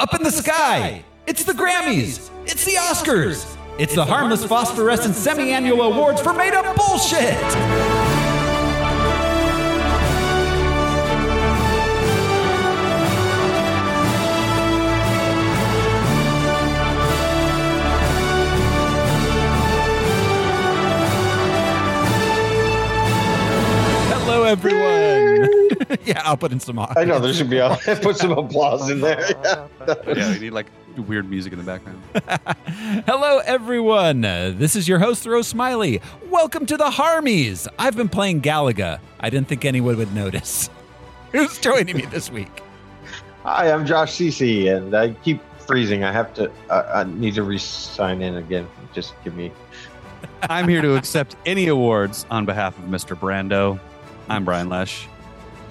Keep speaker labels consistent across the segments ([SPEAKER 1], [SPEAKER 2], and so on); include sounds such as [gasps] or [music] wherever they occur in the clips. [SPEAKER 1] Up in the sky! It's the Grammys! It's the Oscars! It's the harmless phosphorescent semi-annual awards for made-up bullshit! Hello, [laughs] everyone. yeah, I'll put in some.
[SPEAKER 2] I know there should be a [laughs] put some applause in there.
[SPEAKER 3] yeah, we need like weird music in the background.
[SPEAKER 1] Hello, everyone. Uh, this is your host, Rose Smiley. Welcome to the Harmies. I've been playing Galaga. I didn't think anyone would notice. [laughs] Who's joining me this week?
[SPEAKER 2] Hi, I'm Josh Cece, and I keep freezing. I have to. I I need to re-sign in again. Just give me.
[SPEAKER 3] [laughs] I'm here to accept any awards on behalf of Mr. Brando. I'm Brian Lesh.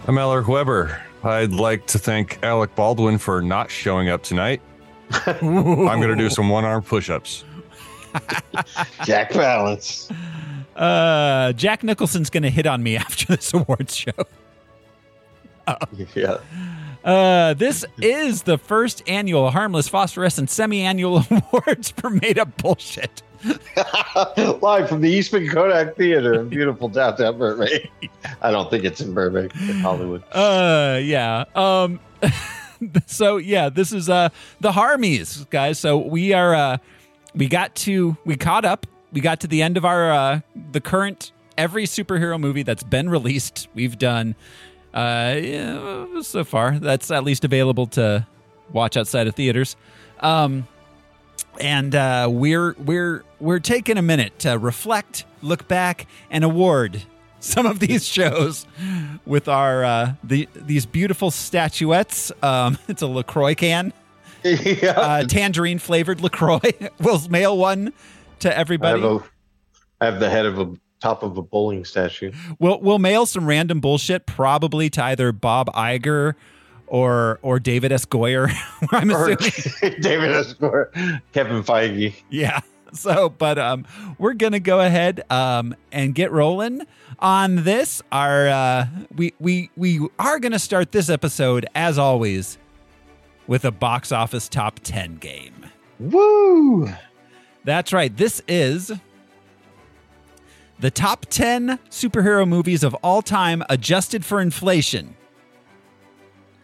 [SPEAKER 4] I'm Alec Weber. I'd like to thank Alec Baldwin for not showing up tonight. I'm going to
[SPEAKER 1] [laughs]
[SPEAKER 4] do some one arm push ups.
[SPEAKER 2] Jack Balance. [laughs]
[SPEAKER 1] Uh, Jack Nicholson's going to hit on me [laughs] after this awards show.
[SPEAKER 2] Yeah. [laughs]
[SPEAKER 1] Uh, this is the first annual Harmless Phosphorescent Semi-Annual [laughs] Awards for Made Up Bullshit.
[SPEAKER 2] Live from the Eastman Kodak Theater in beautiful downtown Burbank. I don't think it's in Burbank, in Hollywood.
[SPEAKER 1] Uh, yeah. Um, [laughs] so yeah, this is uh the Harmies guys. So we are uh we got to we caught up. We got to the end of our uh the current every superhero movie that's been released. We've done uh yeah, so far. That's at least available to watch outside of theaters. Um and uh, we're we're we're taking a minute to reflect, look back, and award [laughs] some of these shows with our uh, the these beautiful statuettes. Um, [laughs] it's a Lacroix can,
[SPEAKER 2] [laughs] yeah. [laughs]
[SPEAKER 1] uh, tangerine flavored Lacroix. [laughs] we'll mail one to
[SPEAKER 2] I
[SPEAKER 1] everybody.
[SPEAKER 2] have a. I have the head of a top of a bowling [laughs] statue.
[SPEAKER 1] We'll we'll mail some random bullshit, probably to either Bob Iger or or David S. Goyer. [laughs] I'm
[SPEAKER 2] Or
[SPEAKER 1] assuming.
[SPEAKER 2] [laughs] David S. Gore, Kevin Feige.
[SPEAKER 1] Yeah. [laughs] So, but um, we're gonna go ahead um and get rolling on this. Our uh, we we we are gonna start this episode as always with a box office top ten game.
[SPEAKER 2] Woo!
[SPEAKER 1] That's right. This is the top ten superhero movies of all time, adjusted for inflation.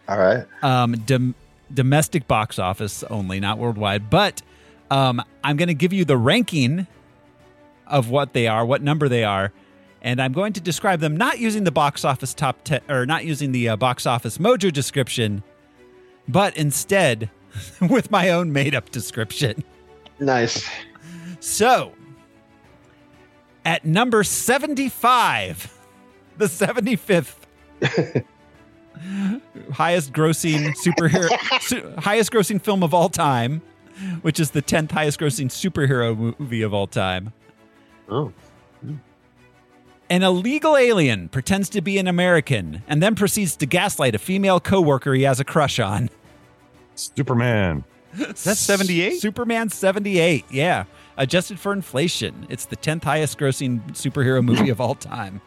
[SPEAKER 2] All right.
[SPEAKER 1] um, dom- domestic box office only, not worldwide. But um, I'm going to give you the ranking of what they are, what number they are, and I'm going to describe them not using the box office top ten or not using the uh, box office mojo description, but instead [laughs] with my own made up description.
[SPEAKER 2] Nice.
[SPEAKER 1] So, at number 75, the 75th highest grossing superhero su- highest grossing film of all time, which is the 10th highest grossing superhero movie of all time.
[SPEAKER 2] Oh.
[SPEAKER 1] An illegal alien pretends to be an American and then proceeds to gaslight a female coworker he has a crush on.
[SPEAKER 4] Superman.
[SPEAKER 3] That's 78?
[SPEAKER 1] Superman 78. Yeah. Adjusted for inflation, it's the 10th highest grossing superhero movie of all time.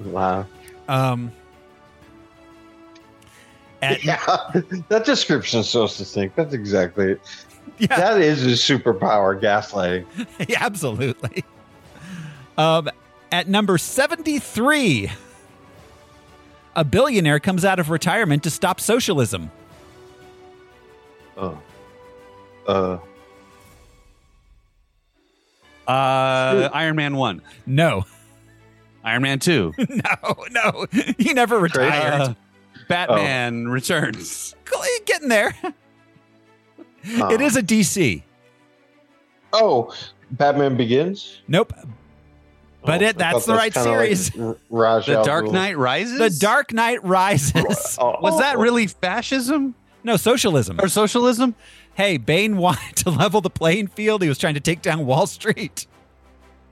[SPEAKER 2] Wow.
[SPEAKER 1] Um, [laughs] at, yeah.
[SPEAKER 2] Yeah, [laughs] that description is so succinct. That's exactly
[SPEAKER 1] [laughs]
[SPEAKER 2] it. That is his superpower, gaslighting.
[SPEAKER 1] absolutely. Um, at number 73, a billionaire comes out of retirement to stop socialism.
[SPEAKER 2] Oh. Uh,
[SPEAKER 3] Uh, Iron Man 1,
[SPEAKER 1] No, [laughs]
[SPEAKER 3] Iron
[SPEAKER 2] [laughs]
[SPEAKER 3] Man 2,
[SPEAKER 1] no, no. He never retired.
[SPEAKER 3] Uh,
[SPEAKER 2] [laughs]
[SPEAKER 3] Batman Returns.
[SPEAKER 1] Getting there. [laughs]
[SPEAKER 2] oh.
[SPEAKER 1] It is a DC.
[SPEAKER 2] Oh, Batman Begins.
[SPEAKER 1] Nope. But
[SPEAKER 2] Oh,
[SPEAKER 1] it-
[SPEAKER 2] I
[SPEAKER 1] that's
[SPEAKER 2] thought
[SPEAKER 1] the right
[SPEAKER 2] kinda like [laughs]
[SPEAKER 1] series.
[SPEAKER 2] R- Ra's
[SPEAKER 3] The
[SPEAKER 2] al
[SPEAKER 3] Dark
[SPEAKER 2] Ghul.
[SPEAKER 3] Knight Rises?
[SPEAKER 1] The Dark Knight Rises.
[SPEAKER 2] [laughs] Oh,
[SPEAKER 3] Was that
[SPEAKER 2] oh,
[SPEAKER 3] really fascism
[SPEAKER 1] No, socialism.
[SPEAKER 3] or socialism?
[SPEAKER 1] Hey, Bane wanted to level the playing field. He was trying to take down Wall Street.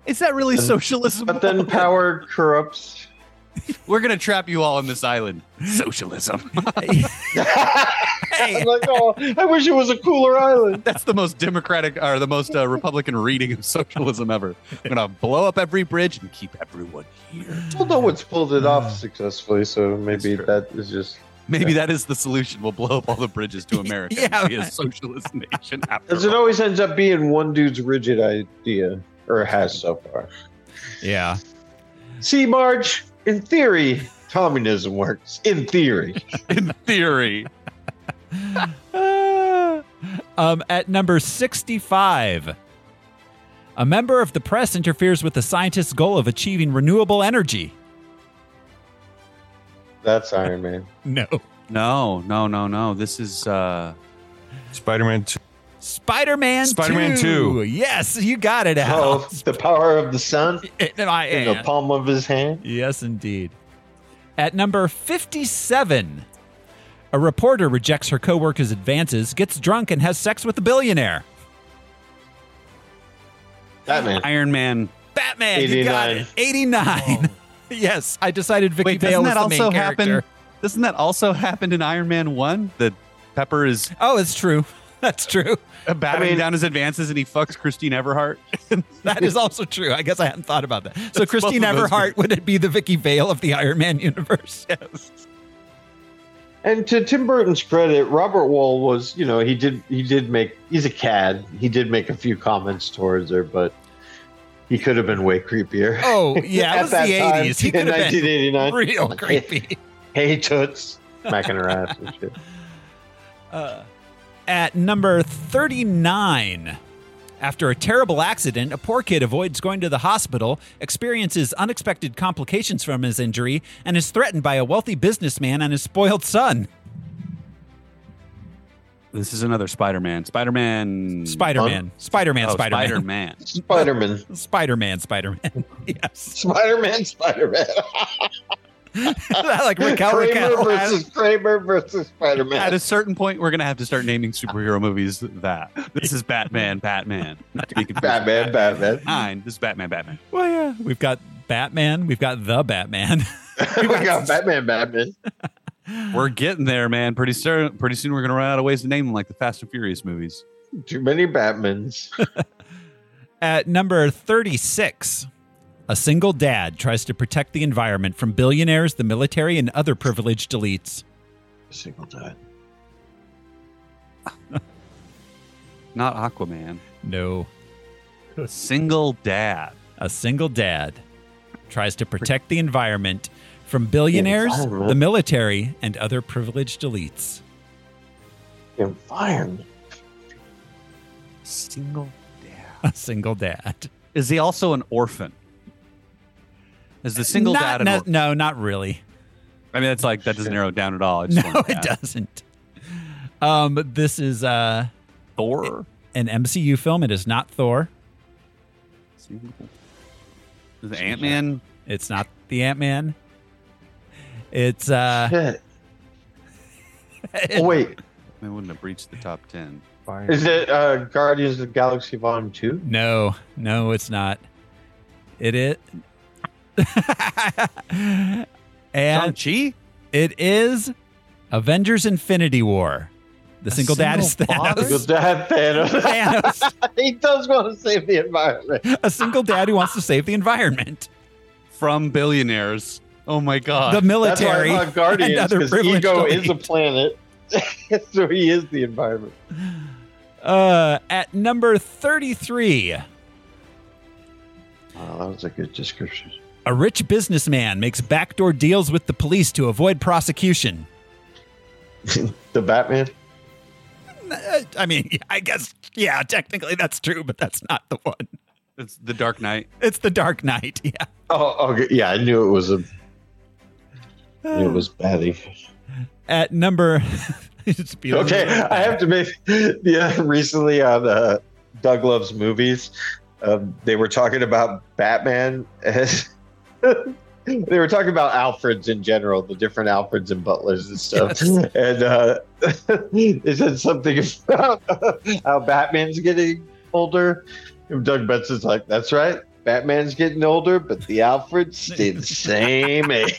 [SPEAKER 3] Is that really
[SPEAKER 2] And-
[SPEAKER 3] socialism?
[SPEAKER 2] But then power
[SPEAKER 1] [laughs]
[SPEAKER 2] corrupts.
[SPEAKER 3] [laughs] We're going to trap you all on this island. Socialism. [laughs]
[SPEAKER 2] [laughs] I'm like, oh, I wish it was a cooler island.
[SPEAKER 3] That's the most democratic or the most uh, Republican reading of [laughs] socialism ever. I'm going to blow up every bridge and keep everyone here.
[SPEAKER 1] Hmm.
[SPEAKER 2] Well, no one's pulled it off successfully, so maybe that is just
[SPEAKER 3] Maybe that is the solution. We'll blow up all the bridges [laughs] to America.
[SPEAKER 1] Yeah,
[SPEAKER 3] and be a [laughs] socialist nation after
[SPEAKER 2] Because it
[SPEAKER 3] all.
[SPEAKER 2] always ends up being one dude's rigid idea, or has so far.
[SPEAKER 1] Yeah.
[SPEAKER 2] See, Marge, in theory, communism works. In theory.
[SPEAKER 3] in theory.
[SPEAKER 1] Ah. [laughs] um, at number 65, a member of the press interferes with the scientist's goal of achieving renewable energy.
[SPEAKER 2] That's
[SPEAKER 1] [laughs]
[SPEAKER 2] Iron Man.
[SPEAKER 1] No.
[SPEAKER 3] No, no, no, no. This is uh
[SPEAKER 4] Spider-Man 2.
[SPEAKER 1] Spider Man
[SPEAKER 4] Spider-Man 2.
[SPEAKER 1] Yes, you got it, Al. [laughs]
[SPEAKER 2] Oh, the power of the sun
[SPEAKER 1] And I
[SPEAKER 2] in the
[SPEAKER 1] am.
[SPEAKER 2] palm of his hand.
[SPEAKER 1] Yes, indeed. At number 57, a reporter rejects her coworker's advances, gets drunk, and has sex with a billionaire.
[SPEAKER 2] Batman.
[SPEAKER 3] Iron Man.
[SPEAKER 1] Batman, you got
[SPEAKER 2] 89.
[SPEAKER 1] it. 89. [laughs] yes, I decided Vicky
[SPEAKER 3] Wait,
[SPEAKER 1] Vale
[SPEAKER 3] doesn't
[SPEAKER 1] was
[SPEAKER 3] that
[SPEAKER 1] the main
[SPEAKER 3] also
[SPEAKER 1] character.
[SPEAKER 3] happen? Doesn't that also happen in Iron Man One? That Pepper is
[SPEAKER 1] Oh, it's true. [laughs] That's true.
[SPEAKER 3] batting
[SPEAKER 2] I mean-
[SPEAKER 3] down his advances and he fucks Christine Everhart.
[SPEAKER 1] That is also true. I guess I hadn't thought about [laughs] that. So
[SPEAKER 3] That's
[SPEAKER 1] Christine
[SPEAKER 3] both of those
[SPEAKER 1] Everhart would it be the Vicky Vale of the Iron Man universe? [laughs]
[SPEAKER 3] yes.
[SPEAKER 2] And to Tim Burton's credit, Robert Wall was, you know, he did he did make he's a cad. He did make a few comments towards her, but he could have been way creepier.
[SPEAKER 1] Oh, yeah, it
[SPEAKER 2] [laughs] At
[SPEAKER 1] was the
[SPEAKER 2] that time,
[SPEAKER 1] 80s. He
[SPEAKER 2] in
[SPEAKER 1] could have been
[SPEAKER 2] 1989. [laughs]
[SPEAKER 1] real creepy.
[SPEAKER 2] Hey, toots, smacking her ass and shit.
[SPEAKER 1] Uh, at number 39, after a terrible accident, a poor kid avoids going to the hospital, experiences unexpected complications from his injury, and is threatened by a wealthy businessman and his spoiled son,
[SPEAKER 3] This is another Spider Man. Spider Man.
[SPEAKER 1] Spider Man. Spider
[SPEAKER 3] Oh,
[SPEAKER 1] Man, Spider
[SPEAKER 3] Spider
[SPEAKER 1] Man.
[SPEAKER 3] Man.
[SPEAKER 1] [laughs]
[SPEAKER 2] Spider Man,
[SPEAKER 1] Spider Man, Spider Man. [laughs] Yes.
[SPEAKER 2] Spider Man, Spider Man.
[SPEAKER 1] like Raquel,
[SPEAKER 2] Kramer
[SPEAKER 1] Raquel.
[SPEAKER 2] versus Kramer versus Spider
[SPEAKER 3] At
[SPEAKER 2] Man.
[SPEAKER 3] a certain point, we're going to have to start naming superhero movies that. This is Batman, Batman. Not to be confused.
[SPEAKER 2] Batman, Batman.
[SPEAKER 1] [laughs]
[SPEAKER 3] Nine. This is Batman, Batman.
[SPEAKER 1] Well, yeah, we've got Batman. We've got the Batman. [laughs]
[SPEAKER 2] [laughs] we got Batman, Batman.
[SPEAKER 3] We're getting there, man. Pretty soon, pretty soon, we're going to run out of ways to name them, like the Fast and Furious movies.
[SPEAKER 2] Too
[SPEAKER 1] [laughs]
[SPEAKER 2] many Batmans.
[SPEAKER 1] At number 36, a single dad tries to protect the environment from billionaires, the military, and other privileged elites.
[SPEAKER 2] Single time.
[SPEAKER 3] Not
[SPEAKER 1] [laughs]
[SPEAKER 3] Aquaman.
[SPEAKER 1] No,
[SPEAKER 3] Single dad.
[SPEAKER 1] a single dad tries to protect the environment from billionaires, the military, and other privileged elites. [laughs]
[SPEAKER 2] Environment.
[SPEAKER 3] Single dad.
[SPEAKER 1] A single dad.
[SPEAKER 3] Is he also an orphan? Is the single
[SPEAKER 1] Not
[SPEAKER 3] dad an
[SPEAKER 1] ne-
[SPEAKER 3] orphan?
[SPEAKER 1] No, not really.
[SPEAKER 3] I mean, that's like that doesn't narrow it down at all. I just
[SPEAKER 1] No,
[SPEAKER 3] wanted to
[SPEAKER 1] it
[SPEAKER 3] ask.
[SPEAKER 1] doesn't. Um, this is uh,
[SPEAKER 3] Thor.
[SPEAKER 1] an MCU film. It is not Thor.
[SPEAKER 3] Single. Is it Ant Man?
[SPEAKER 1] It's not the Ant Man. It's uh [laughs]
[SPEAKER 2] Shit. Oh, wait,
[SPEAKER 3] They wouldn't have breached the top ten.
[SPEAKER 2] is it uh, Guardians of the Galaxy Volume Two?
[SPEAKER 1] no, no, it's not. It is, [laughs]
[SPEAKER 3] Shang
[SPEAKER 1] and
[SPEAKER 3] Chi.
[SPEAKER 1] it is Avengers: Infinity War. The
[SPEAKER 3] A
[SPEAKER 1] single dad is
[SPEAKER 3] single father?
[SPEAKER 1] Thanos.
[SPEAKER 2] Single dad Thanos.
[SPEAKER 1] Thanos, [laughs]
[SPEAKER 2] [laughs] he does want to save the environment.
[SPEAKER 1] a single dad who wants to save the environment,
[SPEAKER 3] from billionaires. Oh my god.
[SPEAKER 1] the military.
[SPEAKER 2] That's why I love Guardians
[SPEAKER 1] another
[SPEAKER 2] because
[SPEAKER 1] privileged
[SPEAKER 2] ego is a
[SPEAKER 1] elite.
[SPEAKER 2] planet, [laughs] so he is the environment.
[SPEAKER 1] Uh, at number thirty-three,
[SPEAKER 2] Wow, Oh, that was a good description.
[SPEAKER 1] a rich businessman makes backdoor deals with the police to avoid prosecution.
[SPEAKER 2] The Batman.
[SPEAKER 1] Uh, I mean, [laughs] I guess, yeah, technically that's true, but that's not the one.
[SPEAKER 3] it's the Dark Knight.
[SPEAKER 1] It's the Dark Knight. [laughs] Yeah.
[SPEAKER 2] Oh, okay. yeah, I knew it was a.
[SPEAKER 1] [sighs]
[SPEAKER 2] I knew it was Batty.
[SPEAKER 1] At number, [laughs] it's beautiful.
[SPEAKER 2] Okay, I have to make. [laughs] Yeah, recently on uh, Doug Loves Movies, um, they were talking about Batman. as- [laughs] they were talking about Alfreds in general, the different Alfreds and Butlers and [laughs] stuff.
[SPEAKER 1] Yes.
[SPEAKER 2] And uh, they said something about [laughs] how Batman's getting older. And Doug Benson's like, that's right. Batman's getting older, but the Alfreds stay [laughs] the same age.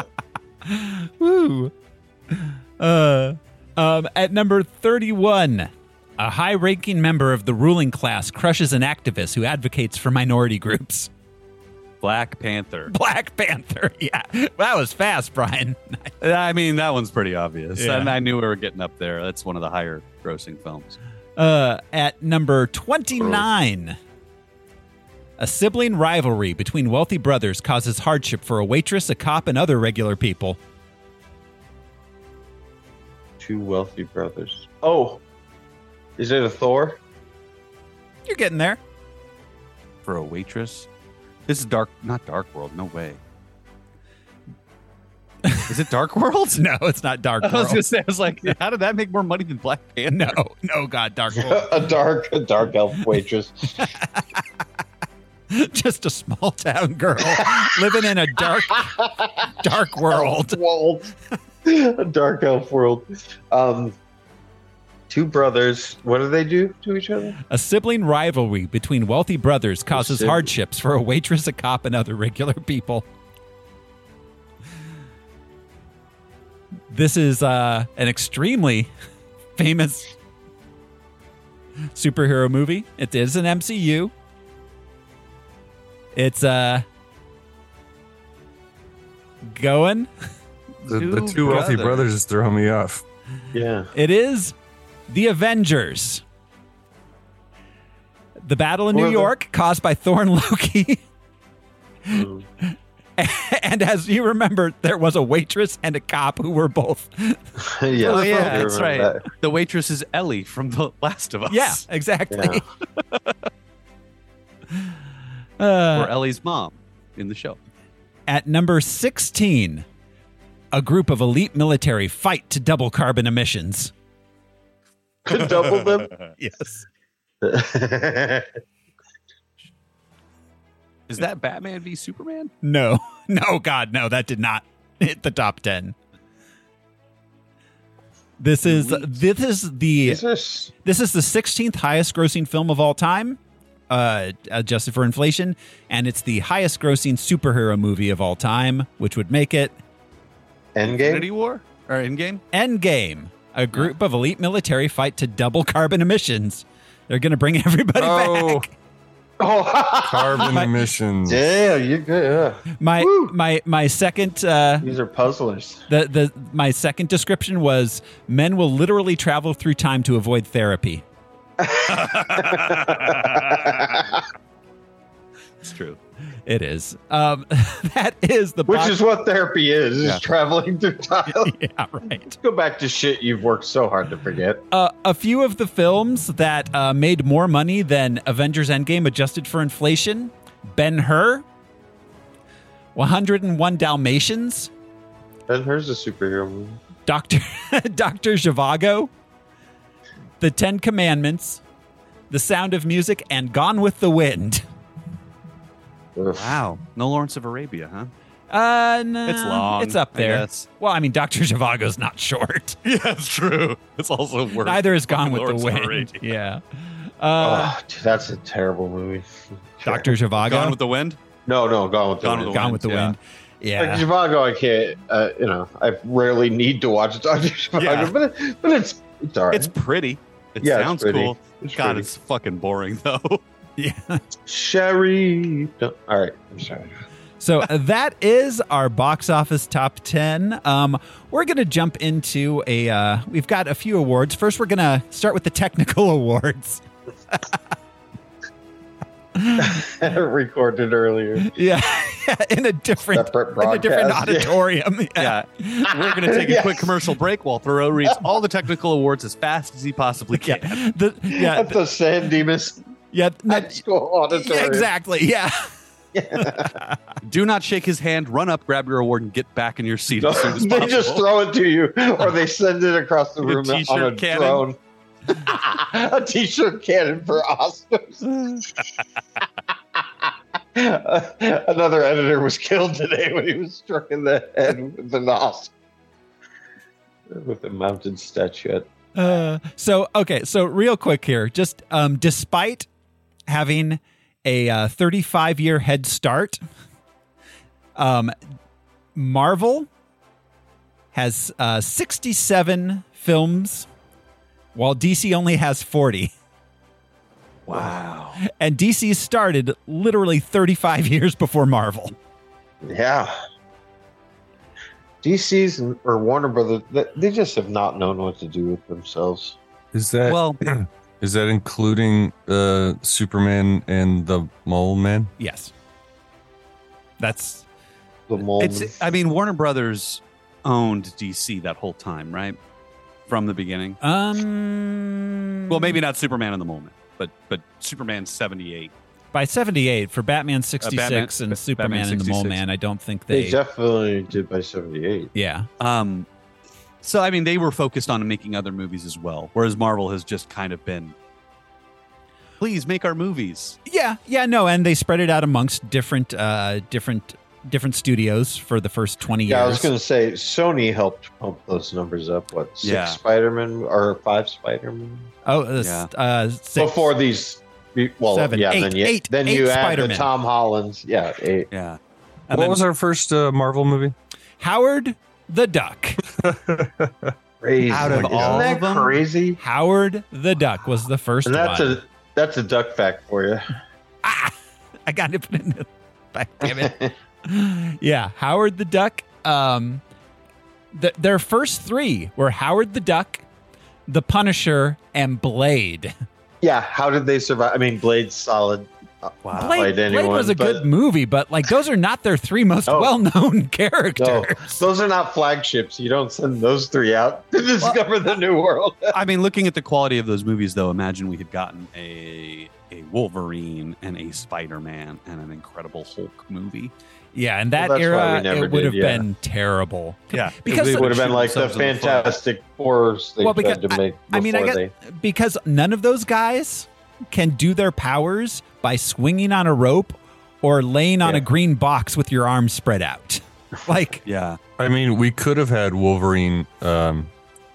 [SPEAKER 1] [laughs] Woo. Uh, um, at number 31, a high ranking member of the ruling class crushes an activist who advocates for minority groups. [laughs]
[SPEAKER 3] Black Panther.
[SPEAKER 1] Black Panther. [laughs] Yeah, that was fast, Brian.
[SPEAKER 3] I mean, that one's pretty obvious.
[SPEAKER 1] Yeah.
[SPEAKER 3] And I knew we were getting up there. That's one of the higher grossing films.
[SPEAKER 1] Uh, at number 29, a sibling rivalry between wealthy brothers causes hardship for a waitress, a cop, and other regular people.
[SPEAKER 2] Two wealthy brothers. Oh, is it a Thor?
[SPEAKER 1] You're getting there.
[SPEAKER 3] For a waitress? This is Dark, not Dark World. No way. Is it Dark
[SPEAKER 1] [laughs]
[SPEAKER 3] World? [laughs]
[SPEAKER 1] No, it's not Dark
[SPEAKER 3] I was
[SPEAKER 1] World.
[SPEAKER 3] going to say, I was like, how did that make more money than Black Panther?
[SPEAKER 1] [laughs] No, no, God, Dark
[SPEAKER 3] [laughs]
[SPEAKER 1] World.
[SPEAKER 2] [laughs] a dark, a dark elf waitress.
[SPEAKER 1] Just a small town girl living in a dark, dark world.
[SPEAKER 2] Elf world. a dark elf world. Um, two brothers. What do they do to each other?
[SPEAKER 1] A sibling rivalry between wealthy brothers causes
[SPEAKER 2] sibling.
[SPEAKER 1] hardships for a waitress, a cop, and other regular people. This is uh, an extremely [laughs] famous superhero movie. It is an MCU. It's uh, going.
[SPEAKER 4] The, the
[SPEAKER 3] Two
[SPEAKER 4] two wealthy
[SPEAKER 3] brothers.
[SPEAKER 4] brothers is throwing me off.
[SPEAKER 2] [laughs] Yeah.
[SPEAKER 1] It is the Avengers. The battle in
[SPEAKER 2] Or
[SPEAKER 1] New
[SPEAKER 2] the-
[SPEAKER 1] York caused by Thor [laughs] and Loki.
[SPEAKER 2] Mm.
[SPEAKER 1] [laughs] and as you remember, there was a waitress and a cop who were both.
[SPEAKER 2] yes,
[SPEAKER 3] Oh, yeah,
[SPEAKER 2] I do
[SPEAKER 3] that's
[SPEAKER 2] remember
[SPEAKER 3] right. The waitress is Ellie from The Last of Us.
[SPEAKER 1] Yeah, exactly.
[SPEAKER 3] Or
[SPEAKER 1] [laughs] Uh,
[SPEAKER 3] Ellie's mom in the show.
[SPEAKER 1] at number 16, a group of elite military fight to double carbon emissions.
[SPEAKER 2] that. Double them.
[SPEAKER 1] Yes.
[SPEAKER 3] Is that Batman v Superman?
[SPEAKER 1] No, [laughs] no, God, no, that did not hit the top 10. This is this is the
[SPEAKER 2] Is this
[SPEAKER 1] This is the 16th highest grossing film of all time, uh, adjusted for inflation, and it's the highest grossing superhero movie of all time, which would make it
[SPEAKER 2] Endgame?
[SPEAKER 3] Infinity War? Or Endgame?
[SPEAKER 1] Endgame. A group of elite military fight to double carbon emissions. They're going to bring [laughs] everybody
[SPEAKER 4] Oh,
[SPEAKER 1] back.
[SPEAKER 2] Oh, [laughs]
[SPEAKER 4] carbon emissions.
[SPEAKER 2] damn! You're good. Yeah.
[SPEAKER 1] My
[SPEAKER 2] Woo.
[SPEAKER 1] my my second uh,
[SPEAKER 2] These are puzzlers.
[SPEAKER 1] the the my second description was men will literally travel through time to avoid therapy.
[SPEAKER 3] It's true.
[SPEAKER 1] It is. Um, [laughs] that is the
[SPEAKER 2] Which
[SPEAKER 1] box-
[SPEAKER 2] is what therapy is, is
[SPEAKER 3] Yeah.
[SPEAKER 2] traveling through time.
[SPEAKER 1] [laughs]
[SPEAKER 2] [laughs]
[SPEAKER 1] yeah right.
[SPEAKER 2] Go back to shit you've worked so hard to forget.
[SPEAKER 1] uh, a few of the films that uh, made more money than Avengers Endgame adjusted for inflation Ben Hur, 101 Dalmatians,
[SPEAKER 2] And here's a superhero movie.
[SPEAKER 1] [laughs] Dr. Dr. Zhivago, The Ten Commandments, The Sound of Music, and Gone with the Wind.
[SPEAKER 2] Ugh.
[SPEAKER 3] Wow. No Lawrence of Arabia, huh?
[SPEAKER 1] Uh, no,
[SPEAKER 3] It's long,
[SPEAKER 1] It's up
[SPEAKER 3] I
[SPEAKER 1] there.
[SPEAKER 3] guess.
[SPEAKER 1] Well, I mean, Dr. Zhivago's not short.
[SPEAKER 3] [laughs] Yeah, it's true. It's also worse.
[SPEAKER 1] Neither is Gone with
[SPEAKER 3] Lawrence
[SPEAKER 1] the
[SPEAKER 3] of
[SPEAKER 1] Wind.
[SPEAKER 3] Arabia.
[SPEAKER 1] [laughs] Yeah.
[SPEAKER 2] Oh,
[SPEAKER 1] Uh,
[SPEAKER 2] dude, that's a terrible movie.
[SPEAKER 1] [laughs] Dr. Zhivago,
[SPEAKER 3] Gone with the Wind?
[SPEAKER 2] No, no, Gone with the
[SPEAKER 3] Gone with
[SPEAKER 2] Wind.
[SPEAKER 1] Gone with the
[SPEAKER 3] Yeah.
[SPEAKER 1] Wind. Yeah.
[SPEAKER 2] Like Zhivago, I can't. Uh, you know, I rarely need to watch
[SPEAKER 1] [laughs]
[SPEAKER 2] Doctor Zhivago,
[SPEAKER 3] Yeah.
[SPEAKER 2] but it, but it's it's all right.
[SPEAKER 3] It's pretty. It
[SPEAKER 2] Yeah, it's
[SPEAKER 3] sounds
[SPEAKER 2] pretty.
[SPEAKER 3] cool.
[SPEAKER 2] It's
[SPEAKER 3] God,
[SPEAKER 2] pretty.
[SPEAKER 3] it's fucking boring though. [laughs]
[SPEAKER 2] Sherry. Don't- All right, I'm sorry. [laughs]
[SPEAKER 1] So uh, that is our box office top 10. Um, we're going to jump into a, uh, we've got a few awards. First, we're going to start with the technical [laughs] awards.
[SPEAKER 2] Recorded earlier.
[SPEAKER 1] Yeah. in a different,
[SPEAKER 2] Separate
[SPEAKER 1] in a different
[SPEAKER 2] broadcast, [laughs] yeah.
[SPEAKER 1] auditorium.
[SPEAKER 3] yeah. We're
[SPEAKER 2] [laughs]
[SPEAKER 3] gonna take a
[SPEAKER 2] Yes.
[SPEAKER 3] quick commercial break while Thoreau reads all the technical awards as fast as he possibly can.
[SPEAKER 1] Yeah. The- yeah.
[SPEAKER 2] At the San Dimas
[SPEAKER 1] yeah. no-
[SPEAKER 2] High School Auditorium.
[SPEAKER 1] yeah, exactly. Yeah.
[SPEAKER 3] Do not shake his hand, run up, grab your award, and get back in your seat as soon
[SPEAKER 2] [laughs]
[SPEAKER 3] as
[SPEAKER 2] they
[SPEAKER 3] possible.
[SPEAKER 2] just throw it to you, or they send it across the
[SPEAKER 3] A
[SPEAKER 2] room on a
[SPEAKER 3] t-shirt cannon.
[SPEAKER 2] drone. [laughs] a t-shirt cannon for Oscars. [laughs] Another editor was killed today when he was struck in the head with an Oscar. With a mounted statuette.
[SPEAKER 1] Uh, so, okay. So, real quick here, just um, despite having a uh, 35 year head start, um, Marvel has uh, 67 films, while DC only has 40.
[SPEAKER 3] Wow.
[SPEAKER 1] And DC started literally 35 [laughs] years before Marvel.
[SPEAKER 2] Yeah. DC's and- or Warner Brothers, th- they just have not known what to do with themselves.
[SPEAKER 4] Is that
[SPEAKER 3] Well,
[SPEAKER 4] is that including uh, Superman and the Mole Man?
[SPEAKER 1] Yes. That's
[SPEAKER 2] The mole.
[SPEAKER 3] it's. I mean, Warner Brothers owned DC that whole time, right? From the beginning.
[SPEAKER 1] um
[SPEAKER 3] Well, maybe not Superman in the moment, but but Superman seventy eight.
[SPEAKER 1] by 78 for Batman 66 and
[SPEAKER 3] Ba-
[SPEAKER 1] Superman
[SPEAKER 3] Batman
[SPEAKER 1] and the Mole
[SPEAKER 3] 66.
[SPEAKER 1] Man, I don't think
[SPEAKER 2] they,
[SPEAKER 1] they
[SPEAKER 2] definitely did by 78.
[SPEAKER 1] Yeah.
[SPEAKER 3] Um, so I mean, they were focused on making other movies as well, whereas Marvel has just kind of been, please make our movies.
[SPEAKER 1] Yeah, yeah, no, and they spread it out amongst different uh different different studios for the first 20
[SPEAKER 2] Yeah, I was
[SPEAKER 1] years.
[SPEAKER 2] going to say Sony helped pump those numbers up. What, six
[SPEAKER 3] Yeah.
[SPEAKER 2] Spider-Man or five Spider-Man?
[SPEAKER 1] oh, uh, s-
[SPEAKER 3] Yeah.
[SPEAKER 1] uh six.
[SPEAKER 2] Before these, be- well,
[SPEAKER 1] Seven,
[SPEAKER 2] yeah,
[SPEAKER 1] eight,
[SPEAKER 2] then you,
[SPEAKER 1] eight,
[SPEAKER 2] then
[SPEAKER 1] eight
[SPEAKER 2] you add the
[SPEAKER 1] Spider-Man.
[SPEAKER 2] Tom Hollands. Yeah, eight.
[SPEAKER 3] Yeah.
[SPEAKER 4] what was our first uh, Marvel movie?
[SPEAKER 1] Howard the
[SPEAKER 2] [laughs]
[SPEAKER 1] Duck.
[SPEAKER 2] Crazy.
[SPEAKER 3] Out of
[SPEAKER 2] Isn't
[SPEAKER 3] all
[SPEAKER 2] that
[SPEAKER 3] of them?
[SPEAKER 2] crazy?
[SPEAKER 1] Howard the Duck was the first
[SPEAKER 2] And that's
[SPEAKER 1] one.
[SPEAKER 2] a that's a duck fact for you.
[SPEAKER 1] ah, [laughs] I got it. Back, damn
[SPEAKER 2] [laughs]
[SPEAKER 1] it. yeah, Howard the Duck. Um, th- their first three were Howard the Duck, The Punisher, and Blade.
[SPEAKER 2] Yeah, how did they survive? I mean, Blade's solid. uh,
[SPEAKER 3] Wow.
[SPEAKER 1] Blade,
[SPEAKER 2] Played anyone,
[SPEAKER 1] Blade was a
[SPEAKER 2] but- Oh.
[SPEAKER 1] good movie, but like those are not their three
[SPEAKER 2] [laughs]
[SPEAKER 1] most
[SPEAKER 2] No.
[SPEAKER 1] well-known
[SPEAKER 2] No,
[SPEAKER 1] characters.
[SPEAKER 2] those are not flagships. You don't send those three out [laughs] to discover the new world.
[SPEAKER 3] I mean, looking at the quality of those movies, though, imagine we had gotten a a Wolverine and a Spider Man and an Incredible Hulk movie.
[SPEAKER 1] Yeah, in that
[SPEAKER 2] Well, that's why
[SPEAKER 1] era,
[SPEAKER 2] we never
[SPEAKER 1] it would
[SPEAKER 2] did,
[SPEAKER 1] have
[SPEAKER 2] yeah.
[SPEAKER 1] been terrible.
[SPEAKER 3] Yeah,
[SPEAKER 1] Because-
[SPEAKER 3] they
[SPEAKER 2] It would have
[SPEAKER 3] shoot
[SPEAKER 2] been like the
[SPEAKER 3] themselves in foot.
[SPEAKER 2] Fantastic Fours they
[SPEAKER 1] Well,
[SPEAKER 2] tried
[SPEAKER 1] because-
[SPEAKER 2] to make before
[SPEAKER 1] I mean, I guess-
[SPEAKER 2] they.
[SPEAKER 1] because none of those guys can do their powers by swinging on a rope or laying on
[SPEAKER 2] Yeah.
[SPEAKER 1] a green box with your arms spread out. [laughs] Like,
[SPEAKER 3] Yeah,
[SPEAKER 4] I mean, we could have had Wolverine um,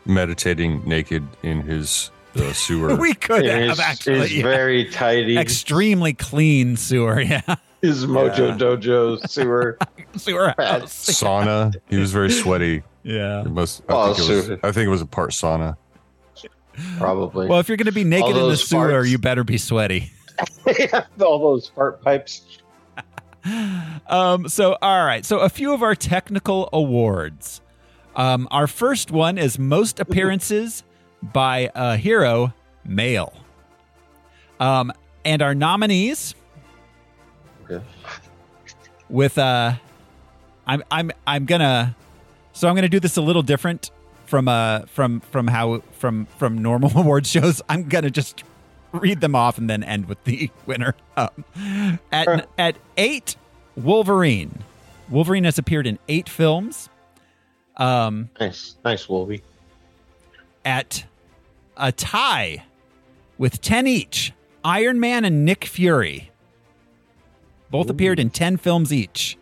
[SPEAKER 4] meditating naked in his uh,
[SPEAKER 1] [laughs]
[SPEAKER 4] sewer.
[SPEAKER 1] we could
[SPEAKER 2] It
[SPEAKER 1] have
[SPEAKER 2] is-
[SPEAKER 1] actually
[SPEAKER 2] is
[SPEAKER 1] yeah.
[SPEAKER 2] very tidy.
[SPEAKER 1] extremely clean sewer, [laughs] yeah,
[SPEAKER 2] His Mojo Dojo sewer.
[SPEAKER 1] sewer
[SPEAKER 2] Bad.
[SPEAKER 1] house,
[SPEAKER 4] sauna. He was very sweaty.
[SPEAKER 1] yeah.
[SPEAKER 4] It must, I,
[SPEAKER 2] Oh,
[SPEAKER 4] think it was,
[SPEAKER 2] sure.
[SPEAKER 4] I think it was a part sauna.
[SPEAKER 2] Probably. [laughs]
[SPEAKER 1] Well, if you're going to be naked in the
[SPEAKER 2] those
[SPEAKER 1] sewer,
[SPEAKER 2] farts.
[SPEAKER 1] you better be sweaty.
[SPEAKER 2] All those fart pipes.
[SPEAKER 1] Um, so, all right. So, a few of our technical awards. Um, our first one is most appearances by a hero male. Um, and our nominees
[SPEAKER 2] Okay.
[SPEAKER 1] with uh, I'm I'm I'm gonna so I'm gonna do this a little different from uh from from how from from normal [laughs] award shows. I'm gonna just read them off and then end with the [laughs] winner. Um, at
[SPEAKER 2] Sure.
[SPEAKER 1] at eight, Wolverine. Wolverine has appeared in eight films. Um,
[SPEAKER 2] Nice. Nice, Wolvie.
[SPEAKER 1] at a tie with 10 each Iron Man and Nick Fury. Both appeared in 10 films each.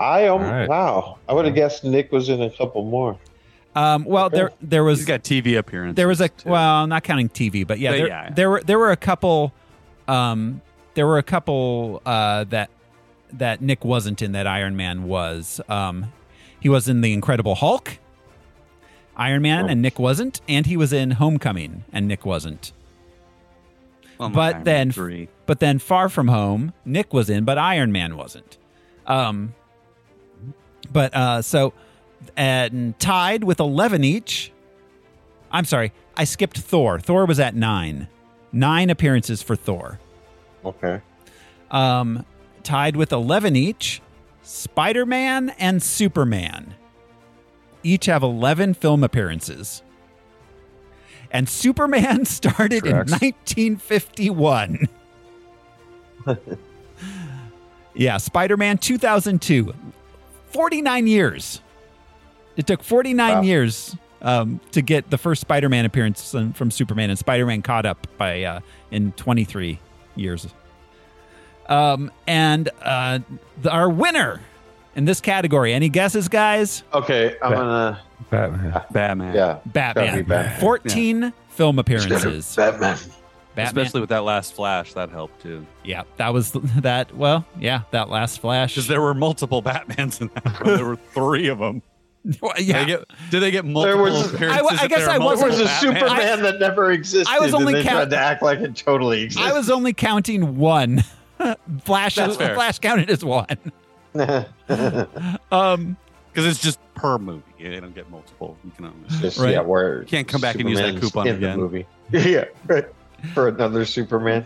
[SPEAKER 2] I um,
[SPEAKER 4] All right.
[SPEAKER 2] Wow. I would have guessed Nick was in a couple more.
[SPEAKER 1] Um, well,
[SPEAKER 2] Okay.
[SPEAKER 1] there there was
[SPEAKER 3] he's got TV appearances.
[SPEAKER 1] there was a
[SPEAKER 3] too.
[SPEAKER 1] well, not counting TV, but yeah,
[SPEAKER 3] But
[SPEAKER 1] there,
[SPEAKER 3] yeah.
[SPEAKER 1] there were there were a couple um, there were a couple uh, that that Nick wasn't in that Iron Man was. Um, he was in the Incredible Hulk, Iron Man,
[SPEAKER 2] Oh.
[SPEAKER 1] and Nick wasn't, and he was in Homecoming, and Nick wasn't.
[SPEAKER 3] Well, not
[SPEAKER 1] but
[SPEAKER 3] Iron Man
[SPEAKER 1] then-
[SPEAKER 3] three.
[SPEAKER 1] But then Far From Home, Nick was in, but Iron Man wasn't. Um, but uh, so, and tied with 11 each. I'm sorry, I skipped Thor. Thor was at nine. Nine appearances for Thor.
[SPEAKER 2] Okay.
[SPEAKER 1] Um, tied with 11 each, Spider Man and Superman each have 11 film appearances. And Superman [laughs] started
[SPEAKER 4] Tracks.
[SPEAKER 1] in 1951. yeah, Spider Man 2002. 49 years. It took 49
[SPEAKER 2] Wow.
[SPEAKER 1] years um, to get the first Spider Man appearance in- from Superman, and Spider Man caught up by uh, in 23 years. Um, and uh, the, our winner in this category, any guesses, guys?
[SPEAKER 2] Okay. I'm
[SPEAKER 4] Ba-
[SPEAKER 2] going to.
[SPEAKER 4] Batman.
[SPEAKER 3] Batman,
[SPEAKER 2] Yeah. Gotta
[SPEAKER 1] Batman.
[SPEAKER 2] be Batman.
[SPEAKER 1] 14 film appearances.
[SPEAKER 2] Batman.
[SPEAKER 1] Batman.
[SPEAKER 3] especially with that last Flash, that helped too,
[SPEAKER 1] Yeah, that was [laughs] that. Well, yeah, that last flash.
[SPEAKER 3] because there were multiple Batmans in that. One. There were three of them.
[SPEAKER 1] Well, [laughs]
[SPEAKER 3] They
[SPEAKER 1] yeah.
[SPEAKER 3] get, did they get multiple
[SPEAKER 2] was-
[SPEAKER 3] appearances?
[SPEAKER 1] I wa- I
[SPEAKER 3] if
[SPEAKER 1] guess
[SPEAKER 3] there are
[SPEAKER 1] I
[SPEAKER 2] There
[SPEAKER 1] wasn't-
[SPEAKER 3] multiple
[SPEAKER 2] was a
[SPEAKER 3] Batman?
[SPEAKER 2] Superman that never existed.
[SPEAKER 1] I was only
[SPEAKER 2] and they
[SPEAKER 1] count-
[SPEAKER 2] tried to act like it totally
[SPEAKER 1] I
[SPEAKER 2] existed.
[SPEAKER 1] was only counting one. [laughs] Flash,
[SPEAKER 3] That's fair.
[SPEAKER 1] Flash counted as one. um,
[SPEAKER 3] Because it's just per movie. They don't get multiple. You can only.
[SPEAKER 2] Just,
[SPEAKER 1] Right.
[SPEAKER 2] Yeah, where
[SPEAKER 3] Can't come back and use that
[SPEAKER 2] Superman's
[SPEAKER 3] coupon
[SPEAKER 2] in
[SPEAKER 3] again.
[SPEAKER 2] the movie. [laughs] Yeah, right. for another Superman.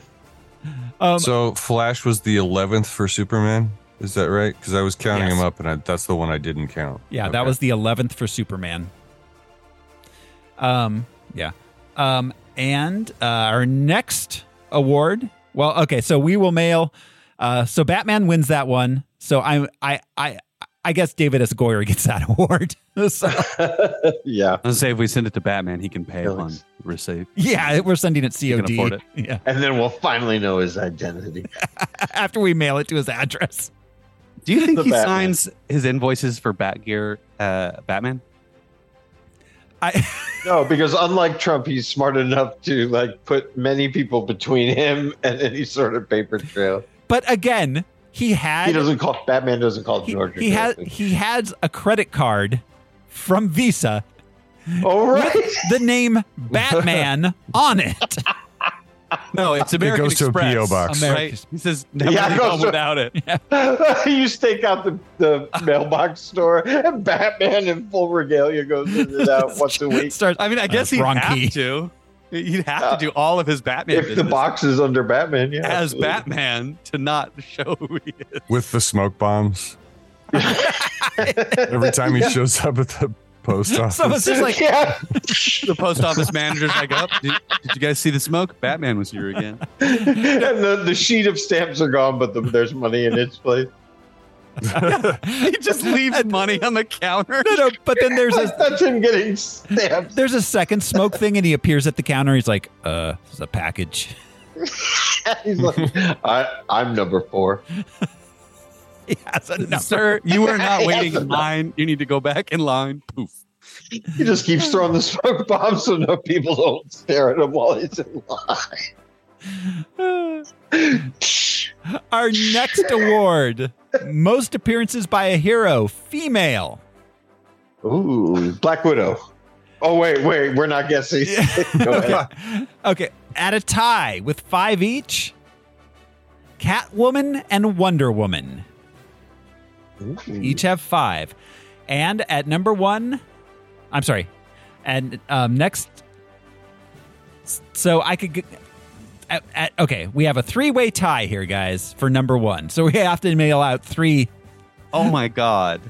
[SPEAKER 2] [laughs]
[SPEAKER 1] um,
[SPEAKER 4] so Flash was the eleventh for Superman. Is that right? Because I was counting
[SPEAKER 1] Yes.
[SPEAKER 4] him up, and I, that's the one I didn't count.
[SPEAKER 1] yeah,
[SPEAKER 4] Okay.
[SPEAKER 1] that was the eleventh for Superman. Um, yeah. Um, and uh, our next award. Well, okay, so we will mail. Uh, so Batman wins that one. So I, I, I, I guess David S. Goyer gets that [laughs] award. so,
[SPEAKER 2] yeah,
[SPEAKER 3] Let's say if we send it to Batman, he can pay
[SPEAKER 2] Alex.
[SPEAKER 3] on receipt.
[SPEAKER 1] yeah, we're sending it COD.
[SPEAKER 3] can afford it.
[SPEAKER 1] [laughs] Yeah,
[SPEAKER 2] and then we'll finally know his identity.
[SPEAKER 1] after we mail it to his address.
[SPEAKER 3] Do you think
[SPEAKER 2] The
[SPEAKER 3] he
[SPEAKER 2] Batman.
[SPEAKER 3] signs his invoices for Batgear uh, Batman?
[SPEAKER 1] I.
[SPEAKER 2] [laughs] No, because unlike Trump, he's smart enough to like put many people between him and any sort of paper trail.
[SPEAKER 1] But again, he had
[SPEAKER 2] He doesn't call Batman. Doesn't call
[SPEAKER 1] he,
[SPEAKER 2] Georgia.
[SPEAKER 1] he had
[SPEAKER 2] directly.
[SPEAKER 1] he had a credit card from Visa,
[SPEAKER 2] Oh right. [laughs]
[SPEAKER 1] the name Batman on it.
[SPEAKER 3] No, it's American
[SPEAKER 4] goes to a
[SPEAKER 3] Express,
[SPEAKER 4] P.O. box.
[SPEAKER 1] American-
[SPEAKER 3] Right? He says never
[SPEAKER 2] [laughs] Yeah, it
[SPEAKER 3] leave
[SPEAKER 2] goes
[SPEAKER 3] home
[SPEAKER 2] to-
[SPEAKER 3] without it.
[SPEAKER 2] you stake out the, the mailbox store, and Batman in full regalia goes in
[SPEAKER 1] [laughs]
[SPEAKER 2] and out once a week.
[SPEAKER 1] Starts-
[SPEAKER 3] I mean, I guess
[SPEAKER 1] Uh,
[SPEAKER 3] he'd
[SPEAKER 1] wrong
[SPEAKER 3] have
[SPEAKER 1] key.
[SPEAKER 3] to. He'd have
[SPEAKER 2] Uh,
[SPEAKER 3] to do all of his Batman
[SPEAKER 2] If the
[SPEAKER 3] business
[SPEAKER 2] box is under Batman, yeah.
[SPEAKER 3] as
[SPEAKER 2] absolutely.
[SPEAKER 3] Batman to not show [laughs] who he is.
[SPEAKER 4] with the smoke
[SPEAKER 1] [laughs]
[SPEAKER 4] bombs. Every time he shows up at the post office,
[SPEAKER 1] [laughs] so it's just like
[SPEAKER 2] [laughs] yeah.
[SPEAKER 3] The post office manager's like, "Up, did, did you guys see the smoke? Batman was here again."
[SPEAKER 2] and the, the sheet of stamps are gone, but the, there's money in its place.
[SPEAKER 1] [laughs]
[SPEAKER 3] He just leaves money on the [laughs] counter.
[SPEAKER 1] no, no. But then there's a
[SPEAKER 2] Like, that's him getting stamped.
[SPEAKER 1] there's a second smoke thing, and he appears at the counter. He's like, "Uh, this is a package." [laughs]
[SPEAKER 2] [laughs] He's like, I, I'm number four.
[SPEAKER 1] He has a number.
[SPEAKER 3] Sir, you
[SPEAKER 1] [laughs]
[SPEAKER 3] are not
[SPEAKER 2] Yes,
[SPEAKER 3] waiting
[SPEAKER 2] I'm
[SPEAKER 3] in
[SPEAKER 2] not.
[SPEAKER 3] line. You need to go back in line. Poof.
[SPEAKER 2] He just keeps throwing the smoke bombs so no people don't stare at him while he's in line. [laughs]
[SPEAKER 1] Our next award: most appearances by a hero, female.
[SPEAKER 2] Ooh, Black Widow. Oh wait, wait, we're not guessing. [laughs] Go ahead.
[SPEAKER 3] [laughs]
[SPEAKER 1] okay. okay. At a tie with five each Catwoman and Wonder Woman each have five. And at number one, I'm sorry. And um, next, so I could get. At, at, okay, we have a three-way tie here, guys, for number one. So we have to mail out three.
[SPEAKER 3] Oh my God.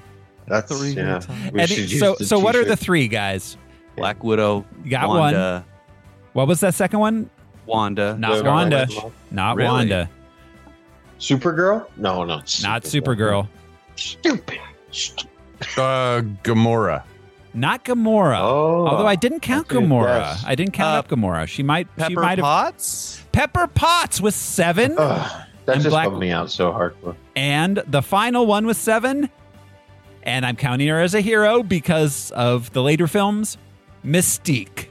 [SPEAKER 2] That's
[SPEAKER 3] Three
[SPEAKER 2] yeah.
[SPEAKER 3] times.
[SPEAKER 2] We
[SPEAKER 1] and
[SPEAKER 2] should
[SPEAKER 1] it-
[SPEAKER 2] use
[SPEAKER 1] so,
[SPEAKER 2] the
[SPEAKER 1] so what are the
[SPEAKER 2] t-shirt.
[SPEAKER 1] three guys?
[SPEAKER 3] Black Widow.
[SPEAKER 1] You got
[SPEAKER 3] Wanda,
[SPEAKER 1] one. What was that second one?
[SPEAKER 3] Wanda.
[SPEAKER 1] Not
[SPEAKER 2] The-
[SPEAKER 1] Wanda. Not
[SPEAKER 3] Really?
[SPEAKER 1] Wanda.
[SPEAKER 2] Supergirl? No, no.
[SPEAKER 1] Not Supergirl.
[SPEAKER 2] Stupid.
[SPEAKER 4] uh, Gamora.
[SPEAKER 1] Not Gamora.
[SPEAKER 2] Oh.
[SPEAKER 1] Although I didn't count
[SPEAKER 2] that's a good
[SPEAKER 1] Gamora.
[SPEAKER 2] guess.
[SPEAKER 1] I didn't count
[SPEAKER 3] Uh,
[SPEAKER 1] up Gamora. She might she
[SPEAKER 3] Pepper
[SPEAKER 1] might have
[SPEAKER 3] Potts.
[SPEAKER 1] Pepper Potts with 7
[SPEAKER 2] Ugh, that
[SPEAKER 1] And
[SPEAKER 2] just
[SPEAKER 1] Black-
[SPEAKER 2] bummed me out so hardcore.
[SPEAKER 1] and the final one was 7. And I'm counting her as a hero because of the later films. Mystique.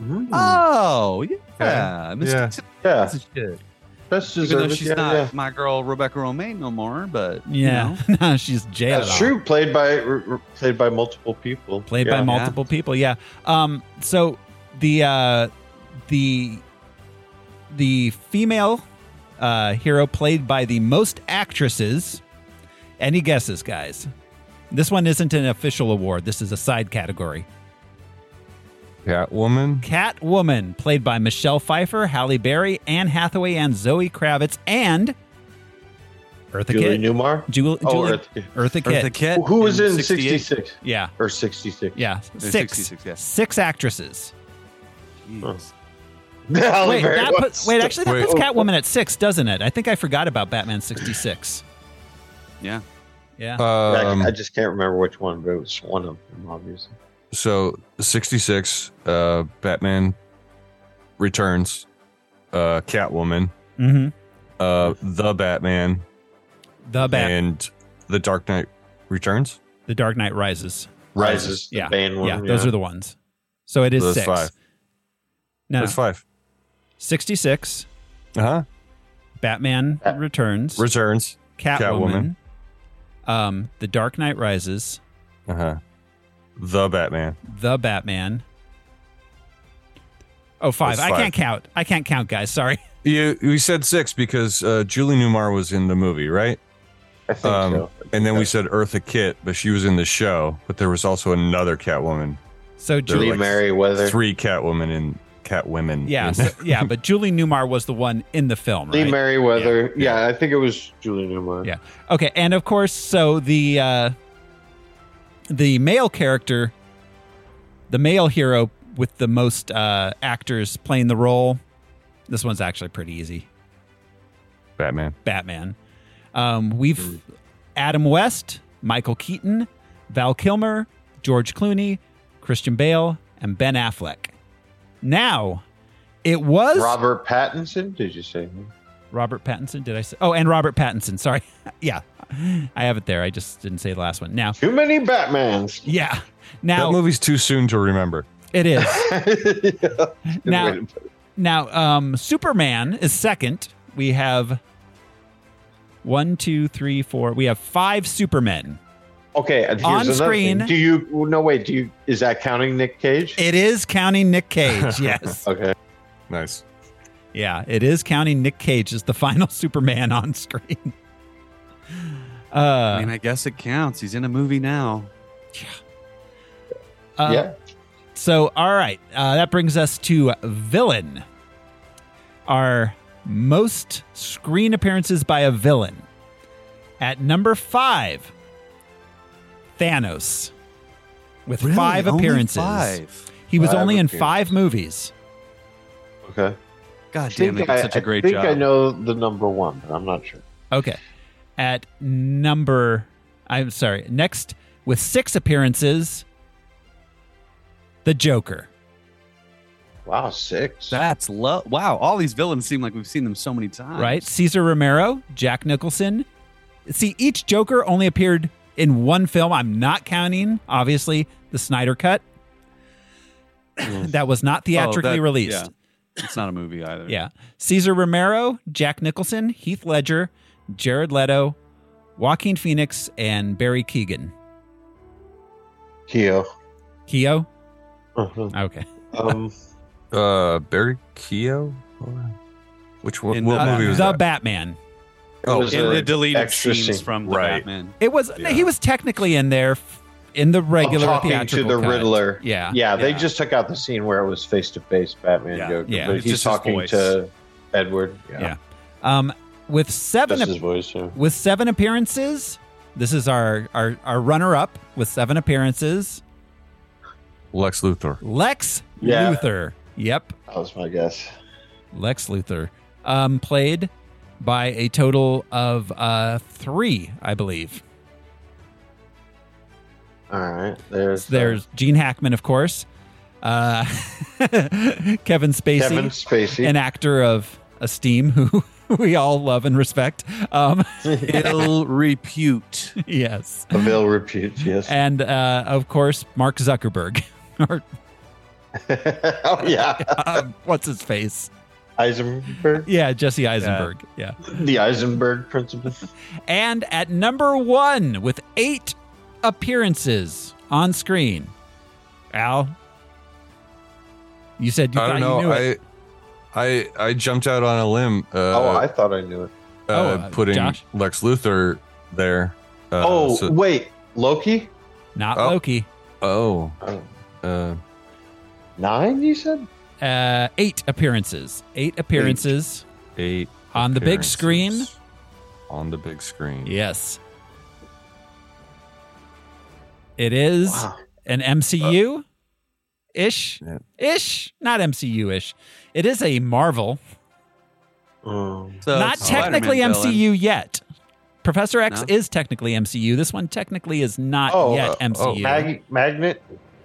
[SPEAKER 1] Mm. Hmm.
[SPEAKER 3] Oh, yeah.
[SPEAKER 4] Yeah.
[SPEAKER 3] Mystique
[SPEAKER 2] Ah. Yeah,
[SPEAKER 3] Potts is shit.
[SPEAKER 2] that's
[SPEAKER 3] Even though
[SPEAKER 2] deserved.
[SPEAKER 3] she's
[SPEAKER 2] yeah,
[SPEAKER 3] not
[SPEAKER 2] yeah.
[SPEAKER 3] my girl Rebecca Romaine no more, but you
[SPEAKER 1] Yeah.
[SPEAKER 3] know.
[SPEAKER 1] [laughs] no, she's jailed.
[SPEAKER 2] That's true. Played by r- r- played by multiple people.
[SPEAKER 1] Played
[SPEAKER 2] yeah.
[SPEAKER 1] by multiple people. Yeah. Um so the uh the the female uh hero played by the most actresses. Any guesses, guys? This one isn't an official award. This is a side category.
[SPEAKER 4] Catwoman.
[SPEAKER 1] Catwoman, played by Michelle Pfeiffer, Halle Berry, Anne Hathaway, and Zoe Kravitz, and Eartha
[SPEAKER 2] Julie
[SPEAKER 1] Kitt.
[SPEAKER 2] Newmar.
[SPEAKER 1] Ju-
[SPEAKER 2] Oh,
[SPEAKER 1] Julie-
[SPEAKER 2] Eartha Kitt.
[SPEAKER 1] Eartha
[SPEAKER 3] Eartha
[SPEAKER 1] Kitt.
[SPEAKER 3] Kitt
[SPEAKER 2] Who was in
[SPEAKER 3] 68.
[SPEAKER 2] 66
[SPEAKER 1] Yeah,
[SPEAKER 2] or 66? [laughs]
[SPEAKER 1] yeah.
[SPEAKER 3] In
[SPEAKER 1] Six.
[SPEAKER 3] 66, yeah.
[SPEAKER 1] Six actresses.
[SPEAKER 3] Jeez.
[SPEAKER 2] Halle
[SPEAKER 1] wait,
[SPEAKER 2] Berry
[SPEAKER 1] that
[SPEAKER 2] was-
[SPEAKER 1] puts, wait, actually, that
[SPEAKER 4] Wait.
[SPEAKER 1] puts Catwoman at six, doesn't it? I think I forgot about Batman 66.
[SPEAKER 3] Yeah.
[SPEAKER 1] Yeah.
[SPEAKER 2] I-
[SPEAKER 4] Um,
[SPEAKER 2] I just can't remember which one, but it was one of them, obviously.
[SPEAKER 4] so sixty six. Uh, Batman returns. Uh, Catwoman.
[SPEAKER 1] mm-hmm.
[SPEAKER 4] Uh, the Batman
[SPEAKER 1] The Bat,
[SPEAKER 4] and the Dark Knight returns.
[SPEAKER 1] The Dark Knight Rises.
[SPEAKER 2] Rises. the
[SPEAKER 1] Yeah.
[SPEAKER 2] Bane one,
[SPEAKER 1] yeah, those are the ones. So it is
[SPEAKER 4] Those
[SPEAKER 1] six.
[SPEAKER 4] five.
[SPEAKER 1] No,
[SPEAKER 4] There's five.
[SPEAKER 1] 66,
[SPEAKER 4] Uh huh.
[SPEAKER 1] Batman
[SPEAKER 4] Uh,
[SPEAKER 2] Bat-
[SPEAKER 1] Returns,
[SPEAKER 4] Returns.
[SPEAKER 1] Catwoman, Um, The Dark Knight Rises,
[SPEAKER 4] Uh huh. The Batman.
[SPEAKER 1] the Batman. Oh, five.
[SPEAKER 4] That's
[SPEAKER 1] I
[SPEAKER 4] five.
[SPEAKER 1] can't count. I can't count, guys. Sorry. [laughs]
[SPEAKER 4] You we said six because uh, Julie Newmar was in the movie, right?
[SPEAKER 2] I think
[SPEAKER 4] Um,
[SPEAKER 2] so.
[SPEAKER 4] And then we said Eartha Kitt, but she was in the show. But there was also another Catwoman.
[SPEAKER 1] So
[SPEAKER 4] They're
[SPEAKER 1] Julie,
[SPEAKER 2] Julie
[SPEAKER 4] like
[SPEAKER 2] Merriweather.
[SPEAKER 4] Three Catwoman and Catwomen.
[SPEAKER 1] yeah, so, yeah, but Julie Newmar was the one in the film,
[SPEAKER 2] Lee
[SPEAKER 1] right?
[SPEAKER 2] Merriweather. Yeah. I think it was Julie Newmar.
[SPEAKER 1] Yeah. Okay, and of course, so the uh, the male character, the male hero with the most uh, actors playing the role. This one's actually pretty easy.
[SPEAKER 4] [laughs] Batman.
[SPEAKER 1] Batman. Um, we've Adam West, Michael Keaton, Val Kilmer, George Clooney, Christian Bale, and Ben Affleck. Now, it was
[SPEAKER 2] Robert Pattinson, did you say?
[SPEAKER 1] Robert Pattinson. Did I say? Oh, and Robert Pattinson. Sorry. [laughs] yeah, I have it there. I just didn't say the last one. Now,
[SPEAKER 2] Too many Batmans. [laughs]
[SPEAKER 1] yeah.
[SPEAKER 4] that
[SPEAKER 1] Now
[SPEAKER 4] movie's too soon to remember.
[SPEAKER 1] it is.
[SPEAKER 2] Wait
[SPEAKER 1] Now,
[SPEAKER 2] a-
[SPEAKER 1] [laughs] now, um, Superman is second. We have one, two, three, four. We have five Supermen.
[SPEAKER 2] Okay, and here's
[SPEAKER 1] On
[SPEAKER 2] another
[SPEAKER 1] screen-
[SPEAKER 2] thing. Do you? No, wait. Do you? Is that counting Nick Cage?
[SPEAKER 1] It is counting Nick [laughs] Cage. Yes.
[SPEAKER 2] okay.
[SPEAKER 4] Nice.
[SPEAKER 1] yeah, it is counting Nick Cage as the final [laughs] Superman on screen. Uh,
[SPEAKER 3] I mean, I guess it counts. He's in a movie now.
[SPEAKER 1] uh,
[SPEAKER 2] yeah.
[SPEAKER 1] So, all right, uh, that brings us to villain. Our most screen appearances by a villain. At number five, Thanos, with five
[SPEAKER 3] Only
[SPEAKER 1] appearances.
[SPEAKER 3] Five.
[SPEAKER 1] He was
[SPEAKER 2] Five
[SPEAKER 1] only in
[SPEAKER 2] appearances.
[SPEAKER 1] five movies.
[SPEAKER 2] Okay.
[SPEAKER 3] God damn, they did such a great
[SPEAKER 2] I think I
[SPEAKER 3] job.
[SPEAKER 2] know the number one, but I'm not sure.
[SPEAKER 1] Okay. At number, I'm sorry, next with six appearances, the Joker.
[SPEAKER 2] Wow, six.
[SPEAKER 3] That's love. Wow, all these villains seem like we've seen them so many times.
[SPEAKER 1] right? Caesar Romero, Jack Nicholson. See, each Joker only appeared in one film. I'm not counting, obviously, the Snyder Cut. that was not
[SPEAKER 3] Oh,
[SPEAKER 1] theatrically
[SPEAKER 3] that-
[SPEAKER 1] released.
[SPEAKER 3] yeah. It's not a movie either.
[SPEAKER 1] Yeah. Caesar Romero, Jack Nicholson, Heath Ledger, Jared Leto, Joaquin Phoenix, and Barry Keegan.
[SPEAKER 2] Keo.
[SPEAKER 1] Keo?
[SPEAKER 2] Uh-huh.
[SPEAKER 1] Okay.
[SPEAKER 2] Um,
[SPEAKER 4] Uh, Barry Keogh. Which one?
[SPEAKER 3] In
[SPEAKER 4] what
[SPEAKER 3] the-
[SPEAKER 4] movie was
[SPEAKER 1] Uh, the
[SPEAKER 4] that?
[SPEAKER 1] Batman.
[SPEAKER 4] Oh,
[SPEAKER 2] was
[SPEAKER 3] In
[SPEAKER 2] there
[SPEAKER 3] the deleted
[SPEAKER 2] extra
[SPEAKER 3] scenes
[SPEAKER 2] scene?
[SPEAKER 3] from the
[SPEAKER 4] Right.
[SPEAKER 3] Batman.
[SPEAKER 1] It was
[SPEAKER 4] Yeah.
[SPEAKER 1] he was technically in there f- in the regular
[SPEAKER 2] talking to
[SPEAKER 1] theatrical
[SPEAKER 2] the
[SPEAKER 1] cut.
[SPEAKER 2] Riddler.
[SPEAKER 1] Yeah.
[SPEAKER 2] yeah, they
[SPEAKER 3] Yeah.
[SPEAKER 2] just took out the scene where it was face to face Batman
[SPEAKER 3] Yeah.
[SPEAKER 2] Joker,
[SPEAKER 1] Yeah.
[SPEAKER 2] but
[SPEAKER 3] It's
[SPEAKER 2] he's
[SPEAKER 3] just his
[SPEAKER 2] talking
[SPEAKER 3] voice.
[SPEAKER 2] to Edward.
[SPEAKER 1] Yeah. Um with seven
[SPEAKER 2] That's his voice. Yeah.
[SPEAKER 1] with seven appearances. This is our our, our runner up with seven appearances.
[SPEAKER 4] Lex Luthor.
[SPEAKER 1] Lex
[SPEAKER 2] Yeah.
[SPEAKER 1] Luthor. Yep,
[SPEAKER 2] That was my guess.
[SPEAKER 1] Lex Luthor, um, played by a total of uh, three, I believe.
[SPEAKER 2] All right. There's
[SPEAKER 1] There's Gene Hackman, of course. Uh, [laughs] Kevin Spacey,
[SPEAKER 2] Kevin Spacey. [laughs]
[SPEAKER 1] an actor of esteem who [laughs] we all love and respect. Um, [laughs]
[SPEAKER 3] Ill repute.
[SPEAKER 1] yes,
[SPEAKER 2] of ill repute. Yes.
[SPEAKER 1] and uh, of course Mark Zuckerberg, [laughs] or
[SPEAKER 2] [laughs] oh yeah,
[SPEAKER 1] um, what's his face?
[SPEAKER 2] Eisenberg.
[SPEAKER 1] Yeah, Jesse Eisenberg. Yeah.
[SPEAKER 2] The Eisenberg principle.
[SPEAKER 1] And at number one, with eight appearances on screen, Al. You said you
[SPEAKER 4] I
[SPEAKER 1] thought
[SPEAKER 4] don't
[SPEAKER 1] you knew
[SPEAKER 4] know.
[SPEAKER 1] it.
[SPEAKER 4] I, I I jumped out on a limb. Uh,
[SPEAKER 2] oh, I thought I knew it.
[SPEAKER 4] uh,
[SPEAKER 1] Oh, uh,
[SPEAKER 4] putting
[SPEAKER 1] Josh?
[SPEAKER 4] Lex Luthor there. Uh,
[SPEAKER 2] oh
[SPEAKER 4] so-
[SPEAKER 2] wait, Loki.
[SPEAKER 1] Not
[SPEAKER 4] Oh.
[SPEAKER 1] Loki.
[SPEAKER 4] oh.
[SPEAKER 2] Oh,
[SPEAKER 4] Uh,
[SPEAKER 2] nine, you said?
[SPEAKER 1] Uh, eight appearances. Eight appearances.
[SPEAKER 4] eight
[SPEAKER 1] On the big
[SPEAKER 4] appearances.
[SPEAKER 1] screen?
[SPEAKER 4] On the big screen.
[SPEAKER 1] Yes. It is
[SPEAKER 2] Wow.
[SPEAKER 1] an MCU ish.
[SPEAKER 4] Yeah.
[SPEAKER 1] Ish. Not MCU ish. It is a Marvel.
[SPEAKER 2] Um,
[SPEAKER 3] So
[SPEAKER 1] not
[SPEAKER 3] it's a Spider-Man
[SPEAKER 1] technically
[SPEAKER 3] villain.
[SPEAKER 1] MCU yet. Professor X
[SPEAKER 3] No?
[SPEAKER 1] is technically MCU. This one technically is not
[SPEAKER 2] Oh,
[SPEAKER 1] yet
[SPEAKER 4] uh, oh,
[SPEAKER 1] MCU.
[SPEAKER 2] Mag- Magnet.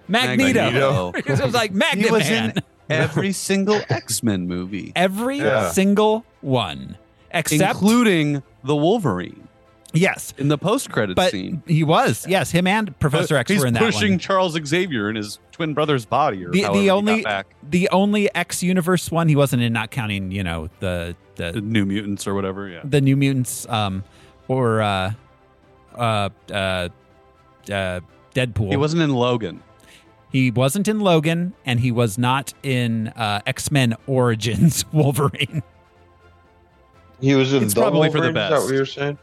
[SPEAKER 1] Magneto.
[SPEAKER 4] Magneto.
[SPEAKER 1] [laughs] it was like Magnet
[SPEAKER 3] He was
[SPEAKER 1] Man.
[SPEAKER 3] in every single X Men movie,
[SPEAKER 1] Every
[SPEAKER 4] Yeah.
[SPEAKER 1] single one, except
[SPEAKER 3] including the Wolverine
[SPEAKER 1] yes,
[SPEAKER 3] in the post credit
[SPEAKER 1] but
[SPEAKER 3] scene.
[SPEAKER 1] he was yes. Him and Professor X
[SPEAKER 3] Uh, He's
[SPEAKER 1] were in that
[SPEAKER 3] pushing
[SPEAKER 1] one.
[SPEAKER 3] Charles Xavier in his twin brother's body. Or
[SPEAKER 1] The- the
[SPEAKER 3] however he got
[SPEAKER 1] only-
[SPEAKER 3] back.
[SPEAKER 1] The only X universe one he wasn't in, not counting you know the
[SPEAKER 3] the
[SPEAKER 1] the
[SPEAKER 3] New Mutants or whatever. Yeah.
[SPEAKER 1] the New Mutants um or uh uh uh, uh Deadpool.
[SPEAKER 3] He wasn't in Logan.
[SPEAKER 1] He wasn't in Logan, and he was not in uh, X Men Origins [laughs] Wolverine.
[SPEAKER 2] He was in
[SPEAKER 3] It's
[SPEAKER 2] the
[SPEAKER 3] probably for the
[SPEAKER 2] Wolverine, Is that
[SPEAKER 3] best.
[SPEAKER 2] what you were saying?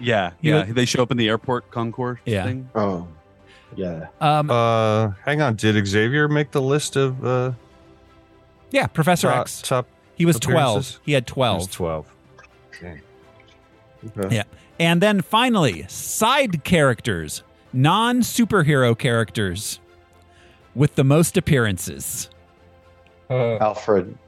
[SPEAKER 3] Yeah,
[SPEAKER 1] He
[SPEAKER 3] yeah.
[SPEAKER 1] was-
[SPEAKER 3] they show up in the airport concourse
[SPEAKER 1] Yeah.
[SPEAKER 3] thing.
[SPEAKER 2] Oh, yeah.
[SPEAKER 1] Um,
[SPEAKER 4] Uh, hang on. Did Xavier make the list of uh,
[SPEAKER 1] yeah, Professor
[SPEAKER 4] top,
[SPEAKER 1] X.
[SPEAKER 4] top
[SPEAKER 1] He was twelve.
[SPEAKER 4] Uh, appearances?
[SPEAKER 1] He had
[SPEAKER 4] There's
[SPEAKER 1] twelve. [laughs]
[SPEAKER 4] 12.
[SPEAKER 2] Okay.
[SPEAKER 1] Yeah. And then finally, side characters, non superhero characters with the most appearances.
[SPEAKER 3] Uh,
[SPEAKER 2] Alfred.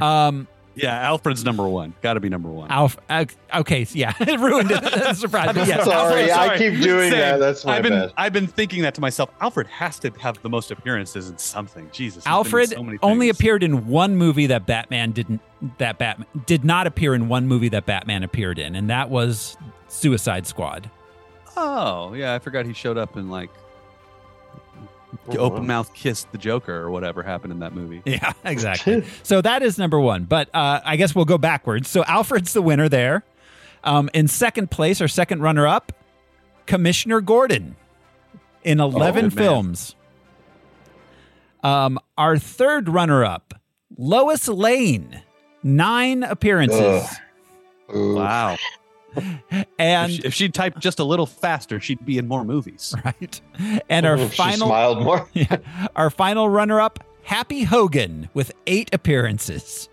[SPEAKER 1] Um,
[SPEAKER 3] Yeah, Alfred's number one. Got to be number one.
[SPEAKER 1] Alf, uh, okay, yeah, [laughs] it ruined it. [laughs] Surprise.
[SPEAKER 3] I'm
[SPEAKER 1] Yes,
[SPEAKER 2] [laughs]
[SPEAKER 3] so
[SPEAKER 1] Alfred-
[SPEAKER 2] sorry, I
[SPEAKER 3] [laughs]
[SPEAKER 2] keep doing
[SPEAKER 3] Same.
[SPEAKER 2] that. That's my
[SPEAKER 3] I've been
[SPEAKER 2] bad.
[SPEAKER 3] I've been thinking that to myself. Alfred has to have the most appearances in something. Jesus, he's been in
[SPEAKER 1] Alfred
[SPEAKER 3] so many
[SPEAKER 1] only
[SPEAKER 3] things.
[SPEAKER 1] appeared in one movie that Batman didn't that Batman did not appear in one movie that Batman appeared in, and that was Suicide
[SPEAKER 3] [laughs]
[SPEAKER 1] Squad.
[SPEAKER 3] Oh yeah, I forgot he showed up and like
[SPEAKER 2] Oh,
[SPEAKER 3] open
[SPEAKER 2] wow.
[SPEAKER 3] mouth kissed the Joker or whatever happened in that movie.
[SPEAKER 1] Yeah, exactly. [laughs] so that is number one. But uh, I guess we'll go backwards. So Alfred's the winner there. Um, in second place, or second runner up, Commissioner Gordon in 11
[SPEAKER 3] Oh, good man.
[SPEAKER 1] films. Um, our third runner up, Lois Lane, nine appearances.
[SPEAKER 2] Ooh.
[SPEAKER 3] Wow.
[SPEAKER 1] And
[SPEAKER 3] if, she, if she typed just a little faster, she'd be in more movies.
[SPEAKER 1] [laughs] right. And our
[SPEAKER 2] Ooh, Mm-hmm. She
[SPEAKER 1] final
[SPEAKER 2] smiled more.
[SPEAKER 1] [laughs] yeah, our final runner up, Happy Hogan with eight appearances.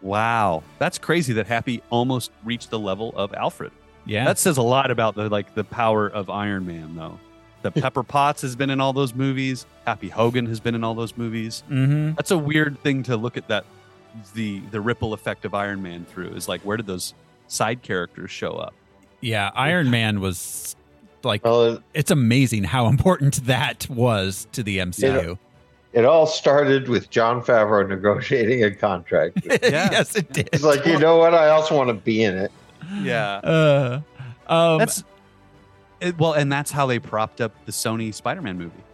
[SPEAKER 3] Wow, that's crazy that Happy almost reached the level of Alfred.
[SPEAKER 1] Yeah.
[SPEAKER 3] That says a lot about the like the power of Iron Man, though. [laughs] The Pepper Potts has been in all those movies. Happy Hogan has been in all those movies.
[SPEAKER 1] mm-hmm.
[SPEAKER 3] That's a weird thing to look at. That the the ripple effect of Iron Man through is like where did those side characters show up?
[SPEAKER 1] Yeah, Iron Man was like
[SPEAKER 2] Well, it,
[SPEAKER 1] it's amazing how important [laughs] that was to the MCU.
[SPEAKER 2] it all started with John Favreau [laughs] negotiating a contract.
[SPEAKER 3] Yeah.
[SPEAKER 1] [laughs] yes, it did.
[SPEAKER 2] He's uh, like, you know what? I also want to be in it.
[SPEAKER 1] Hmm.
[SPEAKER 3] Yeah,
[SPEAKER 1] Uh, um,
[SPEAKER 3] that's it, well, and that's how they propped up the Sony Spider Man movie.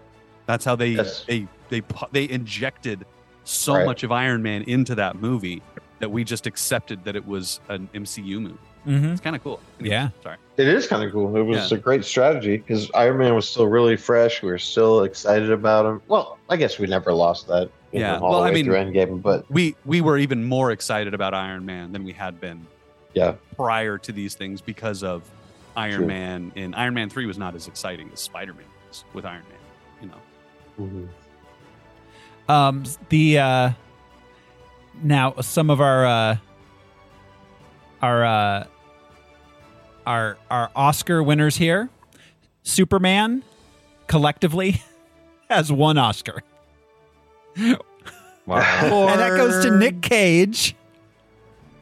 [SPEAKER 3] That's how they
[SPEAKER 2] Yes.
[SPEAKER 3] they they pu- they injected so
[SPEAKER 2] Right.
[SPEAKER 3] much of Iron Man into that movie that we just accepted that it was an MCU movie.
[SPEAKER 1] mhm.
[SPEAKER 3] It's kind of cool.
[SPEAKER 1] Yeah.
[SPEAKER 3] sorry.
[SPEAKER 2] It is kind of cool. It was a great strategy because Iron Man was still really fresh. We were still excited about him. Well, I guess we never lost that. you
[SPEAKER 3] Yeah.
[SPEAKER 2] know, all
[SPEAKER 3] Well,
[SPEAKER 2] the
[SPEAKER 3] I
[SPEAKER 2] way
[SPEAKER 3] mean-
[SPEAKER 2] through Endgame,
[SPEAKER 3] [laughs]
[SPEAKER 2] but
[SPEAKER 3] we we were even more excited about Iron Man than we had been
[SPEAKER 2] Yeah.
[SPEAKER 3] prior to these things because of Iron
[SPEAKER 2] True.
[SPEAKER 3] Man and Iron Man 3 was not as exciting as Spider-Man was with Iron Man, you know.
[SPEAKER 1] [laughs] Um, the uh, now some of our uh, our uh, our our Oscar winners here. Superman collectively [laughs] has one Oscar,
[SPEAKER 4] Wow.
[SPEAKER 1] and that goes to Nick Cage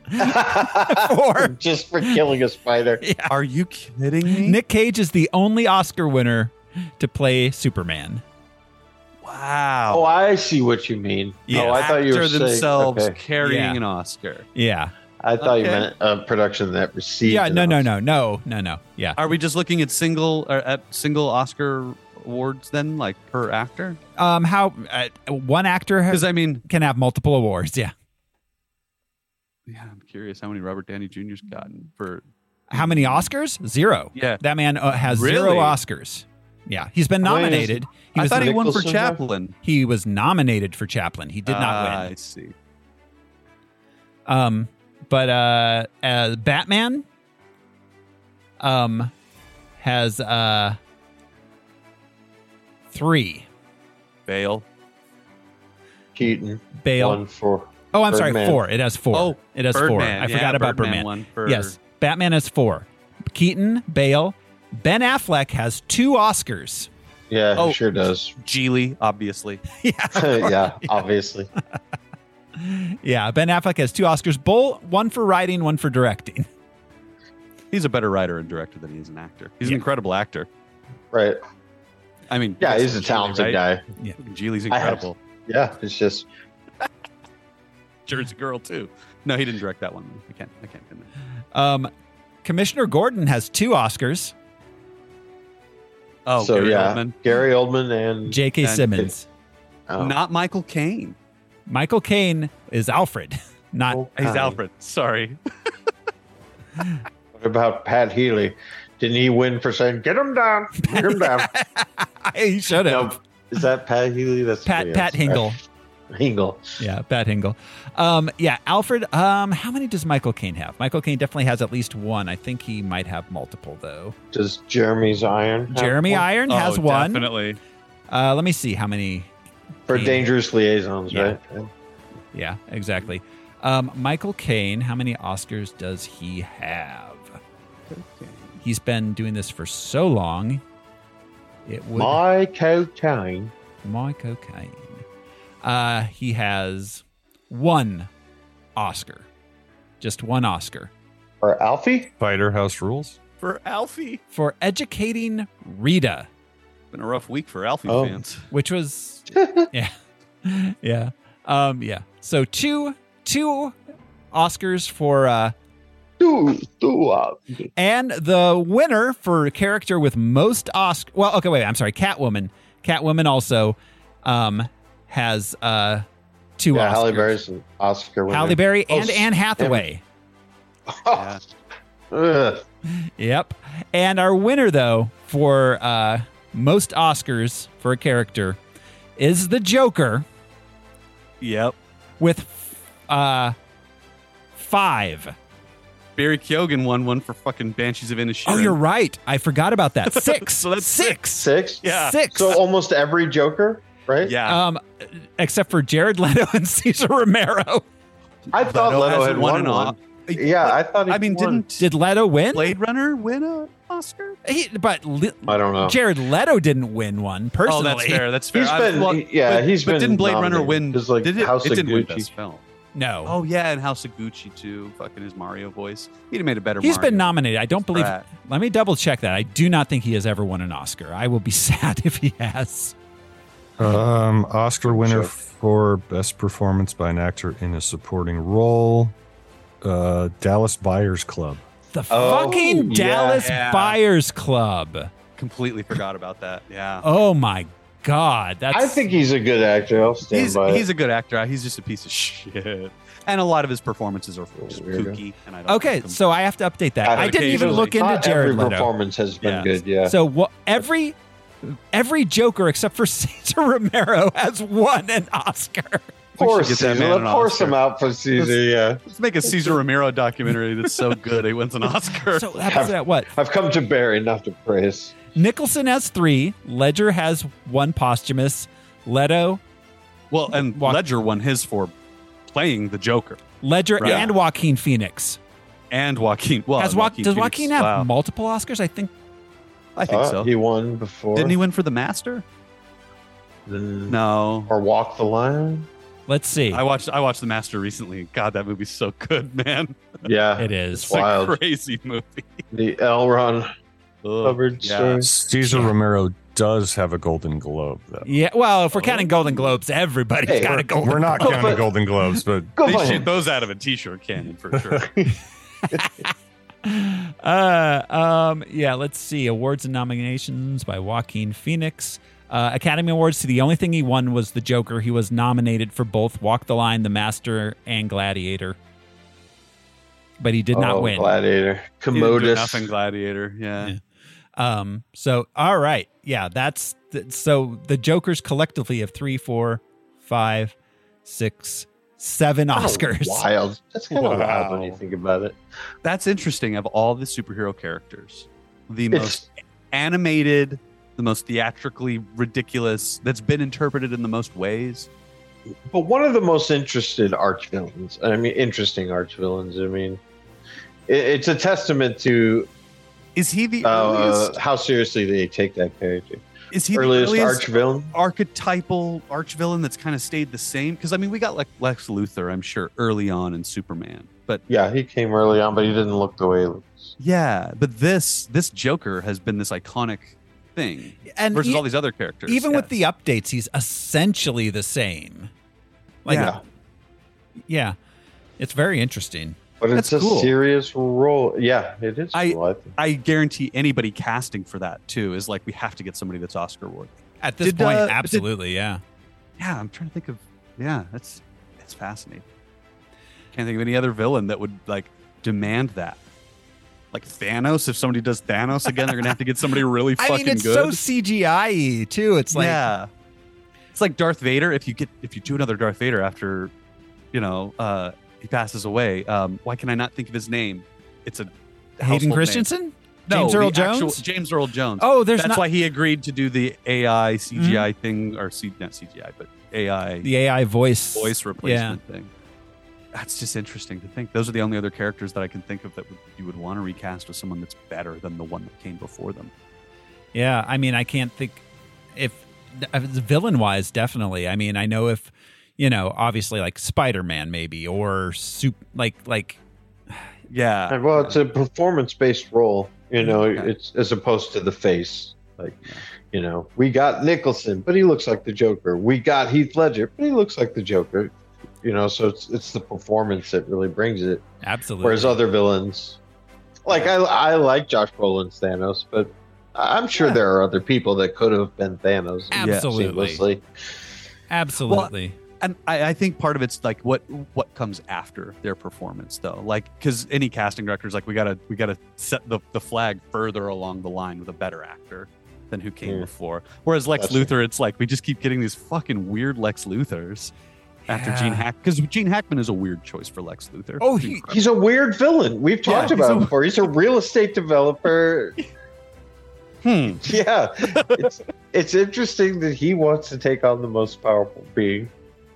[SPEAKER 1] for
[SPEAKER 2] [laughs] just for killing a spider.
[SPEAKER 3] Are you kidding me?
[SPEAKER 1] Nick Cage is the only Oscar winner to play Superman.
[SPEAKER 3] wow.
[SPEAKER 2] Oh, I see what you mean.
[SPEAKER 3] Yeah,
[SPEAKER 2] oh, I thought you were
[SPEAKER 3] actor
[SPEAKER 2] saying-
[SPEAKER 3] themselves
[SPEAKER 2] okay.
[SPEAKER 3] carrying
[SPEAKER 1] Yeah.
[SPEAKER 3] an Oscar.
[SPEAKER 1] Yeah.
[SPEAKER 2] I thought you
[SPEAKER 3] Okay.
[SPEAKER 2] meant a production that received.
[SPEAKER 1] Yeah.
[SPEAKER 2] an
[SPEAKER 1] No. No.
[SPEAKER 2] Oscar.
[SPEAKER 1] No. No. No. No. Yeah.
[SPEAKER 3] Are we just looking at single or at single Oscar awards then like per actor?
[SPEAKER 1] Um. How uh, one actor
[SPEAKER 3] Cuz
[SPEAKER 1] has,
[SPEAKER 3] I mean,
[SPEAKER 1] can have multiple awards? Yeah.
[SPEAKER 3] yeah, I'm curious how many Robert Downey Jr.'s gotten for
[SPEAKER 1] How many Oscars? Zero.
[SPEAKER 3] Yeah.
[SPEAKER 1] That man uh, has zero
[SPEAKER 3] Really?
[SPEAKER 1] Oscars. Yeah. He's been
[SPEAKER 2] How many is-
[SPEAKER 1] nominated. He
[SPEAKER 3] I
[SPEAKER 1] was,
[SPEAKER 3] thought he won for
[SPEAKER 2] Nicholson guy?
[SPEAKER 3] Chaplin.
[SPEAKER 1] he was nominated for Chaplin. He did not
[SPEAKER 3] Ah,
[SPEAKER 1] win.
[SPEAKER 3] I see. Ah.
[SPEAKER 1] Um. But uh, uh, Batman. Um, has uh. Three.
[SPEAKER 3] Bale.
[SPEAKER 2] Keaton
[SPEAKER 1] Bale.
[SPEAKER 2] one for
[SPEAKER 1] Oh, I'm sorry.
[SPEAKER 2] Birdman.
[SPEAKER 1] Four. It has four.
[SPEAKER 3] Oh,
[SPEAKER 1] it has four.
[SPEAKER 3] Birdman.
[SPEAKER 1] I
[SPEAKER 3] Yeah,
[SPEAKER 1] forgot about Birdman.
[SPEAKER 3] won for-
[SPEAKER 1] Yes, Batman has four. Keaton, Bale, Ben Affleck has two Oscars. [laughs]
[SPEAKER 2] yeah,
[SPEAKER 3] Oh.
[SPEAKER 2] he sure does. [laughs]
[SPEAKER 3] Geely, obviously.
[SPEAKER 1] yeah,
[SPEAKER 2] yeah, obviously.
[SPEAKER 1] yeah. Ben Affleck has two Oscars. Bull, one for writing, one for directing.
[SPEAKER 3] He's a better writer and director than he is an actor. He's
[SPEAKER 1] Yeah.
[SPEAKER 3] an incredible actor.
[SPEAKER 2] Right.
[SPEAKER 3] I mean,
[SPEAKER 2] Yeah, he's a talented guy.
[SPEAKER 3] Geely's
[SPEAKER 2] I have-
[SPEAKER 3] incredible.
[SPEAKER 2] Yeah, it's just
[SPEAKER 3] Jersey Girl too. No, he didn't direct that one. I can't. I can't. Didn't
[SPEAKER 1] Um, Commissioner Gordon has two Oscars.
[SPEAKER 3] Oh,
[SPEAKER 2] so
[SPEAKER 3] Gary
[SPEAKER 2] yeah.
[SPEAKER 3] Oldman.
[SPEAKER 2] Gary Oldman and
[SPEAKER 1] J.K.
[SPEAKER 3] Ben-
[SPEAKER 1] Simmons,
[SPEAKER 2] oh,
[SPEAKER 3] Not Michael Caine.
[SPEAKER 1] Michael Caine is Alfred, [laughs] not
[SPEAKER 2] oh,
[SPEAKER 3] He's
[SPEAKER 2] God.
[SPEAKER 3] Alfred. Sorry.
[SPEAKER 2] What about Pat Healy? Didn't he win for saying "Get him down, get him down"?
[SPEAKER 1] he should have.
[SPEAKER 2] No, is that Pat Healy? That's
[SPEAKER 1] Pat
[SPEAKER 2] somebody
[SPEAKER 1] Pat
[SPEAKER 2] else.
[SPEAKER 1] Hingle.
[SPEAKER 2] Hingle.
[SPEAKER 1] Yeah, Pat Hingle. Um, yeah, Alfred. Um, how many does Michael Caine have? Michael Caine definitely has at least one. I think he might have multiple though.
[SPEAKER 2] Does Jeremy's iron? have
[SPEAKER 1] Jeremy
[SPEAKER 2] one?
[SPEAKER 1] Iron has
[SPEAKER 3] Oh,
[SPEAKER 1] one.
[SPEAKER 3] Definitely.
[SPEAKER 1] Uh, let me see how many.
[SPEAKER 2] for
[SPEAKER 1] Caine.
[SPEAKER 2] dangerous liaisons,
[SPEAKER 1] Yeah.
[SPEAKER 2] right?
[SPEAKER 1] Yeah, exactly. Um, Michael Caine. How many Oscars does he have? He's been doing this for so long. It would
[SPEAKER 2] My cocaine.
[SPEAKER 1] Michael Caine. Uh, he has one Oscar, just one Oscar.
[SPEAKER 2] Or Alfie?
[SPEAKER 4] Fighter House Rules.
[SPEAKER 3] For Alfie.
[SPEAKER 1] for educating Rita,
[SPEAKER 3] Been a rough week for Alfie
[SPEAKER 2] Oh.
[SPEAKER 3] fans.
[SPEAKER 1] which was yeah, [laughs] yeah, um, yeah. So two two Oscars for uh,
[SPEAKER 2] Do, do, uh,
[SPEAKER 1] and the winner for character with most Oscar. Well, okay, wait. I'm sorry. Catwoman. Catwoman also um, has uh, two
[SPEAKER 2] yeah,
[SPEAKER 1] Oscars.
[SPEAKER 2] Halle Berry's an Oscar winner.
[SPEAKER 1] Halle Berry
[SPEAKER 2] Oh,
[SPEAKER 1] and
[SPEAKER 2] [laughs]
[SPEAKER 1] Anne Hathaway.
[SPEAKER 3] Yeah.
[SPEAKER 2] Ugh.
[SPEAKER 1] Yep. And our winner, though, for uh, most Oscars for a character is the Joker
[SPEAKER 3] Yep.
[SPEAKER 1] with uh, five.
[SPEAKER 3] Barry Keoghan won one for fucking Banshees of Inisherin.
[SPEAKER 1] Oh, you're right. I forgot about
[SPEAKER 3] [laughs]
[SPEAKER 1] that. Six.
[SPEAKER 3] So that's
[SPEAKER 1] six.
[SPEAKER 2] Six?
[SPEAKER 3] Yeah.
[SPEAKER 1] Six.
[SPEAKER 2] So almost every Joker, right?
[SPEAKER 3] Yeah.
[SPEAKER 1] um, except for Jared Leto [laughs] and Cesar Romero.
[SPEAKER 2] I thought Leto,
[SPEAKER 3] hasn't
[SPEAKER 2] had won
[SPEAKER 3] an
[SPEAKER 2] one.
[SPEAKER 3] O-
[SPEAKER 2] Yeah, I thought he
[SPEAKER 3] I mean,
[SPEAKER 2] won.
[SPEAKER 3] didn't
[SPEAKER 1] Did Leto win?
[SPEAKER 3] Blade Runner win a Oscar?
[SPEAKER 1] He, but Le-
[SPEAKER 2] I don't know.
[SPEAKER 1] Jared Leto didn't win one personally.
[SPEAKER 3] Oh, that's fair. That's fair.
[SPEAKER 2] He's
[SPEAKER 3] I-
[SPEAKER 2] been,
[SPEAKER 3] well,
[SPEAKER 2] yeah,
[SPEAKER 3] but,
[SPEAKER 2] he's
[SPEAKER 3] but
[SPEAKER 2] been.
[SPEAKER 3] didn't Blade Runner
[SPEAKER 2] nominated.
[SPEAKER 3] win?
[SPEAKER 2] Just like
[SPEAKER 3] did it,
[SPEAKER 2] House
[SPEAKER 3] it
[SPEAKER 2] of
[SPEAKER 3] didn't win
[SPEAKER 2] Gucci.
[SPEAKER 3] Best Film.
[SPEAKER 1] [laughs] No.
[SPEAKER 3] Oh yeah, and House of Gucci too. Fucking his Mario voice. He'd have made a better.
[SPEAKER 1] He's
[SPEAKER 3] Mario.
[SPEAKER 1] been nominated. I don't believe.
[SPEAKER 3] Pratt.
[SPEAKER 1] Let me double check that. I do not think he has ever won an Oscar. I will be [laughs] sad if he has.
[SPEAKER 4] Um, Oscar winner
[SPEAKER 2] Sure.
[SPEAKER 4] for best performance by an actor in a supporting role. Uh, Dallas Buyers Club.
[SPEAKER 1] The
[SPEAKER 2] Oh,
[SPEAKER 1] fucking
[SPEAKER 2] yeah.
[SPEAKER 1] Dallas
[SPEAKER 3] Yeah.
[SPEAKER 1] Buyers Club.
[SPEAKER 3] Completely forgot about that. Yeah,
[SPEAKER 1] Oh my god, that's
[SPEAKER 2] I think he's a good actor. I'll stand
[SPEAKER 3] he's
[SPEAKER 2] by it.
[SPEAKER 3] he's a good actor. He's just a piece of shit, and a lot of his performances are just
[SPEAKER 2] Oh, Weirdo.
[SPEAKER 3] kooky. And I don't
[SPEAKER 1] Okay,
[SPEAKER 3] like 'em.
[SPEAKER 1] so I have to update that. I,
[SPEAKER 2] I-
[SPEAKER 1] didn't even look into
[SPEAKER 2] Not
[SPEAKER 1] Jared
[SPEAKER 2] every
[SPEAKER 1] Leto.
[SPEAKER 2] performance has been
[SPEAKER 3] Yeah.
[SPEAKER 2] good. Yeah.
[SPEAKER 1] So what every every Joker except for [laughs] Cesar Romero has won an Oscar.
[SPEAKER 3] We should
[SPEAKER 2] Poor
[SPEAKER 3] get that
[SPEAKER 2] Caesar.
[SPEAKER 3] man
[SPEAKER 2] Let's
[SPEAKER 3] an
[SPEAKER 2] force
[SPEAKER 3] Oscar.
[SPEAKER 2] him out for Caesar. Yeah.
[SPEAKER 3] let's make a Caesar Romero documentary that's so good he wins an
[SPEAKER 1] [laughs]
[SPEAKER 3] Oscar.
[SPEAKER 1] So that puts it at what?
[SPEAKER 2] I've come to bear enough to praise.
[SPEAKER 1] Nicholson has three. Ledger has one posthumous. Leto,
[SPEAKER 3] well, and
[SPEAKER 1] Walk-
[SPEAKER 3] Ledger won his for playing the Joker
[SPEAKER 1] Ledger,
[SPEAKER 3] Right.
[SPEAKER 1] and Joaquin Phoenix.
[SPEAKER 3] and Joaquin. Well,
[SPEAKER 1] Has
[SPEAKER 3] and
[SPEAKER 1] Joa-
[SPEAKER 3] Joaquin
[SPEAKER 1] does
[SPEAKER 3] Phoenix-
[SPEAKER 1] Joaquin have
[SPEAKER 3] wow.
[SPEAKER 1] multiple Oscars? I think
[SPEAKER 3] I think
[SPEAKER 2] Uh,
[SPEAKER 3] so.
[SPEAKER 2] He won before.
[SPEAKER 3] Didn't he win for The Master?
[SPEAKER 2] Mm.
[SPEAKER 3] No.
[SPEAKER 2] Or Walk the Line.
[SPEAKER 1] Let's see.
[SPEAKER 3] I watched I watched The Master recently. God, that movie's so good, man. [laughs]
[SPEAKER 2] Yeah.
[SPEAKER 1] it
[SPEAKER 3] It's
[SPEAKER 1] is.
[SPEAKER 2] Wow.
[SPEAKER 3] a
[SPEAKER 2] Wild.
[SPEAKER 3] crazy movie.
[SPEAKER 2] The Elron
[SPEAKER 3] Ugh,
[SPEAKER 2] covered
[SPEAKER 3] yeah.
[SPEAKER 2] story.
[SPEAKER 4] Cesar Romero does have a Golden Globe, though.
[SPEAKER 1] Yeah. Well, if we're
[SPEAKER 3] Oh.
[SPEAKER 1] counting Golden Globes, everybody's
[SPEAKER 2] Hey,
[SPEAKER 1] got
[SPEAKER 4] We're,
[SPEAKER 1] a Golden.
[SPEAKER 4] we're not
[SPEAKER 2] Globe.
[SPEAKER 4] counting Golden Globes, but
[SPEAKER 2] Go
[SPEAKER 3] They
[SPEAKER 2] find
[SPEAKER 3] shoot
[SPEAKER 2] him.
[SPEAKER 3] those out of a t-shirt cannon
[SPEAKER 2] [laughs]
[SPEAKER 3] for sure.
[SPEAKER 1] uh, um, yeah, let's see. Awards and nominations by Joaquin Phoenix. Uh, Academy Awards. See, the only thing he won was the Joker. He was nominated for both Walk the Line, The Master, and Gladiator, but he did
[SPEAKER 2] oh,
[SPEAKER 1] not win.
[SPEAKER 2] Gladiator.
[SPEAKER 3] He didn't do
[SPEAKER 2] Commodus.
[SPEAKER 3] enough in Gladiator. Yeah.
[SPEAKER 1] Yeah. Um. So, all right. Yeah, that's th- so. The Jokers collectively have three, four, five, six, seven
[SPEAKER 2] Kinda
[SPEAKER 1] Oscars.
[SPEAKER 2] Wild. That's kind of wild when you
[SPEAKER 3] Wow.
[SPEAKER 2] think about it.
[SPEAKER 3] That's interesting of all the superhero characters. The most
[SPEAKER 2] It's
[SPEAKER 3] animated, the most theatrically ridiculous, that's been interpreted in the most ways.
[SPEAKER 2] but one of the most interested arch villains. I mean, interesting arch villains. I mean, it, it's a testament to
[SPEAKER 3] Is he the
[SPEAKER 2] uh,
[SPEAKER 3] earliest
[SPEAKER 2] how seriously they take that character.
[SPEAKER 3] is he
[SPEAKER 2] earliest
[SPEAKER 3] the earliest
[SPEAKER 2] arch villain.
[SPEAKER 3] archetypal archvillain that's kind of stayed the same because i mean we got like lex luthor i'm sure early on in superman but
[SPEAKER 2] Yeah, he came early on, but he didn't look the way. He looks.
[SPEAKER 3] yeah but this this joker has been this iconic thing
[SPEAKER 1] [laughs] And
[SPEAKER 3] versus
[SPEAKER 1] e-
[SPEAKER 3] all these other characters
[SPEAKER 1] even
[SPEAKER 3] Yeah.
[SPEAKER 1] with the updates, he's essentially the same. Like,
[SPEAKER 3] Yeah.
[SPEAKER 1] yeah, it's very interesting.
[SPEAKER 2] But it's a
[SPEAKER 3] That's cool.
[SPEAKER 2] serious role. Yeah, it is.
[SPEAKER 3] I-
[SPEAKER 2] cool, I think.
[SPEAKER 3] i guarantee anybody casting for that too is like we have to get somebody that's oscar worthy
[SPEAKER 1] At this
[SPEAKER 3] Did,
[SPEAKER 1] point,
[SPEAKER 3] uh, did-
[SPEAKER 1] absolutely, yeah.
[SPEAKER 3] yeah i'm trying to think of yeah that's that's fascinating can't think of any other villain that would like demand that like Thanos. If somebody does Thanos again, they're gonna have to get
[SPEAKER 1] [laughs]
[SPEAKER 3] somebody really
[SPEAKER 5] I
[SPEAKER 3] fucking
[SPEAKER 5] mean, it's
[SPEAKER 3] good.
[SPEAKER 5] so CGI too. It's like
[SPEAKER 3] yeah, it's like Darth Vader. If you get if you do another Darth Vader after, you know, uh, he passes away. Um, why can I not think of his name? It's a household
[SPEAKER 1] Hayden
[SPEAKER 3] name.
[SPEAKER 1] Christensen?
[SPEAKER 3] No,
[SPEAKER 1] James
[SPEAKER 3] the
[SPEAKER 1] Earl
[SPEAKER 3] actual-
[SPEAKER 1] Jones?
[SPEAKER 3] James Earl Jones.
[SPEAKER 1] Oh, there's
[SPEAKER 3] That's
[SPEAKER 1] not Mm-hmm.
[SPEAKER 3] why he agreed to do the AI CGI thing, or C, not CGI, but AI
[SPEAKER 1] the AI voice.
[SPEAKER 3] voice replacement thing. That's just interesting to think. Those are the only other characters that I can think of that would, you would want to recast with someone that's better than the one that came before them.
[SPEAKER 1] Yeah, I mean, I can't think if, if villain wise, definitely. I mean, I know if you know, obviously, like Spider Man, maybe or soup, like like
[SPEAKER 3] Yeah.
[SPEAKER 2] And, Uh, well, it's a performance-based role, you know.
[SPEAKER 3] Yeah.
[SPEAKER 2] It's as opposed to the face, like you know, we got Nicholson, but he looks like the Joker. We got Heath Ledger, but he looks like the Joker. You know, so it's it's the performance that really brings it.
[SPEAKER 1] absolutely.
[SPEAKER 2] Whereas other villains, like I I like Josh Brolin's Thanos, but I'm sure there are other people that could have been Thanos
[SPEAKER 1] Absolutely.
[SPEAKER 2] seamlessly.
[SPEAKER 1] absolutely.
[SPEAKER 3] and I, I think part of it's like what what comes after their performance though like because any casting director is like we gotta we gotta set the, the flag further along the line with a better actor than who came
[SPEAKER 2] Yeah.
[SPEAKER 3] before whereas lex
[SPEAKER 2] Hmm. That's right.
[SPEAKER 3] luthor it's like we just keep getting these fucking weird lex luthers after
[SPEAKER 1] Yeah.
[SPEAKER 3] [laughs] gene hack because gene hackman is a weird choice for lex luthor
[SPEAKER 1] Oh, he-
[SPEAKER 2] He's a weird villain. We've talked
[SPEAKER 3] Yeah, he's
[SPEAKER 2] about
[SPEAKER 3] a-
[SPEAKER 2] him before. He's a real estate developer.
[SPEAKER 3] hmm.
[SPEAKER 2] [laughs] yeah, it's it's interesting that he wants to take on the most powerful being.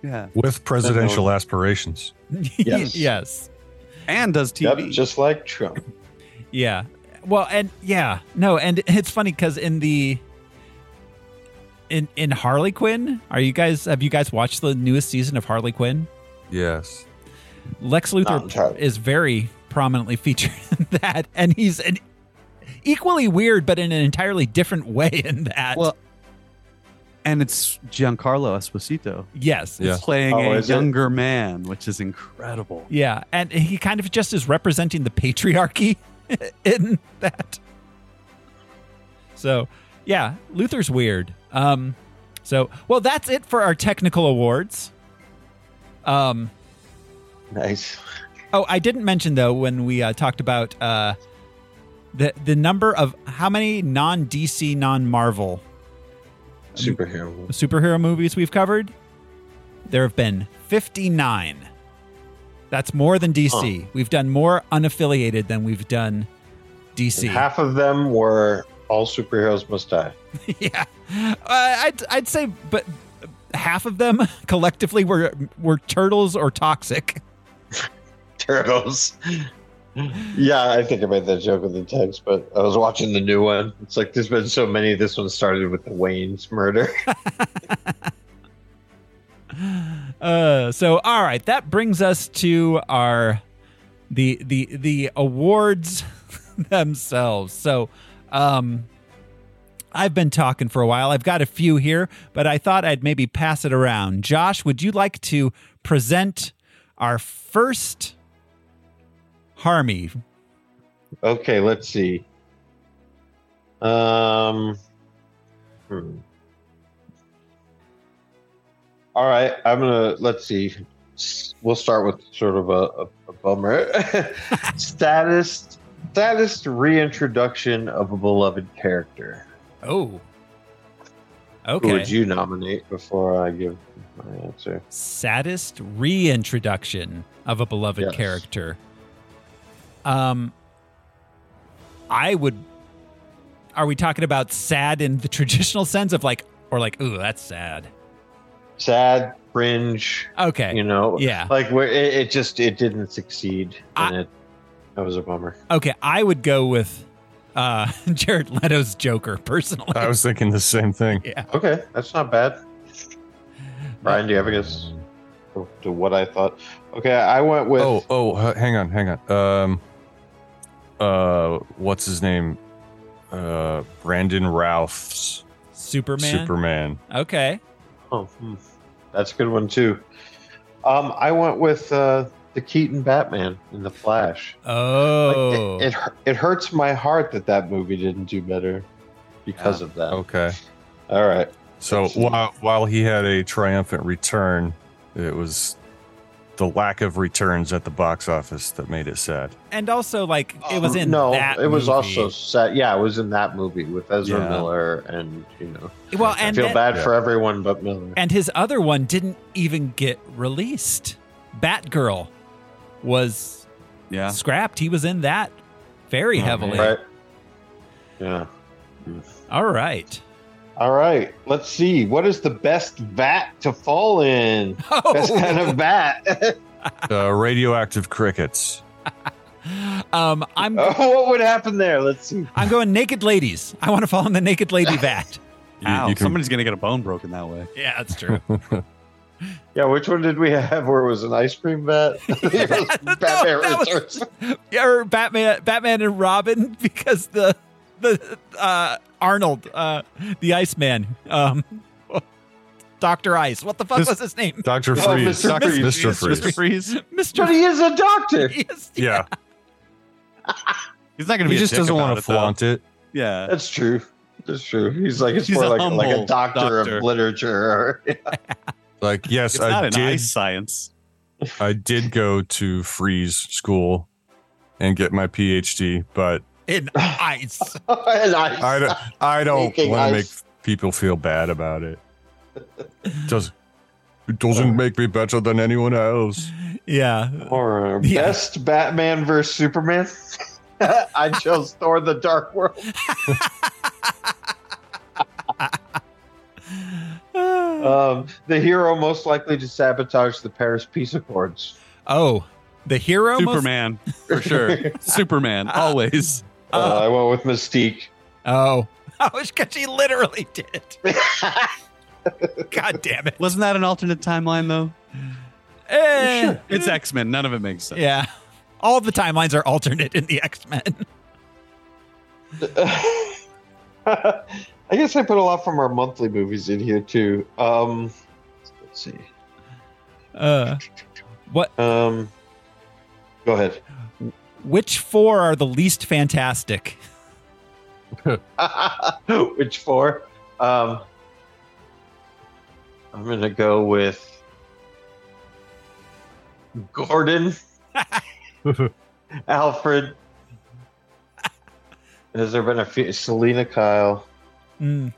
[SPEAKER 3] yeah
[SPEAKER 4] with presidential aspirations.
[SPEAKER 1] [laughs]
[SPEAKER 2] Yes.
[SPEAKER 1] yes.
[SPEAKER 3] and does
[SPEAKER 2] Yep,
[SPEAKER 3] tv
[SPEAKER 2] just like Trump.
[SPEAKER 1] Yeah. Well, and yeah, no, and it's funny because in the in in Harley Quinn, are you guys? Have you guys watched the newest season of Harley Quinn?
[SPEAKER 4] Yes.
[SPEAKER 1] Lex
[SPEAKER 2] Not
[SPEAKER 1] Luthor
[SPEAKER 2] entirely.
[SPEAKER 1] is very prominently featured [laughs] in that, and he's an equally weird, but in an entirely different way in that.
[SPEAKER 3] Well, and it's giancarlo esposito
[SPEAKER 1] yes,
[SPEAKER 4] Yeah.
[SPEAKER 3] playing
[SPEAKER 2] Oh,
[SPEAKER 3] a
[SPEAKER 2] is it?
[SPEAKER 3] younger man which is incredible
[SPEAKER 1] yeah, and he kind of just is representing the patriarchy [laughs] in that. So, yeah, Luther's weird. Um, so, well, that's it for our technical awards. Um,
[SPEAKER 2] Nice.
[SPEAKER 1] Oh, I didn't mention though when we uh, talked about uh, the the number of how many non DC, non Marvel
[SPEAKER 2] Superhero.
[SPEAKER 1] superhero movies we've covered. There have been fifty nine. That's more than DC. We've done more unaffiliated than we've done DC.
[SPEAKER 2] And half of them were all superheroes must die.
[SPEAKER 1] [laughs]
[SPEAKER 2] [laughs]
[SPEAKER 1] yeah, uh, I'd I'd say, but half of them [laughs] collectively were were turtles or toxic.
[SPEAKER 2] Turtles. yeah, I think I made that joke with the text, but I was watching the new one. It's like there's been so many. This one started with the Wayne's murder.
[SPEAKER 1] Uh, so all right, that brings us to our the the the awards [laughs] themselves. So um I've been talking for a while. I've got a few here, but I thought I'd maybe pass it around. Josh, would you like to present our first Harmy?
[SPEAKER 2] Okay, let's see. Um. hmm. All right, I'm gonna let's see. S- We'll start with sort of a, a, a bummer. [laughs] status, status reintroduction of a beloved character.
[SPEAKER 1] Oh.
[SPEAKER 2] Who would
[SPEAKER 1] Okay.
[SPEAKER 2] you nominate before I give my answer?
[SPEAKER 1] Saddest reintroduction of a beloved
[SPEAKER 2] Yes.
[SPEAKER 1] character. Um I would Are we talking about sad in the [laughs] traditional sense of like or like ooh that's sad.
[SPEAKER 2] Sad, fringe.
[SPEAKER 1] Okay.
[SPEAKER 2] You know,
[SPEAKER 1] Yeah.
[SPEAKER 2] like where it, it just it didn't succeed, and it that was a bummer.
[SPEAKER 1] Okay, I would go with uh [laughs] Jared Leto's Joker
[SPEAKER 2] [laughs]
[SPEAKER 1] personally.
[SPEAKER 4] I was thinking the same thing.
[SPEAKER 2] Okay, that's not bad. Brian, do you have a guess to- to what I thought? Okay, I went with.
[SPEAKER 4] Oh, oh, h- hang on, hang on. Um, uh, what's his name? Uh, Brandon Routh's
[SPEAKER 1] Superman.
[SPEAKER 4] Superman.
[SPEAKER 1] Okay.
[SPEAKER 2] Oh, hmm, that's a good one too. Um, I went with uh, the Keaton Batman in the Flash. Like,
[SPEAKER 1] Oh.
[SPEAKER 2] it, it hu- it hurts my heart that that movie didn't do better because of that.
[SPEAKER 4] Okay.
[SPEAKER 2] All right.
[SPEAKER 4] So while while he had a triumphant return, it was the lack of returns at the box office that made it sad.
[SPEAKER 1] and also like it was in
[SPEAKER 2] Uh, no,
[SPEAKER 1] that
[SPEAKER 2] it was
[SPEAKER 1] movie.
[SPEAKER 2] also set. Yeah, it was in that movie with Ezra
[SPEAKER 3] Yeah.
[SPEAKER 2] Miller, and you know,
[SPEAKER 1] well,
[SPEAKER 2] I
[SPEAKER 1] and
[SPEAKER 2] feel
[SPEAKER 1] that-
[SPEAKER 2] bad
[SPEAKER 4] Yeah.
[SPEAKER 2] for everyone but Miller.
[SPEAKER 1] and his other one didn't even get released. Batgirl was
[SPEAKER 3] Yeah.
[SPEAKER 1] scrapped. He was in that very
[SPEAKER 4] Oh,
[SPEAKER 1] heavily.
[SPEAKER 2] right? Yeah.
[SPEAKER 1] All right. [laughs]
[SPEAKER 2] All right. Let's see. What is the best vat to fall in?
[SPEAKER 1] Oh.
[SPEAKER 2] Best kind of vat. [laughs]
[SPEAKER 4] Uh, radioactive crickets.
[SPEAKER 1] um, I'm
[SPEAKER 2] oh, what would happen there? Let's see.
[SPEAKER 1] I'm going naked ladies. I want to fall in the naked lady vat.
[SPEAKER 4] You,
[SPEAKER 3] Ow,
[SPEAKER 4] you can-
[SPEAKER 3] somebody's gonna get a bone broken that way.
[SPEAKER 1] yeah, that's true.
[SPEAKER 2] Yeah, which one did we have where it was an ice cream vat? [laughs] Batman
[SPEAKER 1] that was-
[SPEAKER 2] Returns.
[SPEAKER 1] [laughs] yeah, or Batman, Batman and Robin [laughs] because the the uh, Arnold, uh, the Iceman, um, [laughs] Doctor Ice. What the fuck
[SPEAKER 4] This-
[SPEAKER 1] was his name? [laughs]
[SPEAKER 4] Dr.
[SPEAKER 2] Oh,
[SPEAKER 4] Freeze.
[SPEAKER 2] Mr. Freeze.
[SPEAKER 4] Mr.
[SPEAKER 3] Yes,
[SPEAKER 4] Freeze.
[SPEAKER 3] Mr. [laughs] Freeze.
[SPEAKER 2] But [laughs]
[SPEAKER 1] Mister.
[SPEAKER 2] he is
[SPEAKER 1] [laughs]
[SPEAKER 2] a doctor.
[SPEAKER 1] Yes.
[SPEAKER 4] Yeah.
[SPEAKER 3] He's not gonna be.
[SPEAKER 4] He
[SPEAKER 3] a
[SPEAKER 4] just
[SPEAKER 3] dick
[SPEAKER 4] doesn't
[SPEAKER 3] about
[SPEAKER 4] want to
[SPEAKER 3] it, though.
[SPEAKER 4] flaunt it.
[SPEAKER 3] Yeah.
[SPEAKER 2] That's true. That's true. He's like it's
[SPEAKER 3] He's
[SPEAKER 2] more
[SPEAKER 3] a
[SPEAKER 2] like like a
[SPEAKER 3] humble
[SPEAKER 2] doctor,
[SPEAKER 3] doctor.
[SPEAKER 2] of literature. [laughs]
[SPEAKER 4] Like, yes,
[SPEAKER 3] It's not
[SPEAKER 4] I
[SPEAKER 3] an
[SPEAKER 4] did.
[SPEAKER 3] ice science.
[SPEAKER 4] I did go to Freeze school and get my PhD, but
[SPEAKER 1] in ice.
[SPEAKER 2] and
[SPEAKER 4] I don't. I don't
[SPEAKER 2] Making
[SPEAKER 4] want to make
[SPEAKER 2] ice.
[SPEAKER 4] people feel bad about it. Does it doesn't make me better than anyone else.
[SPEAKER 1] Yeah.
[SPEAKER 2] [laughs] Or uh,
[SPEAKER 1] Yeah.
[SPEAKER 2] best Batman versus Superman. [laughs] I chose Thor: The Dark World.
[SPEAKER 1] Uh,
[SPEAKER 2] Um, the hero most likely to sabotage the Paris Peace Accords.
[SPEAKER 1] oh, the hero. most-
[SPEAKER 3] Superman for
[SPEAKER 2] [laughs]
[SPEAKER 3] sure. Superman always.
[SPEAKER 2] Uh, I went with Mystique. [laughs]
[SPEAKER 1] Oh, [laughs] I was because she literally did. God damn it.
[SPEAKER 3] Wasn't that an alternate timeline though?
[SPEAKER 1] Eh,
[SPEAKER 3] It's X Men. None of it makes sense.
[SPEAKER 1] Yeah. All the timelines are alternate in the X Men.
[SPEAKER 2] I guess I put a lot from our monthly movies in here too. Um, let's see.
[SPEAKER 1] Uh, what?
[SPEAKER 2] Um, go ahead. [laughs]
[SPEAKER 1] Which four are the least fantastic?
[SPEAKER 2] Which four? Um, I'm gonna go with Gordon, [laughs] Alfred. Has there been a few? Selena Kyle,
[SPEAKER 1] Mm,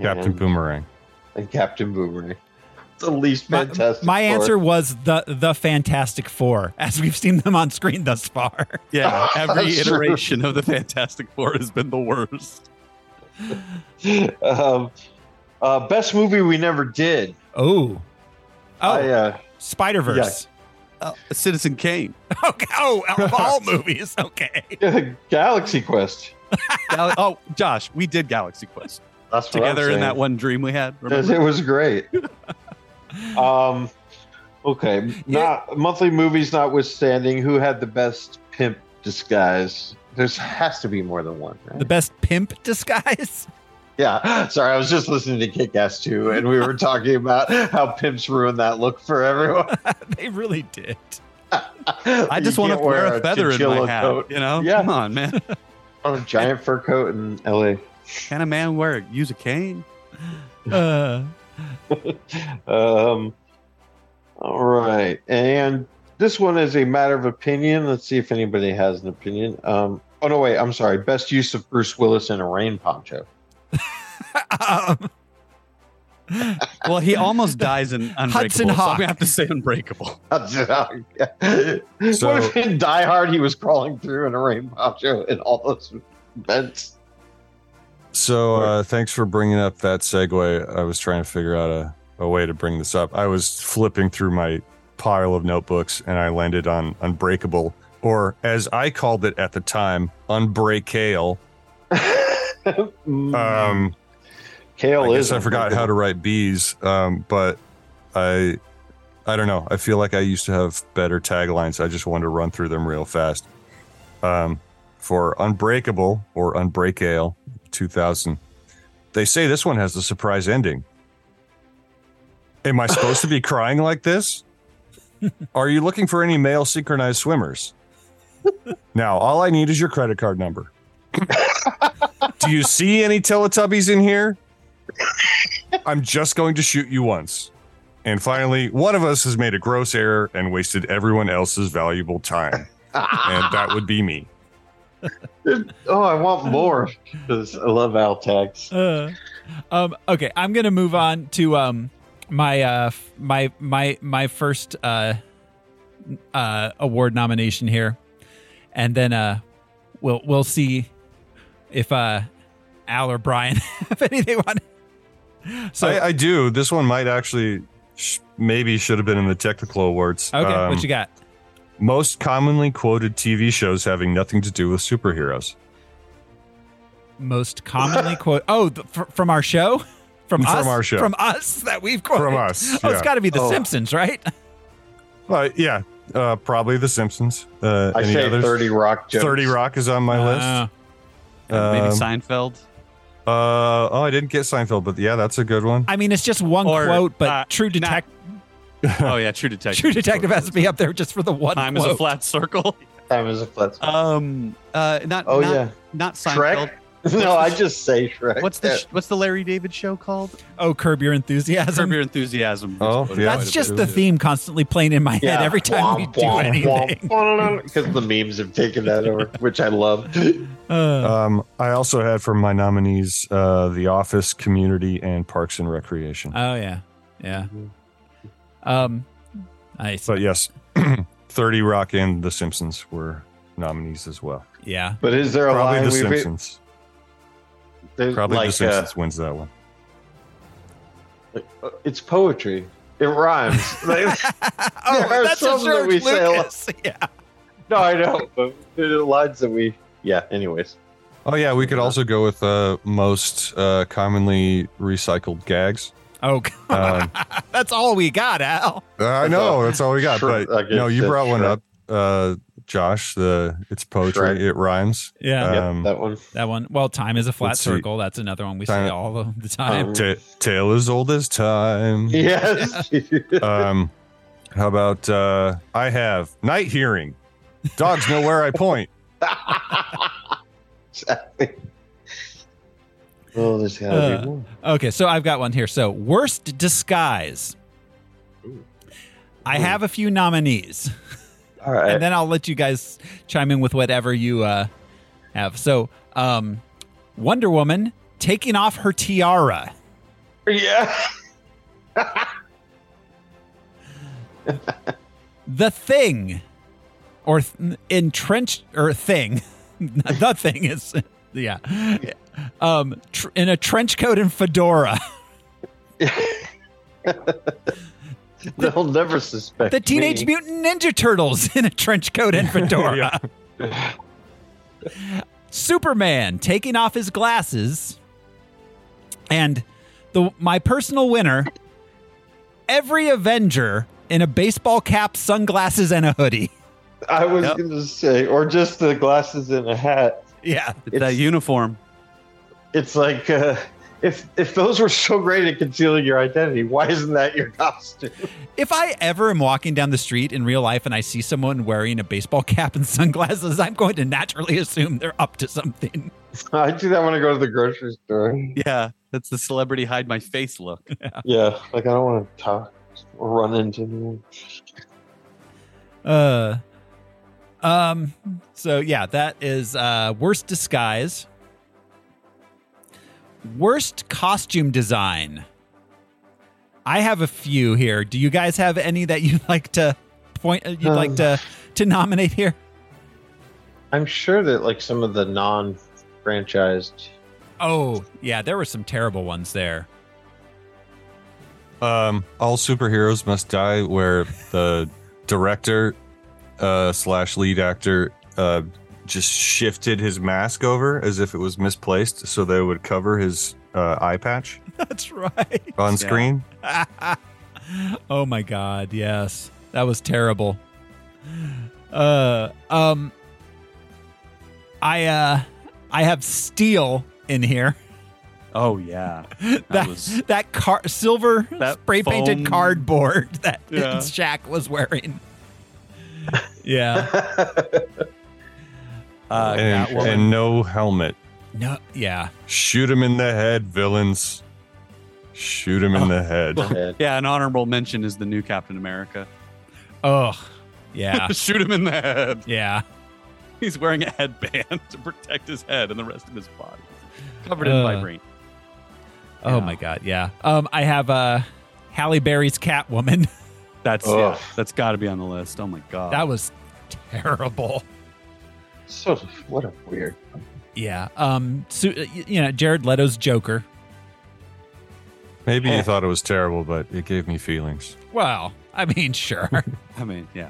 [SPEAKER 4] Captain
[SPEAKER 2] and,
[SPEAKER 4] Boomerang.
[SPEAKER 2] and Captain Boomerang. The least
[SPEAKER 1] My-
[SPEAKER 2] fantastic.
[SPEAKER 1] My
[SPEAKER 2] four.
[SPEAKER 1] answer was the the Fantastic Four, as we've seen them on screen thus far.
[SPEAKER 2] [laughs]
[SPEAKER 3] Yeah, every
[SPEAKER 2] That's true.
[SPEAKER 3] iteration of the Fantastic Four has been the worst.
[SPEAKER 2] [laughs] um, uh, best movie we never did.
[SPEAKER 1] Oh, oh,
[SPEAKER 2] I, uh,
[SPEAKER 1] Spider Verse.
[SPEAKER 3] Uh, Citizen Kane,
[SPEAKER 1] [laughs] Okay. Oh, out of all movies. Okay.
[SPEAKER 2] uh, [laughs] Galaxy Quest.
[SPEAKER 3] [laughs] Gal- oh Josh, we did Galaxy Quest
[SPEAKER 2] That's what I'm
[SPEAKER 3] together in
[SPEAKER 2] saying.
[SPEAKER 3] that one dream we had.
[SPEAKER 2] Yes,
[SPEAKER 3] Remember?
[SPEAKER 2] It
[SPEAKER 1] [laughs]
[SPEAKER 2] was great. um, okay, not monthly movies notwithstanding, who had the best pimp disguise? There's has to be more than one, right?
[SPEAKER 1] The best pimp [laughs] disguise.
[SPEAKER 2] yeah. [gasps] Sorry, I was just listening to Kick Ass 2, and we were talking about how pimps ruined that look for everyone.
[SPEAKER 1] they really did.
[SPEAKER 3] I just want to wear a feather in my hat. You know,
[SPEAKER 2] Yeah.
[SPEAKER 3] come on, man.
[SPEAKER 2] a giant fur coat in LA.
[SPEAKER 3] Can a man wear use a cane?
[SPEAKER 1] Uh, [laughs]
[SPEAKER 2] Um, all right. And this one is a matter of opinion. Let's see if anybody has an opinion. Um, oh, no, wait. I'm sorry. Best use of Bruce Willis in a rain poncho. [laughs]
[SPEAKER 1] um,
[SPEAKER 3] Well, he almost
[SPEAKER 1] [laughs]
[SPEAKER 3] dies in Unbreakable.
[SPEAKER 1] Hudson
[SPEAKER 3] so
[SPEAKER 1] Hawk.
[SPEAKER 3] I'm gonna have to say Unbreakable.
[SPEAKER 2] what if in Die Hard he was crawling through in a rain poncho and all those vents? [laughs]
[SPEAKER 4] So uh, thanks for bringing up that segue. I was trying to figure out a, a way to bring this up. I was flipping through my pile of notebooks and I landed on Unbreakable, or as I called it at the time, Unbreakale.
[SPEAKER 2] Mm,
[SPEAKER 4] Um,
[SPEAKER 2] Kale
[SPEAKER 4] I
[SPEAKER 2] is
[SPEAKER 4] guess I forgot
[SPEAKER 2] [laughs]
[SPEAKER 4] how to write bees, um, but I, I don't know. I feel like I used to have better taglines. I just wanted to run through them real fast. Um, for Unbreakable or Unbreakale 2000, they say this one has the surprise ending. Am I supposed to be crying like this? Are you looking for any male synchronized swimmers? Now, all I need is your credit card number. Do you see any Teletubbies in here? I'm just going to shoot you once. And finally, one of us has made a gross error and wasted everyone else's valuable time. and that would be me.
[SPEAKER 2] Ah, oh, I want more because I love Altex.
[SPEAKER 1] [laughs] Uh, um, okay, I'm gonna move on to um, my uh, f- my my my first uh, n- uh, award nomination here, and then uh, we'll we'll see if uh, Al or Brian [laughs] have anything on. [laughs] So
[SPEAKER 4] I, I do. This one might actually, sh- maybe should have been in the technical awards.
[SPEAKER 1] okay,
[SPEAKER 4] Um,
[SPEAKER 1] what you got?
[SPEAKER 4] Most commonly quoted TV shows having nothing to do with superheroes.
[SPEAKER 1] Most commonly quote? Oh, the, fr- from our show. From,
[SPEAKER 4] From
[SPEAKER 1] us,
[SPEAKER 4] our show.
[SPEAKER 1] from us that we've quoted
[SPEAKER 4] From us,
[SPEAKER 1] Oh, it's
[SPEAKER 4] yeah.
[SPEAKER 1] got to be The
[SPEAKER 2] Oh.
[SPEAKER 1] Simpsons, right?
[SPEAKER 4] Well, yeah, uh, probably The Simpsons. Uh,
[SPEAKER 2] I
[SPEAKER 4] any
[SPEAKER 2] say
[SPEAKER 4] others?
[SPEAKER 2] Thirty Rock. Jokes.
[SPEAKER 4] 30 Rock is on my
[SPEAKER 1] Uh,
[SPEAKER 4] list.
[SPEAKER 3] Maybe
[SPEAKER 4] Um, [laughs]
[SPEAKER 3] Seinfeld.
[SPEAKER 4] uh, oh, I didn't get Seinfeld, but yeah, that's a good one.
[SPEAKER 1] I mean, it's just one
[SPEAKER 3] Or,
[SPEAKER 1] quote, but
[SPEAKER 3] uh,
[SPEAKER 1] True
[SPEAKER 3] not-
[SPEAKER 1] Detective.
[SPEAKER 3] Oh yeah, True Detective.
[SPEAKER 1] True Detective has to be up there just for the one.
[SPEAKER 3] Time
[SPEAKER 1] quote.
[SPEAKER 3] is a flat circle.
[SPEAKER 2] Time is a flat.
[SPEAKER 3] Um, uh, not.
[SPEAKER 2] oh
[SPEAKER 3] not,
[SPEAKER 2] yeah, [laughs]
[SPEAKER 3] Not Seinfeld.
[SPEAKER 2] Shrek. no, I just say Shrek.
[SPEAKER 3] What's the sh- What's the Larry David show called?
[SPEAKER 1] Oh, curb your enthusiasm.
[SPEAKER 3] Curb Your Enthusiasm. is
[SPEAKER 4] Oh,
[SPEAKER 3] quoted
[SPEAKER 4] yeah.
[SPEAKER 3] quite
[SPEAKER 1] That's
[SPEAKER 3] a
[SPEAKER 1] just
[SPEAKER 3] bit.
[SPEAKER 1] the theme constantly playing in my head every time we do
[SPEAKER 2] [laughs]
[SPEAKER 1] anything.
[SPEAKER 2] Because the memes have taken that over, which I love.
[SPEAKER 1] Uh,
[SPEAKER 4] Um, I also had for my nominees uh, The Office, Community, and Parks and Recreation.
[SPEAKER 1] oh yeah, yeah. Um, nice.
[SPEAKER 4] But yes, [clears throat] 30 Rock and The Simpsons were nominees as well.
[SPEAKER 1] Yeah.
[SPEAKER 2] But is there a
[SPEAKER 4] Probably
[SPEAKER 2] line
[SPEAKER 4] The
[SPEAKER 2] we've
[SPEAKER 4] Simpsons.
[SPEAKER 2] there's
[SPEAKER 4] Probably The
[SPEAKER 2] like uh,
[SPEAKER 4] Simpsons wins that one.
[SPEAKER 2] it's poetry. It rhymes. Like, [laughs]
[SPEAKER 1] oh,
[SPEAKER 2] are
[SPEAKER 1] that's a
[SPEAKER 2] some that
[SPEAKER 1] George
[SPEAKER 2] we say a lot.
[SPEAKER 1] Lucas. [laughs] Yeah.
[SPEAKER 2] no, I know, but the lines that we yeah. Anyways,
[SPEAKER 4] Oh yeah, we could also go with uh, most uh, commonly recycled gags.
[SPEAKER 1] Oh,
[SPEAKER 4] Um,
[SPEAKER 1] that's all we got, Al.
[SPEAKER 4] I know that's all we got.
[SPEAKER 2] Sure, I
[SPEAKER 4] but no,
[SPEAKER 2] guess
[SPEAKER 4] you
[SPEAKER 2] that's
[SPEAKER 4] brought one
[SPEAKER 2] Shrek.
[SPEAKER 4] up, uh, Josh. The it's poetry,
[SPEAKER 2] Shrek.
[SPEAKER 4] it rhymes.
[SPEAKER 1] Yeah,
[SPEAKER 4] Uh,
[SPEAKER 2] yep,
[SPEAKER 4] Um,
[SPEAKER 2] that [laughs] one.
[SPEAKER 1] that one. Well, time is a flat
[SPEAKER 4] let's see.
[SPEAKER 1] circle. That's another one we
[SPEAKER 4] Time-
[SPEAKER 1] say all the, the time.
[SPEAKER 2] Um,
[SPEAKER 4] Ta tale as old as time.
[SPEAKER 2] Yes.
[SPEAKER 4] Um, how about uh, I have night hearing. Dogs know where I point.
[SPEAKER 2] exactly. Oh, there's gotta
[SPEAKER 1] Uh,
[SPEAKER 2] be more.
[SPEAKER 1] Okay, so I've got one here. So, worst disguise.
[SPEAKER 2] Ooh.
[SPEAKER 1] I
[SPEAKER 4] Hmm.
[SPEAKER 2] Ooh.
[SPEAKER 1] have a few nominees,
[SPEAKER 2] All right.
[SPEAKER 1] and then I'll let you guys chime in with whatever you uh, have. So, um, Wonder Woman taking off her tiara.
[SPEAKER 2] [laughs] yeah.
[SPEAKER 1] The Thing, or th- entrenched, or Thing. [laughs] Not the Thing is, [laughs] yeah. Um, tr- in a trench coat and fedora.
[SPEAKER 2] They'll never suspect.
[SPEAKER 1] The Teenage
[SPEAKER 2] me.
[SPEAKER 1] Mutant Ninja Turtles [laughs] in a trench coat and fedora.
[SPEAKER 4] Yeah.
[SPEAKER 1] Superman taking off his glasses, and the my personal winner, every Avenger in a baseball cap, sunglasses, and a hoodie.
[SPEAKER 2] I was
[SPEAKER 3] Yep.
[SPEAKER 2] going to say, or just the glasses and a hat.
[SPEAKER 1] Yeah,
[SPEAKER 3] It's that uniform.
[SPEAKER 2] It's like uh, if if those were so great at concealing your identity, why isn't that your [laughs] costume?
[SPEAKER 1] if I ever am walking down the street in real life and I see someone wearing a baseball cap and [laughs] sunglasses, I'm going to naturally assume they're up to something.
[SPEAKER 2] I do that when I go to the grocery store.
[SPEAKER 3] [laughs] Yeah, that's the celebrity hide my
[SPEAKER 4] [laughs]
[SPEAKER 3] face look.
[SPEAKER 2] Yeah, like I don't want to talk or run into anyone.
[SPEAKER 1] Uh, um. So yeah, that is uh, worst disguise, worst costume design. I have a few here. Do you guys have any that you'd [laughs] like to point? uh, You'd
[SPEAKER 2] Um.
[SPEAKER 1] like to to nominate here?
[SPEAKER 2] I'm sure that like some of the non-franchised.
[SPEAKER 1] Oh yeah, there were some terrible ones there. [laughs]
[SPEAKER 4] Um, all superheroes must die, where the director uh, slash lead actor uh, just shifted his mask over as if it was misplaced, so they would cover his uh, eye patch
[SPEAKER 1] That's right.
[SPEAKER 4] on
[SPEAKER 3] Yeah.
[SPEAKER 4] screen.
[SPEAKER 1] oh my god, yes. That was terrible. Uh um I uh I have steel in here. [laughs]
[SPEAKER 3] Oh yeah, that,
[SPEAKER 1] That [laughs]
[SPEAKER 3] was
[SPEAKER 1] that car silver
[SPEAKER 3] That
[SPEAKER 1] spray painted
[SPEAKER 3] foam-
[SPEAKER 1] cardboard [laughs] that
[SPEAKER 3] Yeah.
[SPEAKER 1] Shaq was wearing. Yeah. [laughs]
[SPEAKER 3] uh,
[SPEAKER 4] and,
[SPEAKER 3] Catwoman.
[SPEAKER 4] and no helmet.
[SPEAKER 1] No yeah.
[SPEAKER 4] Shoot him in the head, villains. Shoot him in the
[SPEAKER 2] [laughs]
[SPEAKER 4] head.
[SPEAKER 2] Head.
[SPEAKER 3] [laughs] Yeah, an honorable mention is the new Captain America.
[SPEAKER 1] Ugh. Yeah.
[SPEAKER 3] [laughs] Shoot him in the head.
[SPEAKER 1] yeah.
[SPEAKER 3] He's wearing a headband [laughs] to protect his head and the rest of his body. Covered in
[SPEAKER 1] Uh,
[SPEAKER 3] vibrant.
[SPEAKER 1] Oh
[SPEAKER 3] Yeah.
[SPEAKER 1] my god. Yeah. Um, I have uh, Halle Berry's Catwoman. [laughs]
[SPEAKER 3] That's
[SPEAKER 2] Ugh.
[SPEAKER 3] yeah, that's got to be on the list. Oh my god.
[SPEAKER 1] that was terrible.
[SPEAKER 2] So what a weird.
[SPEAKER 1] Yeah. Um. So, uh, y- you know, Jared Leto's Joker.
[SPEAKER 4] Maybe
[SPEAKER 2] Eh.
[SPEAKER 4] you thought it was terrible, but it gave me feelings.
[SPEAKER 1] Well, I mean, sure.
[SPEAKER 3] I mean, yeah.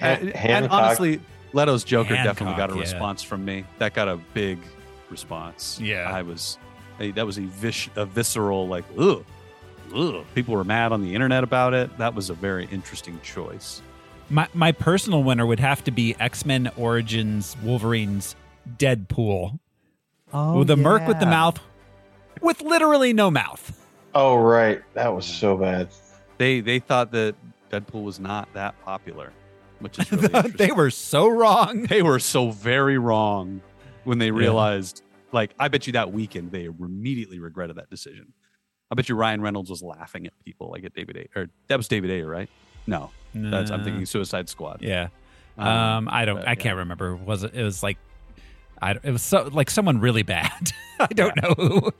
[SPEAKER 2] Han-
[SPEAKER 3] Uh, and, and
[SPEAKER 2] Hancock-
[SPEAKER 3] honestly, Leto's Joker definitely
[SPEAKER 1] Hancock,
[SPEAKER 3] got a
[SPEAKER 1] yeah.
[SPEAKER 3] response from me. That got a big response.
[SPEAKER 1] Yeah.
[SPEAKER 3] I was. I- that was a, vis- a visceral like ugh, ugh. People were mad on the internet about it. That was a very interesting choice.
[SPEAKER 1] my my personal winner would have to be X Men Origins Wolverine's Deadpool.
[SPEAKER 3] Oh,
[SPEAKER 1] the Merc with the mouth, with literally no mouth. [laughs]
[SPEAKER 2] Oh right, that was so bad. [laughs]
[SPEAKER 3] They they thought that Deadpool was not that popular,
[SPEAKER 1] [laughs]
[SPEAKER 3] which is really interesting.
[SPEAKER 1] they were so wrong.
[SPEAKER 3] they were so very wrong when they realized like i bet you that weekend they immediately regretted that decision i bet you ryan reynolds was laughing at people like at david a or that was david ayer right no that's i'm thinking suicide squad
[SPEAKER 1] Uh, Yeah.
[SPEAKER 3] Um,
[SPEAKER 1] Um. I don't.
[SPEAKER 3] but,
[SPEAKER 1] I can't remember. Was it? It was like. I. It was so like someone really bad. [laughs] I don't know who.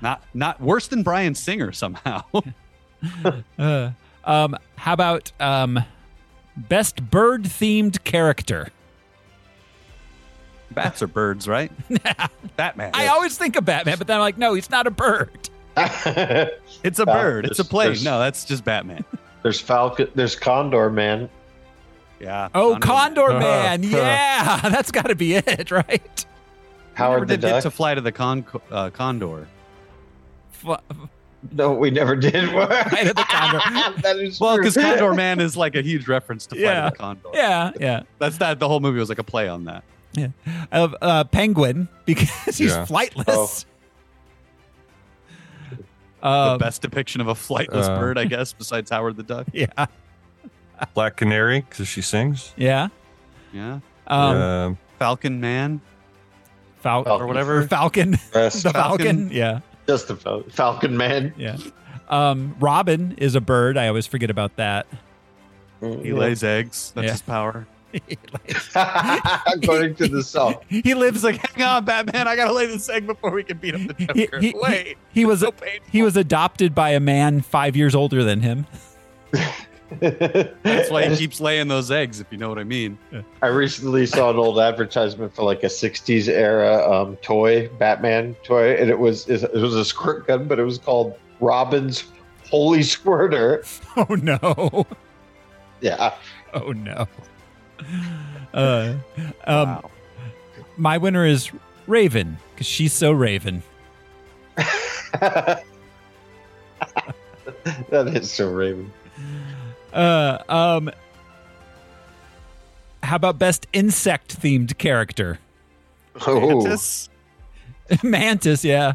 [SPEAKER 3] not not worse than brian singer somehow [laughs]
[SPEAKER 1] Uh, um, how about um, best bird themed character?
[SPEAKER 3] bats are
[SPEAKER 1] [laughs]
[SPEAKER 3] birds right batman
[SPEAKER 1] I always think of Batman, but then I'm like, no, he's not a bird.
[SPEAKER 3] it's a
[SPEAKER 2] Uh,
[SPEAKER 3] bird it's a
[SPEAKER 2] there's-
[SPEAKER 3] plane
[SPEAKER 2] there's-
[SPEAKER 3] no that's just batman
[SPEAKER 2] there's Falcon. There's Condor Man.
[SPEAKER 3] yeah
[SPEAKER 1] Oh, Condor,
[SPEAKER 4] Man.
[SPEAKER 1] Man.
[SPEAKER 4] Uh,
[SPEAKER 1] yeah, [laughs] that's got to be it, right?
[SPEAKER 3] We never
[SPEAKER 2] Howard the
[SPEAKER 3] did get
[SPEAKER 2] Duck.
[SPEAKER 3] to fly to the con- uh, condor
[SPEAKER 1] F-
[SPEAKER 2] no, we never
[SPEAKER 3] [laughs]
[SPEAKER 2] did. [laughs]
[SPEAKER 1] Flight of the Condor.
[SPEAKER 2] that is
[SPEAKER 3] well
[SPEAKER 2] true.
[SPEAKER 3] because condor man is like a huge reference to fly
[SPEAKER 1] Yeah.
[SPEAKER 3] to the condor
[SPEAKER 1] yeah, yeah.
[SPEAKER 3] that's that the whole movie was like a play on that
[SPEAKER 1] I love uh, Penguin because [laughs] he's
[SPEAKER 4] Yeah.
[SPEAKER 1] flightless.
[SPEAKER 3] the
[SPEAKER 1] [laughs] Um,
[SPEAKER 3] best depiction of a flightless
[SPEAKER 4] uh,
[SPEAKER 3] bird, I guess, besides Howard the Duck.
[SPEAKER 1] yeah,
[SPEAKER 4] Black Canary, because she sings.
[SPEAKER 1] yeah.
[SPEAKER 3] Yeah,
[SPEAKER 1] Um,
[SPEAKER 4] Um,
[SPEAKER 3] Falcon Man
[SPEAKER 1] Fal-
[SPEAKER 2] Falcon.
[SPEAKER 3] or
[SPEAKER 1] or
[SPEAKER 3] whatever.
[SPEAKER 1] Falcon, [laughs]
[SPEAKER 2] Yes,
[SPEAKER 1] the Falcon.
[SPEAKER 3] Falcon.
[SPEAKER 1] Yeah,
[SPEAKER 2] [laughs] just the Fal- Falcon Man.
[SPEAKER 1] yeah. Um, Robin is a bird. I always forget about that.
[SPEAKER 3] He lays eggs. That's
[SPEAKER 1] Yeah.
[SPEAKER 3] his power.
[SPEAKER 2] [laughs] According to the song.
[SPEAKER 1] he lives like
[SPEAKER 3] Hang on, Batman. I gotta lay this egg before we can beat up the
[SPEAKER 1] [laughs] he,
[SPEAKER 3] Joker.
[SPEAKER 1] he,
[SPEAKER 3] Wait,
[SPEAKER 1] he was
[SPEAKER 3] so painful.
[SPEAKER 1] he was adopted by a man five years older than him. [laughs]
[SPEAKER 3] That's why he keeps laying those eggs, if you know what I mean.
[SPEAKER 2] I recently saw an old advertisement for like a '60s era um, toy, Batman toy, and it was it was a squirt gun, but it was called Robin's Holy Squirter.
[SPEAKER 1] Oh no!
[SPEAKER 2] Yeah, [laughs]
[SPEAKER 1] [laughs] Oh no! Uh, um, My winner is Raven because she's so Raven.
[SPEAKER 2] that is so Raven.
[SPEAKER 1] Uh, um, how about best insect themed character? [laughs]
[SPEAKER 2] Oh,
[SPEAKER 3] Mantis?
[SPEAKER 1] Mantis, yeah.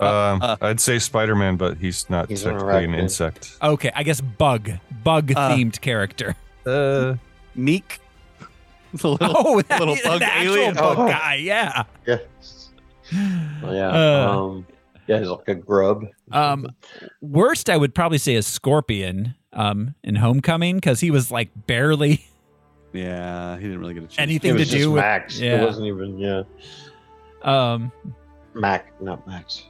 [SPEAKER 4] um,
[SPEAKER 3] uh.
[SPEAKER 4] I'd say Spider Man, but he's not
[SPEAKER 2] He's an
[SPEAKER 4] technically an
[SPEAKER 2] arachnid.
[SPEAKER 4] insect.
[SPEAKER 1] Okay, I guess bug, bug themed character.
[SPEAKER 4] Uh,
[SPEAKER 3] Meek. [laughs] The little
[SPEAKER 1] Oh, that,
[SPEAKER 3] little
[SPEAKER 1] the
[SPEAKER 3] bug
[SPEAKER 1] actual
[SPEAKER 3] alien.
[SPEAKER 1] bug
[SPEAKER 2] Oh.
[SPEAKER 1] guy, yeah.
[SPEAKER 2] yes. Well, yeah,
[SPEAKER 1] Uh.
[SPEAKER 2] um, yeah, he's like a grub.
[SPEAKER 1] Um, worst, I would probably say is Scorpion um, in Homecoming because he was like barely. [laughs]
[SPEAKER 3] Yeah, he didn't really get a chance.
[SPEAKER 2] it
[SPEAKER 1] Anything
[SPEAKER 2] was
[SPEAKER 1] to
[SPEAKER 2] just
[SPEAKER 1] do with-
[SPEAKER 2] Max.
[SPEAKER 1] yeah.
[SPEAKER 2] It wasn't even yeah,
[SPEAKER 1] Um,
[SPEAKER 2] Mac, not Max.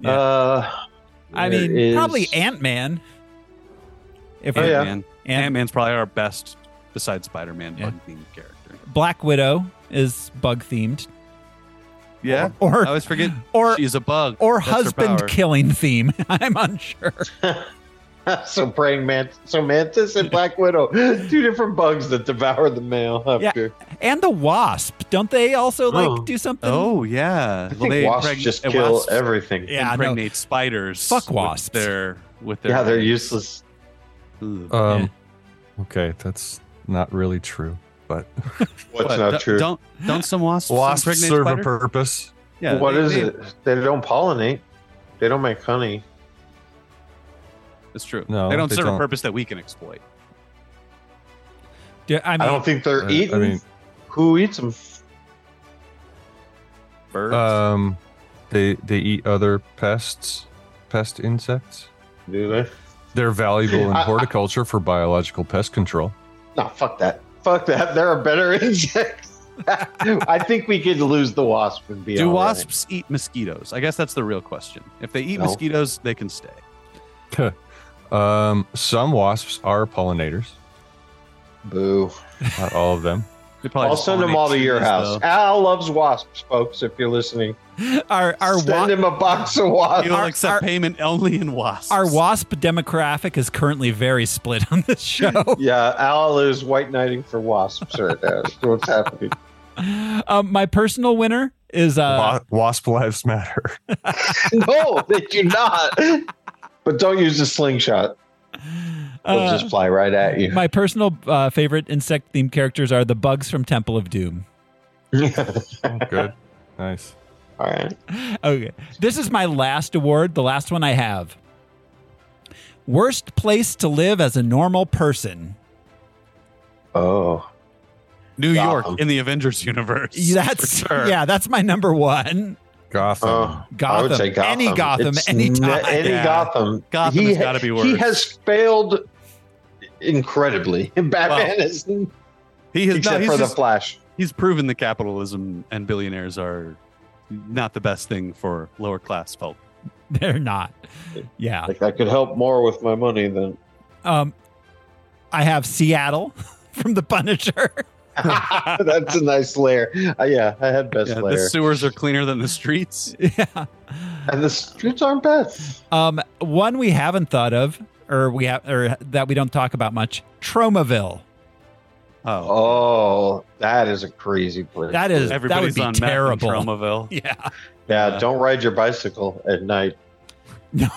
[SPEAKER 1] Yeah.
[SPEAKER 2] Uh,
[SPEAKER 1] I
[SPEAKER 2] there
[SPEAKER 1] mean,
[SPEAKER 2] is- [laughs]
[SPEAKER 1] probably Ant Man. If
[SPEAKER 2] Oh,
[SPEAKER 1] we're-
[SPEAKER 2] yeah.
[SPEAKER 3] Ant-Man.
[SPEAKER 1] Ant-
[SPEAKER 3] Ant-Man's probably our best, besides Spider-Man,
[SPEAKER 1] Yeah.
[SPEAKER 3] bug-themed character.
[SPEAKER 1] Black Widow is bug themed,
[SPEAKER 3] Yeah, I
[SPEAKER 1] or
[SPEAKER 3] always forget
[SPEAKER 1] or
[SPEAKER 3] she's a bug.
[SPEAKER 1] or
[SPEAKER 3] That's her
[SPEAKER 1] husband
[SPEAKER 3] power.
[SPEAKER 1] killing theme. [laughs] I'm unsure.
[SPEAKER 2] so praying mantis, so mantis and black widow, [laughs] two different bugs that devour the male. After
[SPEAKER 1] And the Wasp, don't they also like
[SPEAKER 2] Oh.
[SPEAKER 1] do something?
[SPEAKER 3] Oh yeah,
[SPEAKER 2] I think wasps just kill everything.
[SPEAKER 1] Yeah, I know.
[SPEAKER 3] impregnate spiders.
[SPEAKER 1] Fuck
[SPEAKER 3] with
[SPEAKER 1] wasps.
[SPEAKER 3] their with their
[SPEAKER 2] Yeah, they're useless.
[SPEAKER 3] Ugh.
[SPEAKER 4] um, Okay, that's not really true, but
[SPEAKER 2] What's
[SPEAKER 3] What,
[SPEAKER 2] not
[SPEAKER 3] don't-
[SPEAKER 2] true?
[SPEAKER 3] Don't don't some wasps
[SPEAKER 4] wasps
[SPEAKER 3] impregnate
[SPEAKER 4] serve a
[SPEAKER 3] spiders?
[SPEAKER 4] purpose.
[SPEAKER 3] yeah,
[SPEAKER 2] What
[SPEAKER 3] they-
[SPEAKER 2] is
[SPEAKER 3] they-
[SPEAKER 2] it? They don't pollinate. They don't make honey.
[SPEAKER 3] It's true.
[SPEAKER 4] No,
[SPEAKER 3] they don't
[SPEAKER 4] they
[SPEAKER 3] serve a
[SPEAKER 4] don't.
[SPEAKER 3] purpose that we can exploit.
[SPEAKER 1] Yeah, I
[SPEAKER 2] I,
[SPEAKER 1] mean,
[SPEAKER 2] don't think they're
[SPEAKER 4] Uh, I
[SPEAKER 2] eaten.
[SPEAKER 4] mean-
[SPEAKER 2] Who eats them?
[SPEAKER 3] Birds.
[SPEAKER 4] Um, They they eat other pests, pest insects.
[SPEAKER 2] Do they?
[SPEAKER 4] They're valuable in
[SPEAKER 2] I- I-
[SPEAKER 4] horticulture for biological pest control.
[SPEAKER 2] No, fuck that. Fuck that. There are better [laughs] insects. I think we could lose the wasp and be
[SPEAKER 3] Do
[SPEAKER 2] all right.
[SPEAKER 3] wasps eat mosquitoes? I guess that's the real question. If they eat
[SPEAKER 2] No.
[SPEAKER 3] mosquitoes, they can stay.
[SPEAKER 4] Um, some wasps are pollinators,
[SPEAKER 2] Boo.
[SPEAKER 4] not all of [laughs] them.
[SPEAKER 3] They probably
[SPEAKER 2] I'll
[SPEAKER 3] just
[SPEAKER 2] send them
[SPEAKER 3] pollinate
[SPEAKER 2] all to your
[SPEAKER 3] trees,
[SPEAKER 2] house.
[SPEAKER 3] though.
[SPEAKER 2] Al loves wasps, folks. If you're listening,
[SPEAKER 1] Our our
[SPEAKER 2] send
[SPEAKER 1] wa-
[SPEAKER 2] him a box of wasps.
[SPEAKER 3] You'll
[SPEAKER 1] Our-
[SPEAKER 3] accept
[SPEAKER 1] our-
[SPEAKER 3] payment only in wasps.
[SPEAKER 1] our wasp demographic is currently very split on
[SPEAKER 2] [laughs]
[SPEAKER 1] this show.
[SPEAKER 2] [laughs] Yeah, Al is white knighting for wasps right now. That's what's
[SPEAKER 3] [laughs]
[SPEAKER 2] happening.
[SPEAKER 1] um, my personal winner is uh,
[SPEAKER 4] Wa- wasp lives matter.
[SPEAKER 2] No, they do not. But don't use the slingshot. They'll
[SPEAKER 1] uh,
[SPEAKER 2] just fly right at you. [laughs]
[SPEAKER 1] my personal uh, favorite insect themed characters are the bugs from Temple of Doom.
[SPEAKER 4] [laughs] Good, nice.
[SPEAKER 2] All right.
[SPEAKER 1] Okay. This is my last award, the last one I have. Worst place to live as a normal person.
[SPEAKER 2] Oh.
[SPEAKER 3] New York
[SPEAKER 2] Gotham.
[SPEAKER 3] in the Avengers universe.
[SPEAKER 1] That's
[SPEAKER 3] for [laughs] sure.
[SPEAKER 1] yeah, that's my number one.
[SPEAKER 4] Gotham.
[SPEAKER 2] oh.
[SPEAKER 1] Gotham. Any Gotham,
[SPEAKER 2] It's
[SPEAKER 1] any time.
[SPEAKER 2] ne- any
[SPEAKER 3] Yeah.
[SPEAKER 2] Gotham.
[SPEAKER 3] Gotham has
[SPEAKER 2] ha-
[SPEAKER 3] gotta be
[SPEAKER 2] He
[SPEAKER 3] worse.
[SPEAKER 2] has failed incredibly. And Batman is,
[SPEAKER 3] He has, no,
[SPEAKER 2] except
[SPEAKER 3] he's,
[SPEAKER 2] for
[SPEAKER 3] just-
[SPEAKER 2] the Flash.
[SPEAKER 3] he's proven that capitalism and billionaires are not the best thing for lower class folk.
[SPEAKER 1] [laughs] They're not. Yeah.
[SPEAKER 2] Like I could help more with my money than. [laughs]
[SPEAKER 1] Um I have Seattle [laughs] from the Punisher. [laughs]
[SPEAKER 2] That's a nice layer. Uh, yeah, I had best
[SPEAKER 3] Yeah, the
[SPEAKER 2] layer.
[SPEAKER 3] sewers are cleaner than the streets.
[SPEAKER 1] yeah.
[SPEAKER 2] and the streets aren't bad.
[SPEAKER 1] Um one we haven't thought of or we have or that we don't talk about much, Tromaville.
[SPEAKER 3] Oh,
[SPEAKER 2] Oh, that is a crazy place.
[SPEAKER 1] That is that would
[SPEAKER 3] everybody's
[SPEAKER 1] be
[SPEAKER 3] on
[SPEAKER 1] terrible.
[SPEAKER 3] meth in Tromaville.
[SPEAKER 1] yeah.
[SPEAKER 2] yeah,
[SPEAKER 3] yeah.
[SPEAKER 2] don't ride your bicycle at night.
[SPEAKER 1] [laughs] No.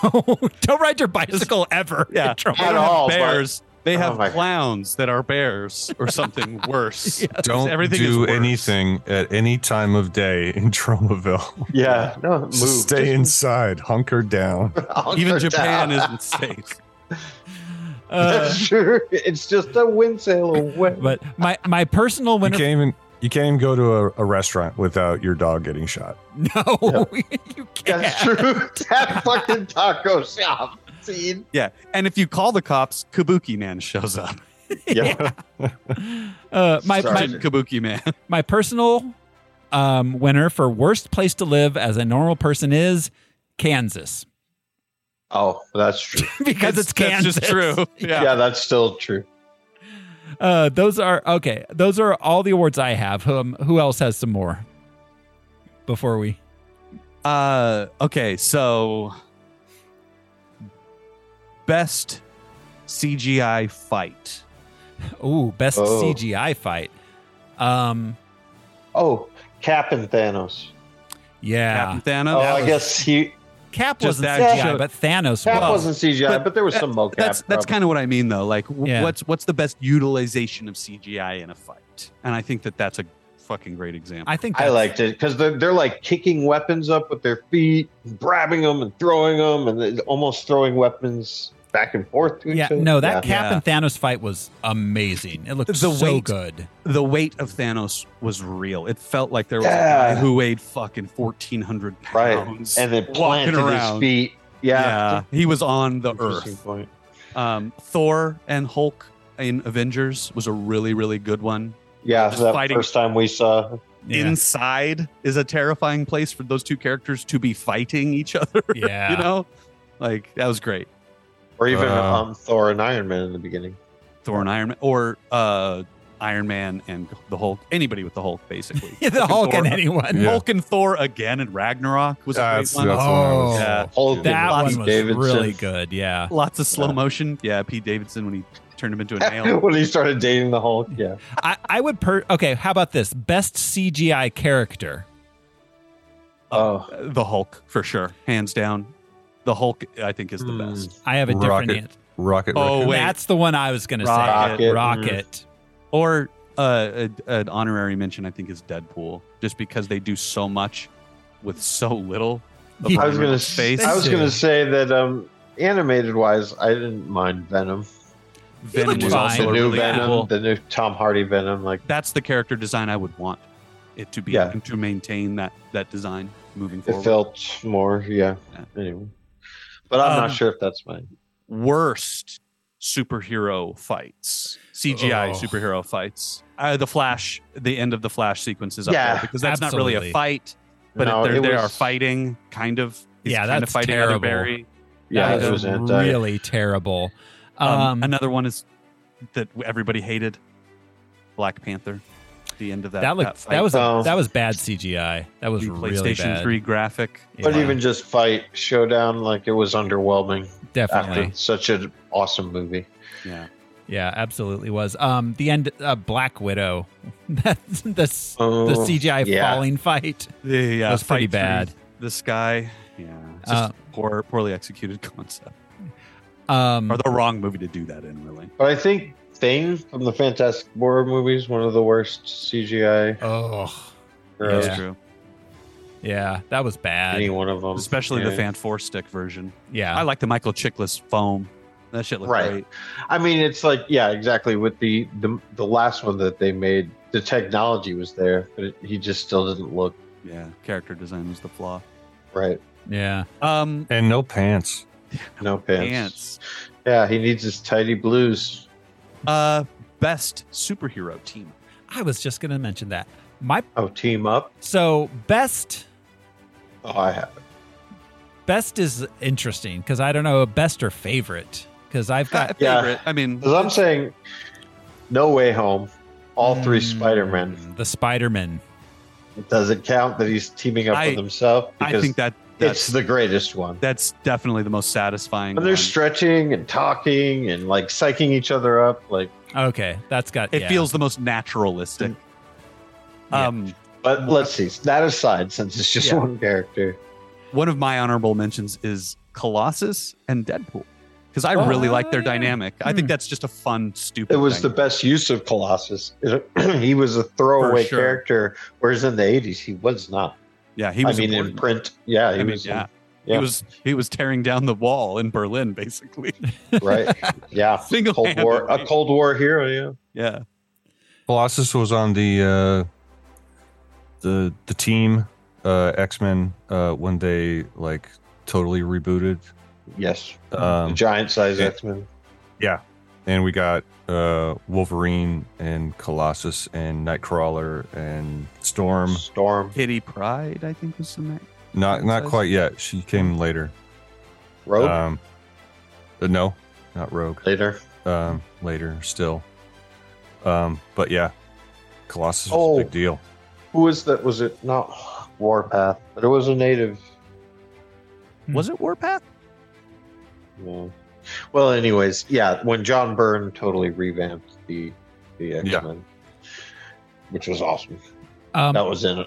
[SPEAKER 1] don't ride your bicycle ever. in
[SPEAKER 3] Yeah.
[SPEAKER 1] Tromaville.
[SPEAKER 3] They don't
[SPEAKER 2] At all,
[SPEAKER 3] have bears. They
[SPEAKER 2] Oh
[SPEAKER 3] have
[SPEAKER 2] my God.
[SPEAKER 3] clowns that are bears or something worse. [laughs]
[SPEAKER 4] Don't
[SPEAKER 3] Everything is
[SPEAKER 4] do
[SPEAKER 3] worse.
[SPEAKER 4] anything at any time of day in [laughs] Tromaville.
[SPEAKER 2] Yeah, no, move.
[SPEAKER 4] Just
[SPEAKER 2] [laughs]
[SPEAKER 4] stay inside, hunker down.
[SPEAKER 2] I'll
[SPEAKER 3] Even
[SPEAKER 2] turn
[SPEAKER 3] Japan
[SPEAKER 2] down.
[SPEAKER 3] isn't safe.
[SPEAKER 2] [laughs]
[SPEAKER 1] Uh,
[SPEAKER 2] That's true. It's just a wind sail away.
[SPEAKER 1] but my my personal
[SPEAKER 4] You
[SPEAKER 1] winner.
[SPEAKER 4] can't even you can't even go to a, a restaurant without your dog getting shot.
[SPEAKER 1] [laughs] No, you can't.
[SPEAKER 2] That's true. [laughs] That fucking taco shop scene.
[SPEAKER 3] Yeah, and if you call the cops, Kabuki Man shows up.
[SPEAKER 2] Yeah.
[SPEAKER 1] [laughs] Uh, my,
[SPEAKER 2] Sorry.
[SPEAKER 1] my
[SPEAKER 3] Jim Kabuki Man.
[SPEAKER 1] my personal um, winner for worst place to live as a normal person is Kansas
[SPEAKER 2] Oh, that's true.
[SPEAKER 1] because it's,
[SPEAKER 3] That's
[SPEAKER 1] Kansas.
[SPEAKER 3] just true.
[SPEAKER 1] [laughs]
[SPEAKER 2] Yeah.
[SPEAKER 3] Yeah.
[SPEAKER 2] that's still true.
[SPEAKER 1] Uh, those are okay. Those are all the awards I have. Um, who else has some more? Before we,
[SPEAKER 3] Uh, okay, so best CGI fight.
[SPEAKER 1] ooh, best
[SPEAKER 2] Oh.
[SPEAKER 1] CGI fight. Um,
[SPEAKER 2] Oh, Cap and Thanos.
[SPEAKER 1] yeah,
[SPEAKER 3] Captain Thanos.
[SPEAKER 2] Oh, I guess he
[SPEAKER 1] Cap,
[SPEAKER 3] Just
[SPEAKER 1] wasn't
[SPEAKER 3] that
[SPEAKER 1] CGI,
[SPEAKER 3] show-
[SPEAKER 1] but Thanos
[SPEAKER 2] Cap
[SPEAKER 1] was.
[SPEAKER 2] wasn't CGI, but,
[SPEAKER 3] But
[SPEAKER 2] there was
[SPEAKER 3] that-
[SPEAKER 2] some mocap.
[SPEAKER 3] that's that's kind of what I mean though. Like, w-
[SPEAKER 1] Yeah.
[SPEAKER 3] what's what's the best utilization of CGI in a fight? And I think that that's a fucking great example.
[SPEAKER 1] I think
[SPEAKER 2] I
[SPEAKER 1] that's-
[SPEAKER 2] liked it because they're, they're like kicking weapons up with their feet, grabbing them and throwing them, and they- almost throwing weapons back and forth to
[SPEAKER 1] Yeah,
[SPEAKER 2] each other.
[SPEAKER 1] no, that
[SPEAKER 2] Yeah.
[SPEAKER 1] Cap and Thanos fight was amazing. It looked
[SPEAKER 3] The
[SPEAKER 1] so
[SPEAKER 3] weight.
[SPEAKER 1] good.
[SPEAKER 3] the weight of Thanos was real. It felt like there was a
[SPEAKER 2] Yeah.
[SPEAKER 3] guy who weighed fucking fourteen hundred
[SPEAKER 2] Right.
[SPEAKER 3] pounds
[SPEAKER 2] and then
[SPEAKER 3] walking
[SPEAKER 2] planted his
[SPEAKER 3] around.
[SPEAKER 2] feet. Yeah,
[SPEAKER 3] yeah, he was on the
[SPEAKER 2] Interesting
[SPEAKER 3] earth.
[SPEAKER 2] point.
[SPEAKER 3] um, Thor and Hulk in Avengers was a really, really good one.
[SPEAKER 2] Yeah,
[SPEAKER 3] Just
[SPEAKER 2] that
[SPEAKER 3] fighting-
[SPEAKER 2] first time we saw.
[SPEAKER 1] Yeah.
[SPEAKER 3] Inside is a terrifying place for those two characters to be fighting each [laughs] other.
[SPEAKER 1] Yeah. [laughs]
[SPEAKER 3] [laughs] you know, like that was great.
[SPEAKER 2] Or even
[SPEAKER 4] Uh,
[SPEAKER 2] um, Thor and Iron Man in the beginning.
[SPEAKER 3] Thor and Iron Man, or uh, Iron Man and the Hulk. Anybody with the Hulk, basically.
[SPEAKER 1] Yeah, [laughs] the Hulk and
[SPEAKER 3] Thor.
[SPEAKER 1] anyone.
[SPEAKER 4] Yeah.
[SPEAKER 3] Hulk and Thor again in Ragnarok was a
[SPEAKER 4] That's,
[SPEAKER 3] great
[SPEAKER 4] that's the
[SPEAKER 3] one.
[SPEAKER 4] one I
[SPEAKER 1] Oh.
[SPEAKER 4] was-
[SPEAKER 3] Yeah.
[SPEAKER 2] Hulk
[SPEAKER 1] That
[SPEAKER 3] Lots
[SPEAKER 1] one
[SPEAKER 2] Pete
[SPEAKER 3] of
[SPEAKER 1] was
[SPEAKER 2] Davidson.
[SPEAKER 1] really good. Yeah.
[SPEAKER 3] Lots of slow
[SPEAKER 2] Yeah.
[SPEAKER 3] motion. Yeah, Pete Davidson when he turned him into
[SPEAKER 4] [laughs]
[SPEAKER 3] a nail.
[SPEAKER 2] [laughs] when he started dating the Hulk, yeah.
[SPEAKER 1] I, I would per okay, how about this? Best CGI character.
[SPEAKER 2] Oh,
[SPEAKER 3] the Hulk for sure, hands down. The Hulk, I think, is the
[SPEAKER 2] Hmm.
[SPEAKER 3] best.
[SPEAKER 1] I have a different
[SPEAKER 4] Rocket.
[SPEAKER 1] answer.
[SPEAKER 4] Rocket.
[SPEAKER 3] Oh,
[SPEAKER 4] Raccoon.
[SPEAKER 3] wait.
[SPEAKER 1] That's the one I was gonna say.
[SPEAKER 2] Rocket.
[SPEAKER 1] Rocket.
[SPEAKER 3] or uh, a, an honorary mention i think is deadpool just because they do so much with so little of
[SPEAKER 1] Yeah.
[SPEAKER 2] I was
[SPEAKER 3] Ryan
[SPEAKER 2] gonna
[SPEAKER 3] Reynolds'
[SPEAKER 2] face.
[SPEAKER 3] face
[SPEAKER 2] I was
[SPEAKER 1] Thank you.
[SPEAKER 2] gonna say that um, animated wise, I didn't mind Venom.
[SPEAKER 3] venom
[SPEAKER 1] looked
[SPEAKER 3] was
[SPEAKER 1] fine.
[SPEAKER 3] also
[SPEAKER 2] The
[SPEAKER 3] a
[SPEAKER 2] new
[SPEAKER 3] really
[SPEAKER 2] Venom,
[SPEAKER 3] cool-
[SPEAKER 2] the new Tom Hardy Venom, like
[SPEAKER 3] that's the character design i would want it to be
[SPEAKER 2] Yeah.
[SPEAKER 3] to maintain that that design moving
[SPEAKER 2] It
[SPEAKER 3] forward.
[SPEAKER 2] felt more, yeah.
[SPEAKER 3] Yeah.
[SPEAKER 2] Anyway, but I'm
[SPEAKER 3] Um,
[SPEAKER 2] not sure if that's mine.
[SPEAKER 3] worst superhero fights, CGI
[SPEAKER 1] Oh.
[SPEAKER 3] superhero fights. Uh, the Flash, the end of the Flash sequence is up
[SPEAKER 2] Yeah.
[SPEAKER 3] there because that's not really
[SPEAKER 1] Absolutely.
[SPEAKER 3] a fight, but
[SPEAKER 2] No,
[SPEAKER 3] if
[SPEAKER 2] it
[SPEAKER 3] they're, they
[SPEAKER 2] was-
[SPEAKER 3] are fighting, kind of. He's
[SPEAKER 1] Yeah,
[SPEAKER 3] kind of
[SPEAKER 1] that's
[SPEAKER 3] fighting
[SPEAKER 1] terrible.
[SPEAKER 3] Other Barry.
[SPEAKER 2] Yeah,
[SPEAKER 1] that
[SPEAKER 2] it
[SPEAKER 1] was
[SPEAKER 2] was anti.
[SPEAKER 1] really terrible.
[SPEAKER 3] Um,
[SPEAKER 1] Um,
[SPEAKER 3] another one is that everybody hated, Black Panther. The end of that.
[SPEAKER 1] that looked
[SPEAKER 3] fight.
[SPEAKER 1] that was
[SPEAKER 2] Oh.
[SPEAKER 1] that was bad CGI. That was
[SPEAKER 3] the
[SPEAKER 1] really
[SPEAKER 3] PlayStation
[SPEAKER 1] bad.
[SPEAKER 3] 3 graphic.
[SPEAKER 2] But
[SPEAKER 1] Yeah,
[SPEAKER 2] even just fight showdown, like it was underwhelming
[SPEAKER 1] definitely,
[SPEAKER 2] after such an awesome movie.
[SPEAKER 3] Yeah.
[SPEAKER 1] yeah, absolutely was. Um, the end, uh, Black Widow, [laughs] that's the s-
[SPEAKER 2] Oh,
[SPEAKER 1] the CGI
[SPEAKER 2] yeah.
[SPEAKER 1] falling fight.
[SPEAKER 3] Yeah, yeah, yeah.
[SPEAKER 1] That's pretty
[SPEAKER 3] uh, Fight through
[SPEAKER 1] bad.
[SPEAKER 3] The sky, yeah, It's
[SPEAKER 1] Uh,
[SPEAKER 3] just poor, poorly executed [laughs] concept,
[SPEAKER 1] Um,
[SPEAKER 3] or the wrong movie to do that in, really.
[SPEAKER 2] But I think Thing from the Fantastic Four movies, one of the worst CGI.
[SPEAKER 1] oh,
[SPEAKER 2] or
[SPEAKER 3] That's
[SPEAKER 1] Yeah.
[SPEAKER 3] true,
[SPEAKER 1] yeah, that was bad.
[SPEAKER 2] Any one of them,
[SPEAKER 3] especially the
[SPEAKER 2] Yeah.
[SPEAKER 3] fan four stick version. I
[SPEAKER 1] Yeah,
[SPEAKER 3] like the Michael Chiklis foam. That shit looked
[SPEAKER 2] Right.
[SPEAKER 3] great.
[SPEAKER 2] I mean, it's like yeah, exactly. With the the, the last one that they made, the technology was there, but it, he just still didn't look
[SPEAKER 3] Yeah, character design was the flaw.
[SPEAKER 2] right.
[SPEAKER 1] yeah,
[SPEAKER 3] Um,
[SPEAKER 4] And no pants.
[SPEAKER 3] Oh,
[SPEAKER 2] No pants.
[SPEAKER 3] ants.
[SPEAKER 2] Yeah, he needs his tidy blues.
[SPEAKER 3] Uh, best superhero team.
[SPEAKER 1] I was just gonna mention that. My
[SPEAKER 2] Oh, team up.
[SPEAKER 1] so best
[SPEAKER 2] Oh, I have.
[SPEAKER 1] best is interesting because I don't know best or favorite because I've
[SPEAKER 3] Fa- [laughs]
[SPEAKER 1] got
[SPEAKER 2] Yeah.
[SPEAKER 3] favorite. I mean,
[SPEAKER 2] Because I'm saying, No Way Home, all three
[SPEAKER 3] Hmm.
[SPEAKER 2] Spider Men.
[SPEAKER 1] Mm, the Spider Man.
[SPEAKER 2] Does it count that he's teaming up
[SPEAKER 3] I-
[SPEAKER 2] with himself?
[SPEAKER 3] I think that
[SPEAKER 2] it's
[SPEAKER 3] that's
[SPEAKER 2] the greatest one.
[SPEAKER 3] that's definitely the most satisfying.
[SPEAKER 2] When they're
[SPEAKER 3] one.
[SPEAKER 2] stretching and talking and like psyching each other up, like
[SPEAKER 1] Okay, that's got
[SPEAKER 3] It
[SPEAKER 1] yeah.
[SPEAKER 3] feels the most naturalistic.
[SPEAKER 1] Yeah.
[SPEAKER 3] Um.
[SPEAKER 2] but let's see. That aside, since it's just
[SPEAKER 1] Yeah.
[SPEAKER 2] one character,
[SPEAKER 3] one of my honorable mentions is Colossus and Deadpool because I
[SPEAKER 1] Oh,
[SPEAKER 3] really like their
[SPEAKER 1] yeah.
[SPEAKER 3] dynamic. I
[SPEAKER 1] Hmm.
[SPEAKER 3] think that's just a fun, stupid.
[SPEAKER 2] it was the
[SPEAKER 3] dynamic.
[SPEAKER 2] best use of Colossus. [clears throat] he was a throwaway
[SPEAKER 3] For sure.
[SPEAKER 2] character, whereas in the '80s he was not.
[SPEAKER 3] Yeah, he was.
[SPEAKER 2] I mean, in
[SPEAKER 3] important.
[SPEAKER 2] print, yeah,
[SPEAKER 3] I
[SPEAKER 2] he
[SPEAKER 3] mean,
[SPEAKER 2] was.
[SPEAKER 3] yeah.
[SPEAKER 2] yeah.
[SPEAKER 3] He was [laughs] he was tearing down the wall in
[SPEAKER 1] [laughs]
[SPEAKER 3] Berlin, basically.
[SPEAKER 2] right, yeah.
[SPEAKER 3] Single
[SPEAKER 2] Cold War, a Cold War hero, yeah.
[SPEAKER 3] Yeah,
[SPEAKER 4] Colossus was on the uh, the the team uh, X Men uh, when they like totally rebooted.
[SPEAKER 2] Yes,
[SPEAKER 4] Um,
[SPEAKER 2] giant size
[SPEAKER 4] yeah.
[SPEAKER 2] X Men.
[SPEAKER 4] and we got uh, Wolverine and Colossus and Nightcrawler and
[SPEAKER 3] Um,
[SPEAKER 4] Storm.
[SPEAKER 2] Storm,
[SPEAKER 3] Kitty Pride, I think was the name.
[SPEAKER 4] Not not
[SPEAKER 3] Princess?
[SPEAKER 4] quite yet. She came later.
[SPEAKER 2] Rogue
[SPEAKER 4] Um, uh, no, not Rogue.
[SPEAKER 2] later.
[SPEAKER 4] Um, later still. Um, but yeah, Colossus was
[SPEAKER 2] Oh.
[SPEAKER 4] a big deal.
[SPEAKER 2] Who was that? Was it not Warpath? But it was a native.
[SPEAKER 1] Hmm.
[SPEAKER 3] Was it Warpath?
[SPEAKER 2] No. Well, anyways, yeah. When John Byrne totally revamped the the X Men, which was awesome.
[SPEAKER 1] Um,
[SPEAKER 2] that was in it.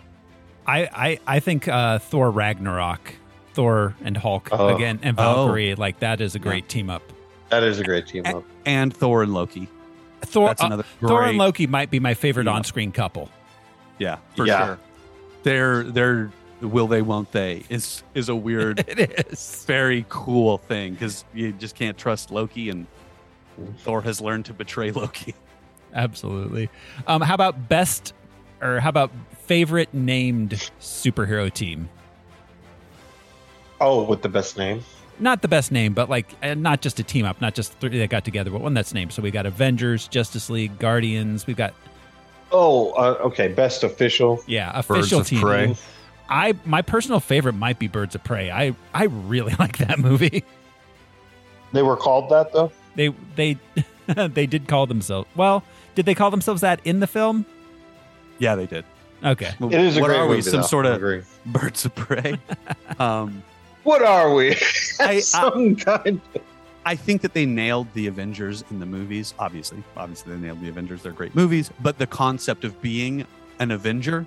[SPEAKER 1] I, I I think uh, Thor Ragnarok, Thor and Hulk
[SPEAKER 2] Oh.
[SPEAKER 1] again, and
[SPEAKER 3] Oh.
[SPEAKER 1] Valkyrie. Like that is a great team up.
[SPEAKER 2] That is a great team up.
[SPEAKER 3] And Thor and Loki.
[SPEAKER 1] Thor,
[SPEAKER 3] That's
[SPEAKER 1] uh,
[SPEAKER 3] another.
[SPEAKER 1] Thor
[SPEAKER 3] great-
[SPEAKER 1] and Loki might be my favorite
[SPEAKER 3] Yeah.
[SPEAKER 1] on-screen couple. [laughs]
[SPEAKER 3] Yeah, for
[SPEAKER 2] Yeah.
[SPEAKER 3] sure. Their their will they won't they is is a weird
[SPEAKER 1] [laughs] It is.
[SPEAKER 3] very cool thing because you just can't trust Loki, and Thor has learned to betray Loki. [laughs]
[SPEAKER 1] Absolutely. Um, how about best or how about favorite named superhero team?
[SPEAKER 2] Oh, with the best name.
[SPEAKER 1] Not the best name, but like uh, not just a team up, not just three that got together, but one that's named. So we got Avengers, Justice League, Guardians. We've got
[SPEAKER 2] Oh, uh, okay. Best official.
[SPEAKER 1] yeah,
[SPEAKER 4] Birds
[SPEAKER 1] official
[SPEAKER 4] of
[SPEAKER 1] team.
[SPEAKER 4] Prey.
[SPEAKER 1] I my personal favorite might be Birds of Prey. I I really [laughs] like that movie.
[SPEAKER 2] They were called that though.
[SPEAKER 1] They they [laughs] they did call themselves. Well, did they call themselves that in the film?
[SPEAKER 3] Yeah, they did.
[SPEAKER 1] Okay.
[SPEAKER 2] It is a
[SPEAKER 3] what
[SPEAKER 2] great
[SPEAKER 3] are
[SPEAKER 2] movie.
[SPEAKER 3] we? Some
[SPEAKER 2] though,
[SPEAKER 3] sort
[SPEAKER 2] I
[SPEAKER 3] of
[SPEAKER 2] agree.
[SPEAKER 3] birds
[SPEAKER 2] [laughs]
[SPEAKER 3] of prey. um,
[SPEAKER 2] What are we? [laughs]
[SPEAKER 3] I-
[SPEAKER 2] Some kind.
[SPEAKER 3] I think that they nailed the Avengers in the movies. Obviously, obviously they nailed the Avengers. They're great movies, but the concept of being an Avenger,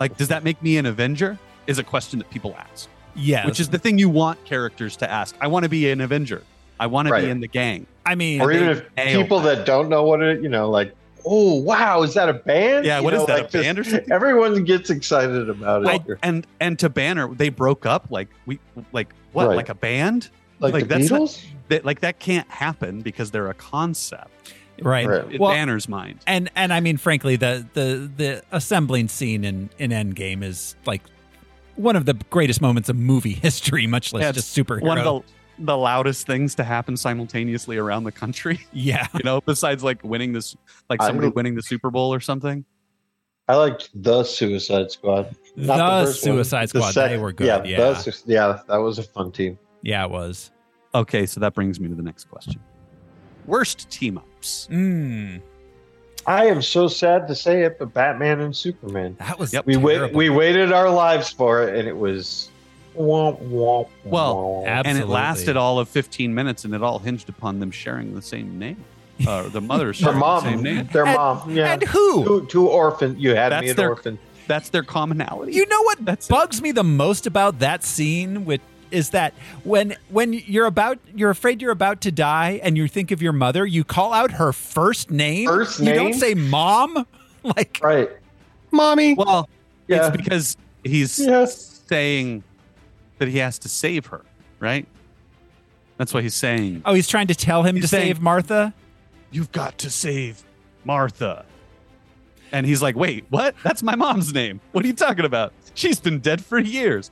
[SPEAKER 3] like, does that make me an Avenger? Is a question that people ask,
[SPEAKER 1] Yeah.
[SPEAKER 3] which is the thing you want characters to ask. I want to be an Avenger. I want to
[SPEAKER 2] Right.
[SPEAKER 3] be in the gang.
[SPEAKER 1] I mean,
[SPEAKER 2] Or even if
[SPEAKER 3] nailed
[SPEAKER 2] people
[SPEAKER 3] that.
[SPEAKER 2] that don't know what it, you know, like, oh wow, is that a band?
[SPEAKER 3] Yeah,
[SPEAKER 2] You
[SPEAKER 3] what is
[SPEAKER 2] know,
[SPEAKER 3] that,
[SPEAKER 2] like
[SPEAKER 3] a
[SPEAKER 2] this-
[SPEAKER 3] band or something?
[SPEAKER 2] Everyone gets excited about it.
[SPEAKER 3] Well, and and to Banner, they broke up. Like we, like what,
[SPEAKER 2] Right.
[SPEAKER 3] like a band?
[SPEAKER 2] like,
[SPEAKER 3] like,
[SPEAKER 2] the
[SPEAKER 3] that's not-
[SPEAKER 2] Beatles.
[SPEAKER 3] That like that can't happen because they're a concept
[SPEAKER 1] right.
[SPEAKER 2] Right.
[SPEAKER 3] in
[SPEAKER 1] Well-
[SPEAKER 3] Banner's mind.
[SPEAKER 1] And and I mean, frankly, the the the assembling scene in in Endgame is like one of the greatest moments of movie [laughs] history, much less
[SPEAKER 3] Yeah,
[SPEAKER 1] just superhero.
[SPEAKER 3] One of the, the loudest things to happen simultaneously around the country,
[SPEAKER 1] [laughs]
[SPEAKER 3] [laughs]
[SPEAKER 1] yeah,
[SPEAKER 3] you know, besides like winning this, like
[SPEAKER 2] I
[SPEAKER 3] somebody
[SPEAKER 2] mean-
[SPEAKER 3] winning the Super Bowl or something.
[SPEAKER 2] I liked the Suicide Squad. Not
[SPEAKER 1] the,
[SPEAKER 2] first one.
[SPEAKER 1] Suicide
[SPEAKER 2] The
[SPEAKER 1] Squad.
[SPEAKER 2] sec-
[SPEAKER 1] they were good.
[SPEAKER 2] Yeah,
[SPEAKER 1] Yeah,
[SPEAKER 2] the
[SPEAKER 1] yeah,
[SPEAKER 2] Su- yeah, that was a fun team.
[SPEAKER 1] it was.
[SPEAKER 3] Okay, so that brings me to the next question. Worst team ups.
[SPEAKER 1] Mm,
[SPEAKER 2] I am so sad to say it, but Batman and Superman.
[SPEAKER 1] that was
[SPEAKER 3] Yep.
[SPEAKER 2] We wait,
[SPEAKER 1] terrible.
[SPEAKER 2] we waited our lives for it, and it was. Womp, womp,
[SPEAKER 3] Well,
[SPEAKER 2] womp.
[SPEAKER 1] Absolutely.
[SPEAKER 3] And it lasted all of 15 minutes and it all hinged upon them sharing the same name. Uh,
[SPEAKER 2] [laughs]
[SPEAKER 3] the mother
[SPEAKER 2] their
[SPEAKER 3] sharing the same
[SPEAKER 2] mom,
[SPEAKER 3] name.
[SPEAKER 2] their
[SPEAKER 1] And-
[SPEAKER 2] mom, yeah.
[SPEAKER 1] And who?
[SPEAKER 2] two, two orphans. You had
[SPEAKER 3] That's
[SPEAKER 2] me an
[SPEAKER 3] their-
[SPEAKER 2] orphan.
[SPEAKER 3] That's their commonality.
[SPEAKER 1] You know what
[SPEAKER 3] That's it.
[SPEAKER 1] bugs me the most about that scene with is that when when you're about you're afraid you're about to die and you think of your mother, you call out her first name.
[SPEAKER 2] First
[SPEAKER 1] You
[SPEAKER 2] name?
[SPEAKER 1] don't say mom. [laughs] Like
[SPEAKER 2] Right.
[SPEAKER 4] Mommy.
[SPEAKER 3] well,
[SPEAKER 2] Yeah.
[SPEAKER 3] it's because he's
[SPEAKER 2] Yes.
[SPEAKER 3] saying that he has to save her, right? That's what he's saying.
[SPEAKER 1] oh, he's trying to tell him
[SPEAKER 3] He's
[SPEAKER 1] to
[SPEAKER 3] saying-
[SPEAKER 1] save Martha.
[SPEAKER 3] You've got to save Martha. And he's like, wait, what? That's my mom's name. What are you talking about? She's been dead for years.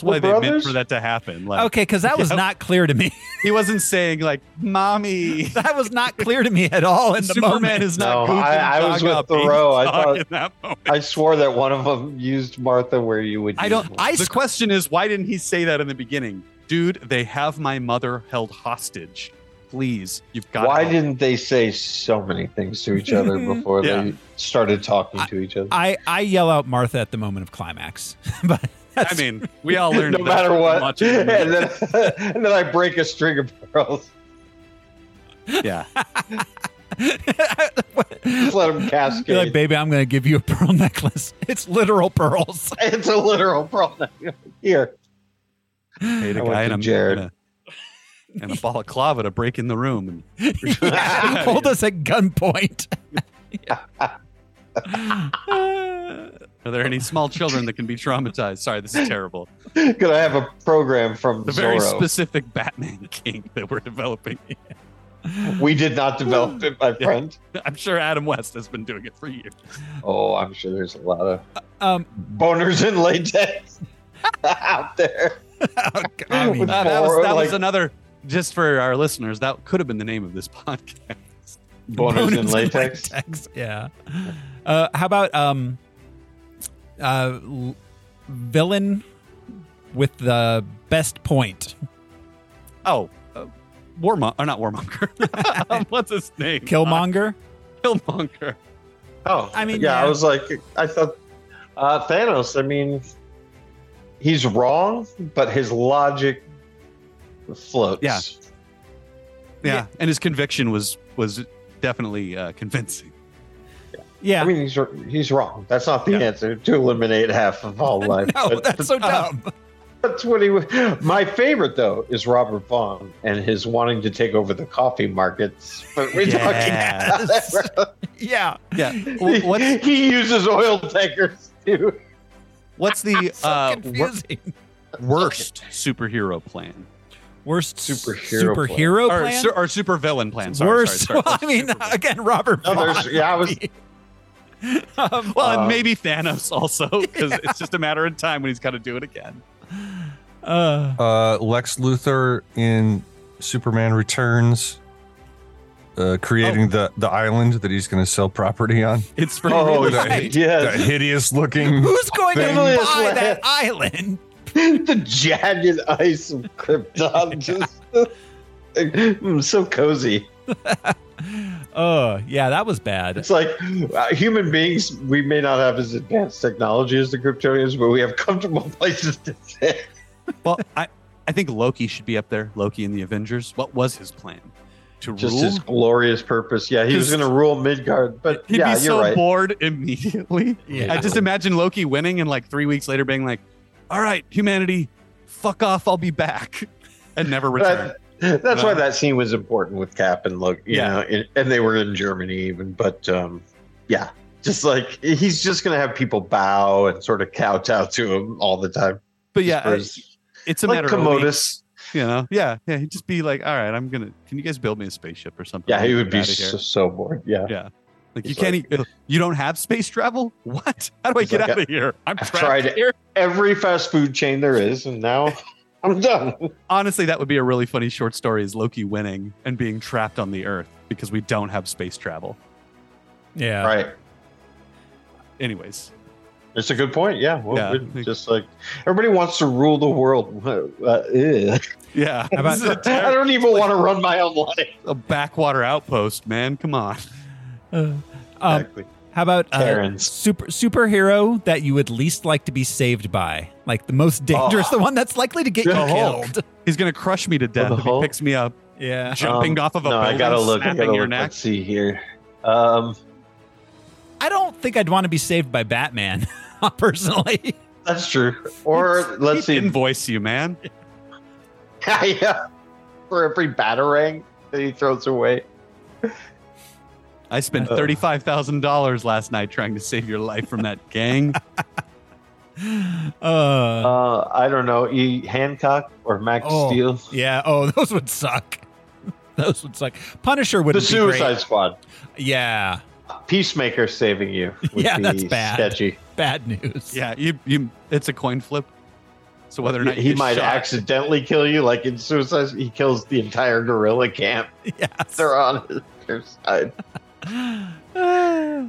[SPEAKER 2] [laughs] The
[SPEAKER 3] why they meant
[SPEAKER 2] brothers?
[SPEAKER 3] for that to happen. Like,
[SPEAKER 1] Okay, because that was
[SPEAKER 3] Yep.
[SPEAKER 1] not clear to me. [laughs]
[SPEAKER 3] He wasn't saying like, [laughs] "Mommy,
[SPEAKER 1] that was not clear to me at all in the
[SPEAKER 3] Superman
[SPEAKER 1] moment.
[SPEAKER 3] is not."
[SPEAKER 2] No,
[SPEAKER 3] goofy
[SPEAKER 2] I- I
[SPEAKER 3] dog
[SPEAKER 2] was with
[SPEAKER 3] up. He's
[SPEAKER 2] Thoreau. I
[SPEAKER 3] dog
[SPEAKER 2] thought-
[SPEAKER 3] in that moment.
[SPEAKER 2] I swore that one of them used Martha where you would.
[SPEAKER 3] I
[SPEAKER 2] use
[SPEAKER 3] don't.
[SPEAKER 2] one.
[SPEAKER 3] the question is, why didn't he say that in the beginning, dude? They have my mother held hostage. Please, you've got.
[SPEAKER 2] Why
[SPEAKER 3] to help.
[SPEAKER 2] didn't they say so many things to
[SPEAKER 1] [laughs]
[SPEAKER 2] each other before
[SPEAKER 3] Yeah.
[SPEAKER 2] they started talking to each other?
[SPEAKER 1] I, I yell out Martha at the moment of climax. [laughs] but
[SPEAKER 3] I mean,
[SPEAKER 2] [laughs]
[SPEAKER 3] we all learned.
[SPEAKER 2] no
[SPEAKER 3] that
[SPEAKER 2] matter
[SPEAKER 3] from
[SPEAKER 2] what. [laughs]
[SPEAKER 3] watching the
[SPEAKER 2] And
[SPEAKER 3] movie.
[SPEAKER 2] then, and then [laughs] I break a string of pearls.
[SPEAKER 3] yeah,
[SPEAKER 2] Just let them
[SPEAKER 1] You're
[SPEAKER 2] cascade.
[SPEAKER 1] like, baby, I'm going to give you a pearl [laughs] necklace. It's literal pearls. [laughs]
[SPEAKER 2] it's a literal problem. [laughs] Here.
[SPEAKER 3] paid a
[SPEAKER 2] I went
[SPEAKER 3] guy
[SPEAKER 2] to
[SPEAKER 3] and a,
[SPEAKER 2] Jared.
[SPEAKER 3] and a and a balaclava to break in the room.
[SPEAKER 1] [laughs]
[SPEAKER 3] And [laughs]
[SPEAKER 1] Yeah, Hold us at gunpoint. [laughs]
[SPEAKER 3] are there any small children that can be traumatized? Sorry, this is terrible.
[SPEAKER 2] Could I have a program from
[SPEAKER 3] The very
[SPEAKER 2] Zorro?
[SPEAKER 3] specific Batman kink that we're developing. [laughs]
[SPEAKER 2] we did not develop it, my friend.
[SPEAKER 3] I'm sure Adam West has been doing it for years.
[SPEAKER 2] Oh, I'm sure there's a lot of
[SPEAKER 1] um,
[SPEAKER 2] boners in latex [laughs] out there.
[SPEAKER 1] I mean,
[SPEAKER 3] Uh, that was,
[SPEAKER 2] Or,
[SPEAKER 3] that was
[SPEAKER 2] like-
[SPEAKER 3] another, just for our listeners, that could have been the name of this [laughs] podcast.
[SPEAKER 2] Boners,
[SPEAKER 1] boners
[SPEAKER 2] in
[SPEAKER 1] and
[SPEAKER 2] latex.
[SPEAKER 1] latex. Yeah. Uh, how about um, uh, l- villain with the best point?
[SPEAKER 3] Oh, uh, Warmo- or not Warmonger. [laughs] Um, What's his name?
[SPEAKER 1] Killmonger?
[SPEAKER 3] Uh, Killmonger.
[SPEAKER 2] Oh,
[SPEAKER 1] I mean,
[SPEAKER 2] yeah, I
[SPEAKER 1] yeah.
[SPEAKER 2] was like, I thought uh, Thanos. I mean, he's wrong, but his logic floats.
[SPEAKER 3] Yeah. Yeah.
[SPEAKER 1] Yeah.
[SPEAKER 3] and his conviction was was definitely uh, convincing.
[SPEAKER 1] yeah. [laughs]
[SPEAKER 2] I mean, he's he's wrong. That's not the
[SPEAKER 3] Yeah.
[SPEAKER 2] answer to eliminate half of all life.
[SPEAKER 1] [laughs] no,
[SPEAKER 2] but
[SPEAKER 1] Oh, that's so dumb.
[SPEAKER 2] [laughs]
[SPEAKER 1] [laughs]
[SPEAKER 2] that's what he. was- My favorite though is Robert Vaughn and his wanting to take over the coffee markets. But we're
[SPEAKER 1] Yes.
[SPEAKER 2] talking.
[SPEAKER 1] yeah.
[SPEAKER 3] [laughs] Yeah,
[SPEAKER 2] He-
[SPEAKER 3] Wh-
[SPEAKER 2] [laughs]
[SPEAKER 3] what's
[SPEAKER 2] he uses oil tankers
[SPEAKER 1] [laughs]
[SPEAKER 2] too.
[SPEAKER 3] what's the
[SPEAKER 1] So
[SPEAKER 3] uh, wor-
[SPEAKER 1] confusing.
[SPEAKER 3] worst superhero plan
[SPEAKER 1] worst
[SPEAKER 2] Superhero plan.
[SPEAKER 1] superhero
[SPEAKER 3] or,
[SPEAKER 1] plan?
[SPEAKER 3] su- or super villain plan? Sorry,
[SPEAKER 1] worst. [laughs]
[SPEAKER 3] [laughs] Sorry, sorry.
[SPEAKER 1] I mean, again, Robert.
[SPEAKER 2] No, there's-
[SPEAKER 1] Vaughn.
[SPEAKER 2] yeah, I was-
[SPEAKER 1] um,
[SPEAKER 3] Well, and
[SPEAKER 2] Um,
[SPEAKER 3] [laughs] maybe Thanos also, because it's just a matter of time when he's got to do it again.
[SPEAKER 1] uh,
[SPEAKER 4] Uh, Lex Luthor in Superman Returns, uh,
[SPEAKER 2] Oh.
[SPEAKER 4] creating the the island that he's going to sell property
[SPEAKER 2] [laughs]
[SPEAKER 4] on.
[SPEAKER 3] It's for
[SPEAKER 2] Oh,
[SPEAKER 3] real.
[SPEAKER 4] Right.
[SPEAKER 2] yes.
[SPEAKER 4] That hideous looking.
[SPEAKER 1] [laughs] who's going to
[SPEAKER 4] Thing.
[SPEAKER 1] buy that island? [laughs]
[SPEAKER 2] [laughs] the jagged ice of
[SPEAKER 1] [laughs]
[SPEAKER 2] Krypton. Just [laughs] Mm, so cozy.
[SPEAKER 1] Oh, yeah, that was bad.
[SPEAKER 2] It's like uh, human beings. We may not have as advanced technology as the Kryptonians, but we have comfortable [laughs] places to sit.
[SPEAKER 3] Well, I, I think Loki should be up there. Loki in the Avengers. What was his plan? To
[SPEAKER 2] Just
[SPEAKER 3] rule?
[SPEAKER 2] his glorious purpose. Yeah, he was
[SPEAKER 3] Just-
[SPEAKER 2] going to rule Midgard, but
[SPEAKER 3] He'd
[SPEAKER 2] yeah,
[SPEAKER 3] be
[SPEAKER 2] you're
[SPEAKER 3] so
[SPEAKER 2] right.
[SPEAKER 3] bored immediately.
[SPEAKER 1] Yeah.
[SPEAKER 3] I just imagine Loki winning and like three weeks later being like, all right, humanity, fuck off. I'll be back. [laughs] And never return.
[SPEAKER 2] That- that's
[SPEAKER 3] No.
[SPEAKER 2] why that scene was important with Cap and Loki. You
[SPEAKER 3] Uh-huh. Yeah.
[SPEAKER 2] know, and, and they were in Germany even, but um, yeah, just like he's just going to have people bow and sort of kowtow to him all the time.
[SPEAKER 3] But yeah,
[SPEAKER 2] For
[SPEAKER 3] I-
[SPEAKER 2] his-
[SPEAKER 3] it's a
[SPEAKER 2] like
[SPEAKER 3] matter of weeks,
[SPEAKER 2] Commodus.
[SPEAKER 3] you know. Yeah, yeah. He'd just be like, all right, I'm gonna. Can you guys build me a spaceship or something?
[SPEAKER 2] Yeah, he
[SPEAKER 3] Get
[SPEAKER 2] would be
[SPEAKER 3] outta here."
[SPEAKER 2] so, so bored. Yeah.
[SPEAKER 3] Yeah. Like
[SPEAKER 2] He's
[SPEAKER 3] you can't. e- you don't have space travel. [laughs] What? How do I
[SPEAKER 2] He's
[SPEAKER 3] get
[SPEAKER 2] like,
[SPEAKER 3] out of here? I'm
[SPEAKER 2] I've
[SPEAKER 3] trapped
[SPEAKER 2] tried it.
[SPEAKER 3] here.
[SPEAKER 2] Every fast food chain there is, and now [laughs] I'm done.
[SPEAKER 3] Honestly, that would be a really funny short story: is Loki winning and being trapped on the Earth because we don't have space travel.
[SPEAKER 1] Yeah.
[SPEAKER 2] Right.
[SPEAKER 3] Anyways,
[SPEAKER 2] It's a good point. Yeah. Well,
[SPEAKER 3] Yeah.
[SPEAKER 2] we're Just like everybody wants to rule the world. [laughs] Uh, ew.
[SPEAKER 3] yeah.
[SPEAKER 1] How about-
[SPEAKER 3] This is a
[SPEAKER 2] I
[SPEAKER 3] ter-
[SPEAKER 2] don't even want to run my own life.
[SPEAKER 3] a backwater outpost, man. Come on.
[SPEAKER 1] Uh, um,
[SPEAKER 2] Exactly.
[SPEAKER 1] how about uh,
[SPEAKER 2] Karens.
[SPEAKER 1] super superhero that you would least like to be saved by? Like the most dangerous,
[SPEAKER 2] Oh.
[SPEAKER 1] the one that's likely to get you
[SPEAKER 2] The Hulk.
[SPEAKER 1] killed.
[SPEAKER 3] He's gonna crush me to death
[SPEAKER 2] the
[SPEAKER 3] if he
[SPEAKER 2] Hulk?
[SPEAKER 3] picks me up,
[SPEAKER 1] Yeah.
[SPEAKER 3] jumping
[SPEAKER 2] Um,
[SPEAKER 3] off of a
[SPEAKER 2] no,
[SPEAKER 3] building,
[SPEAKER 2] I gotta look. I
[SPEAKER 3] snapping
[SPEAKER 2] gotta
[SPEAKER 3] your
[SPEAKER 2] look.
[SPEAKER 3] neck.
[SPEAKER 2] Let's see here. Um,
[SPEAKER 1] I don't think I'd want to be saved by Batman, [laughs] personally.
[SPEAKER 2] that's true. Or let's
[SPEAKER 3] He'd
[SPEAKER 2] see.
[SPEAKER 3] invoice you, man.
[SPEAKER 2] [laughs] yeah. For every batarang that he throws away.
[SPEAKER 3] I spent
[SPEAKER 2] Uh.
[SPEAKER 3] thirty-five thousand dollars last night trying to save your life from that
[SPEAKER 2] [laughs]
[SPEAKER 3] gang.
[SPEAKER 1] Uh,
[SPEAKER 2] Uh, I don't know. E Hancock or Max
[SPEAKER 1] Oh,
[SPEAKER 2] Steel.
[SPEAKER 1] yeah. Oh, [laughs] those would suck. Those would suck. Punisher would
[SPEAKER 2] The
[SPEAKER 1] be great.
[SPEAKER 2] Suicide Squad.
[SPEAKER 1] Yeah.
[SPEAKER 2] Peacemaker
[SPEAKER 1] [laughs]
[SPEAKER 2] saving you. Would
[SPEAKER 1] Yeah,
[SPEAKER 2] be
[SPEAKER 1] that's bad.
[SPEAKER 2] Sketchy.
[SPEAKER 1] Bad news.
[SPEAKER 3] yeah, you, you. It's a coin flip. So whether or not you
[SPEAKER 2] he
[SPEAKER 3] get
[SPEAKER 2] might
[SPEAKER 3] shot-
[SPEAKER 2] accidentally kill you, like in Suicide, he kills the entire guerrilla camp.
[SPEAKER 1] [laughs]
[SPEAKER 2] [laughs]
[SPEAKER 1] Yes.
[SPEAKER 2] They're on their side.
[SPEAKER 1] Ah.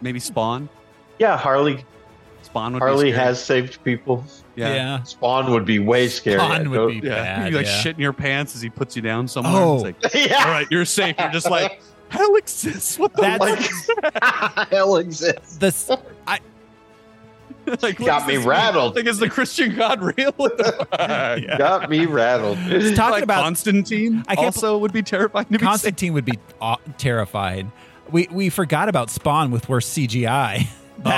[SPEAKER 3] maybe Spawn.
[SPEAKER 2] Yeah, Harley.
[SPEAKER 3] Spawn would
[SPEAKER 2] Harley
[SPEAKER 3] be scary.
[SPEAKER 2] has saved people.
[SPEAKER 1] yeah.
[SPEAKER 2] Spawn would be way scary.
[SPEAKER 1] Spawn would
[SPEAKER 2] Go-
[SPEAKER 1] be
[SPEAKER 3] Yeah,
[SPEAKER 1] bad.
[SPEAKER 3] you like
[SPEAKER 1] yeah.
[SPEAKER 3] shit in your pants as he puts you down somewhere.
[SPEAKER 1] Oh.
[SPEAKER 2] [laughs]
[SPEAKER 3] It's like, all [laughs]
[SPEAKER 2] yeah.
[SPEAKER 3] right, you're safe. You're just like hell exists. What the
[SPEAKER 1] That's-
[SPEAKER 3] fuck? [laughs]
[SPEAKER 2] [laughs] hell exists.
[SPEAKER 1] This
[SPEAKER 2] [laughs]
[SPEAKER 3] like, what
[SPEAKER 2] Got
[SPEAKER 3] does
[SPEAKER 2] me
[SPEAKER 3] this mean?
[SPEAKER 2] rattled.
[SPEAKER 3] Like, is the Christian God
[SPEAKER 2] [laughs]
[SPEAKER 3] real? What the fuck?
[SPEAKER 1] Yeah.
[SPEAKER 2] Got me rattled.
[SPEAKER 1] It's talking
[SPEAKER 3] Like
[SPEAKER 1] about
[SPEAKER 3] Constantine
[SPEAKER 1] I can't
[SPEAKER 3] also would be terrifying to be safe.
[SPEAKER 1] Constantine would be aw- terrified. We we forgot about Spawn with worse CGI. That-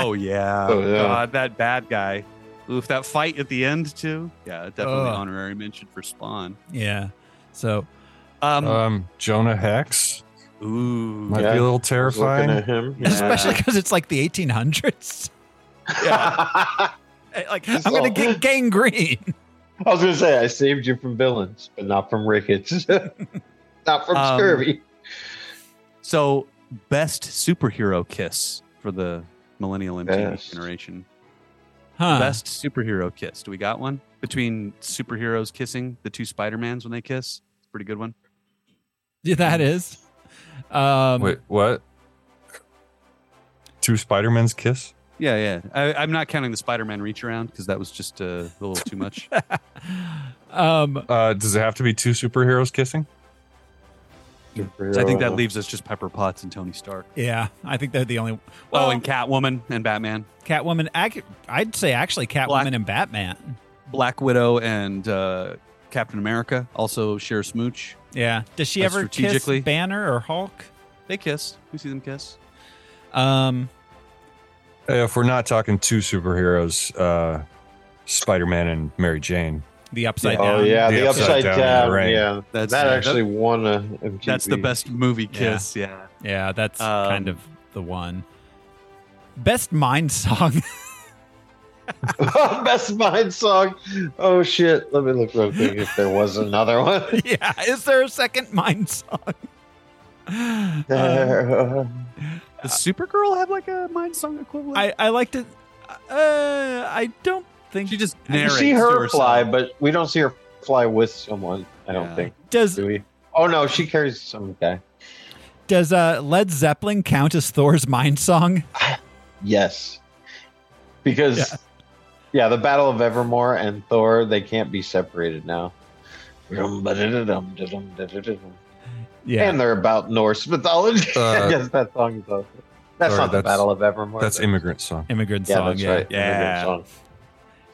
[SPEAKER 3] Oh yeah.
[SPEAKER 2] Oh, yeah.
[SPEAKER 3] God, that bad guy. Oof, that fight at the end too. Yeah, definitely
[SPEAKER 1] Ugh.
[SPEAKER 3] honorary mention for Spawn.
[SPEAKER 1] [laughs] Yeah. So
[SPEAKER 3] Um,
[SPEAKER 2] Uh,
[SPEAKER 4] Um, Jonah Hex
[SPEAKER 3] ooh,
[SPEAKER 4] might
[SPEAKER 2] Yeah.
[SPEAKER 4] be a little
[SPEAKER 2] Just looking
[SPEAKER 4] terrifying.
[SPEAKER 2] at him. [laughs]
[SPEAKER 1] especially because it's like the 1800s.
[SPEAKER 3] yeah.
[SPEAKER 2] I
[SPEAKER 3] Eh,
[SPEAKER 1] Like
[SPEAKER 2] It's
[SPEAKER 1] I'm [laughs] gonna
[SPEAKER 2] all- [laughs]
[SPEAKER 1] get gangrene.
[SPEAKER 2] was going to say, I saved you from villains, but not from rickets. [laughs] not from
[SPEAKER 3] Um,
[SPEAKER 2] scurvy.
[SPEAKER 3] So, best superhero kiss for the millennial and teenage
[SPEAKER 2] Best.
[SPEAKER 3] generation.
[SPEAKER 1] Huh.
[SPEAKER 3] Best superhero kiss. Do we got one between superheroes kissing the two Spider Mans when they kiss? It's a pretty good one.
[SPEAKER 1] Yeah, that is. Um,
[SPEAKER 4] Wait, what? Two Spider Men's kiss?
[SPEAKER 3] Yeah, yeah. I, I'm not counting the Spider Man reach around because that was just uh, a little
[SPEAKER 1] [laughs]
[SPEAKER 3] too much.
[SPEAKER 1] um,
[SPEAKER 4] Uh, does it have to be two superheroes kissing?
[SPEAKER 3] So I think that leaves us just Pepper Potts and Tony Stark.
[SPEAKER 1] yeah, I think they're the only.
[SPEAKER 3] oh,
[SPEAKER 1] Well,
[SPEAKER 3] and Catwoman and Batman,
[SPEAKER 1] Catwoman. ac- I'd say actually Catwoman
[SPEAKER 3] Black-
[SPEAKER 1] and Batman.
[SPEAKER 3] Black Widow and uh, Captain America also share a smooch.
[SPEAKER 1] Yeah. Does she
[SPEAKER 3] Uh,
[SPEAKER 1] ever kiss
[SPEAKER 3] strategically-
[SPEAKER 1] Banner or Hulk?
[SPEAKER 3] They kiss. We see them kiss.
[SPEAKER 1] Um,
[SPEAKER 4] Uh, If we're not talking two superheroes, uh, Spider Man and Mary Jane.
[SPEAKER 1] the upside
[SPEAKER 2] Oh,
[SPEAKER 1] down.
[SPEAKER 2] yeah. The, upside, down.
[SPEAKER 4] right.
[SPEAKER 2] Yeah.
[SPEAKER 3] That's
[SPEAKER 2] that
[SPEAKER 3] uh,
[SPEAKER 2] actually won a MTV.
[SPEAKER 3] That's
[SPEAKER 2] [laughs]
[SPEAKER 3] the best movie
[SPEAKER 1] Yeah.
[SPEAKER 3] kiss. Yeah.
[SPEAKER 1] Yeah, that's
[SPEAKER 3] Um,
[SPEAKER 1] kind of the one. Best mind song. [laughs]
[SPEAKER 2] Oh, best mind song. Oh shit! Let me look real quick if there was another one.
[SPEAKER 1] yeah, is there a second mind
[SPEAKER 2] [laughs]
[SPEAKER 1] song?
[SPEAKER 2] Uh,
[SPEAKER 1] Um,
[SPEAKER 2] There.
[SPEAKER 3] Does Supergirl have like a mind song equivalent?
[SPEAKER 1] I I like to. Uh, I don't think
[SPEAKER 3] she just
[SPEAKER 2] you
[SPEAKER 3] narrates
[SPEAKER 2] see
[SPEAKER 3] to
[SPEAKER 2] her
[SPEAKER 3] herself.
[SPEAKER 2] fly, but we don't see her fly with someone. I don't
[SPEAKER 3] Yeah.
[SPEAKER 2] think.
[SPEAKER 1] does.
[SPEAKER 2] Do we? Oh no, she carries some guy.
[SPEAKER 1] Does uh, Led Zeppelin count as Thor's mind song?
[SPEAKER 2] Yes, because yeah. the Battle of Evermore and Thor they can't be separated now. Rum, ba-da-da-dum, da-dum, da-da-da-dum.
[SPEAKER 1] Yeah,
[SPEAKER 2] And they're about Norse mythology.
[SPEAKER 4] Uh,
[SPEAKER 2] [laughs] I guess that song is also. That's
[SPEAKER 4] sorry,
[SPEAKER 2] not the
[SPEAKER 4] that's-
[SPEAKER 2] Battle of Evermore.
[SPEAKER 4] That's
[SPEAKER 2] though.
[SPEAKER 4] immigrant song.
[SPEAKER 1] immigrant
[SPEAKER 2] yeah,
[SPEAKER 1] song.
[SPEAKER 2] that's
[SPEAKER 1] yeah,
[SPEAKER 2] right.
[SPEAKER 3] Yeah.
[SPEAKER 2] Immigrant song.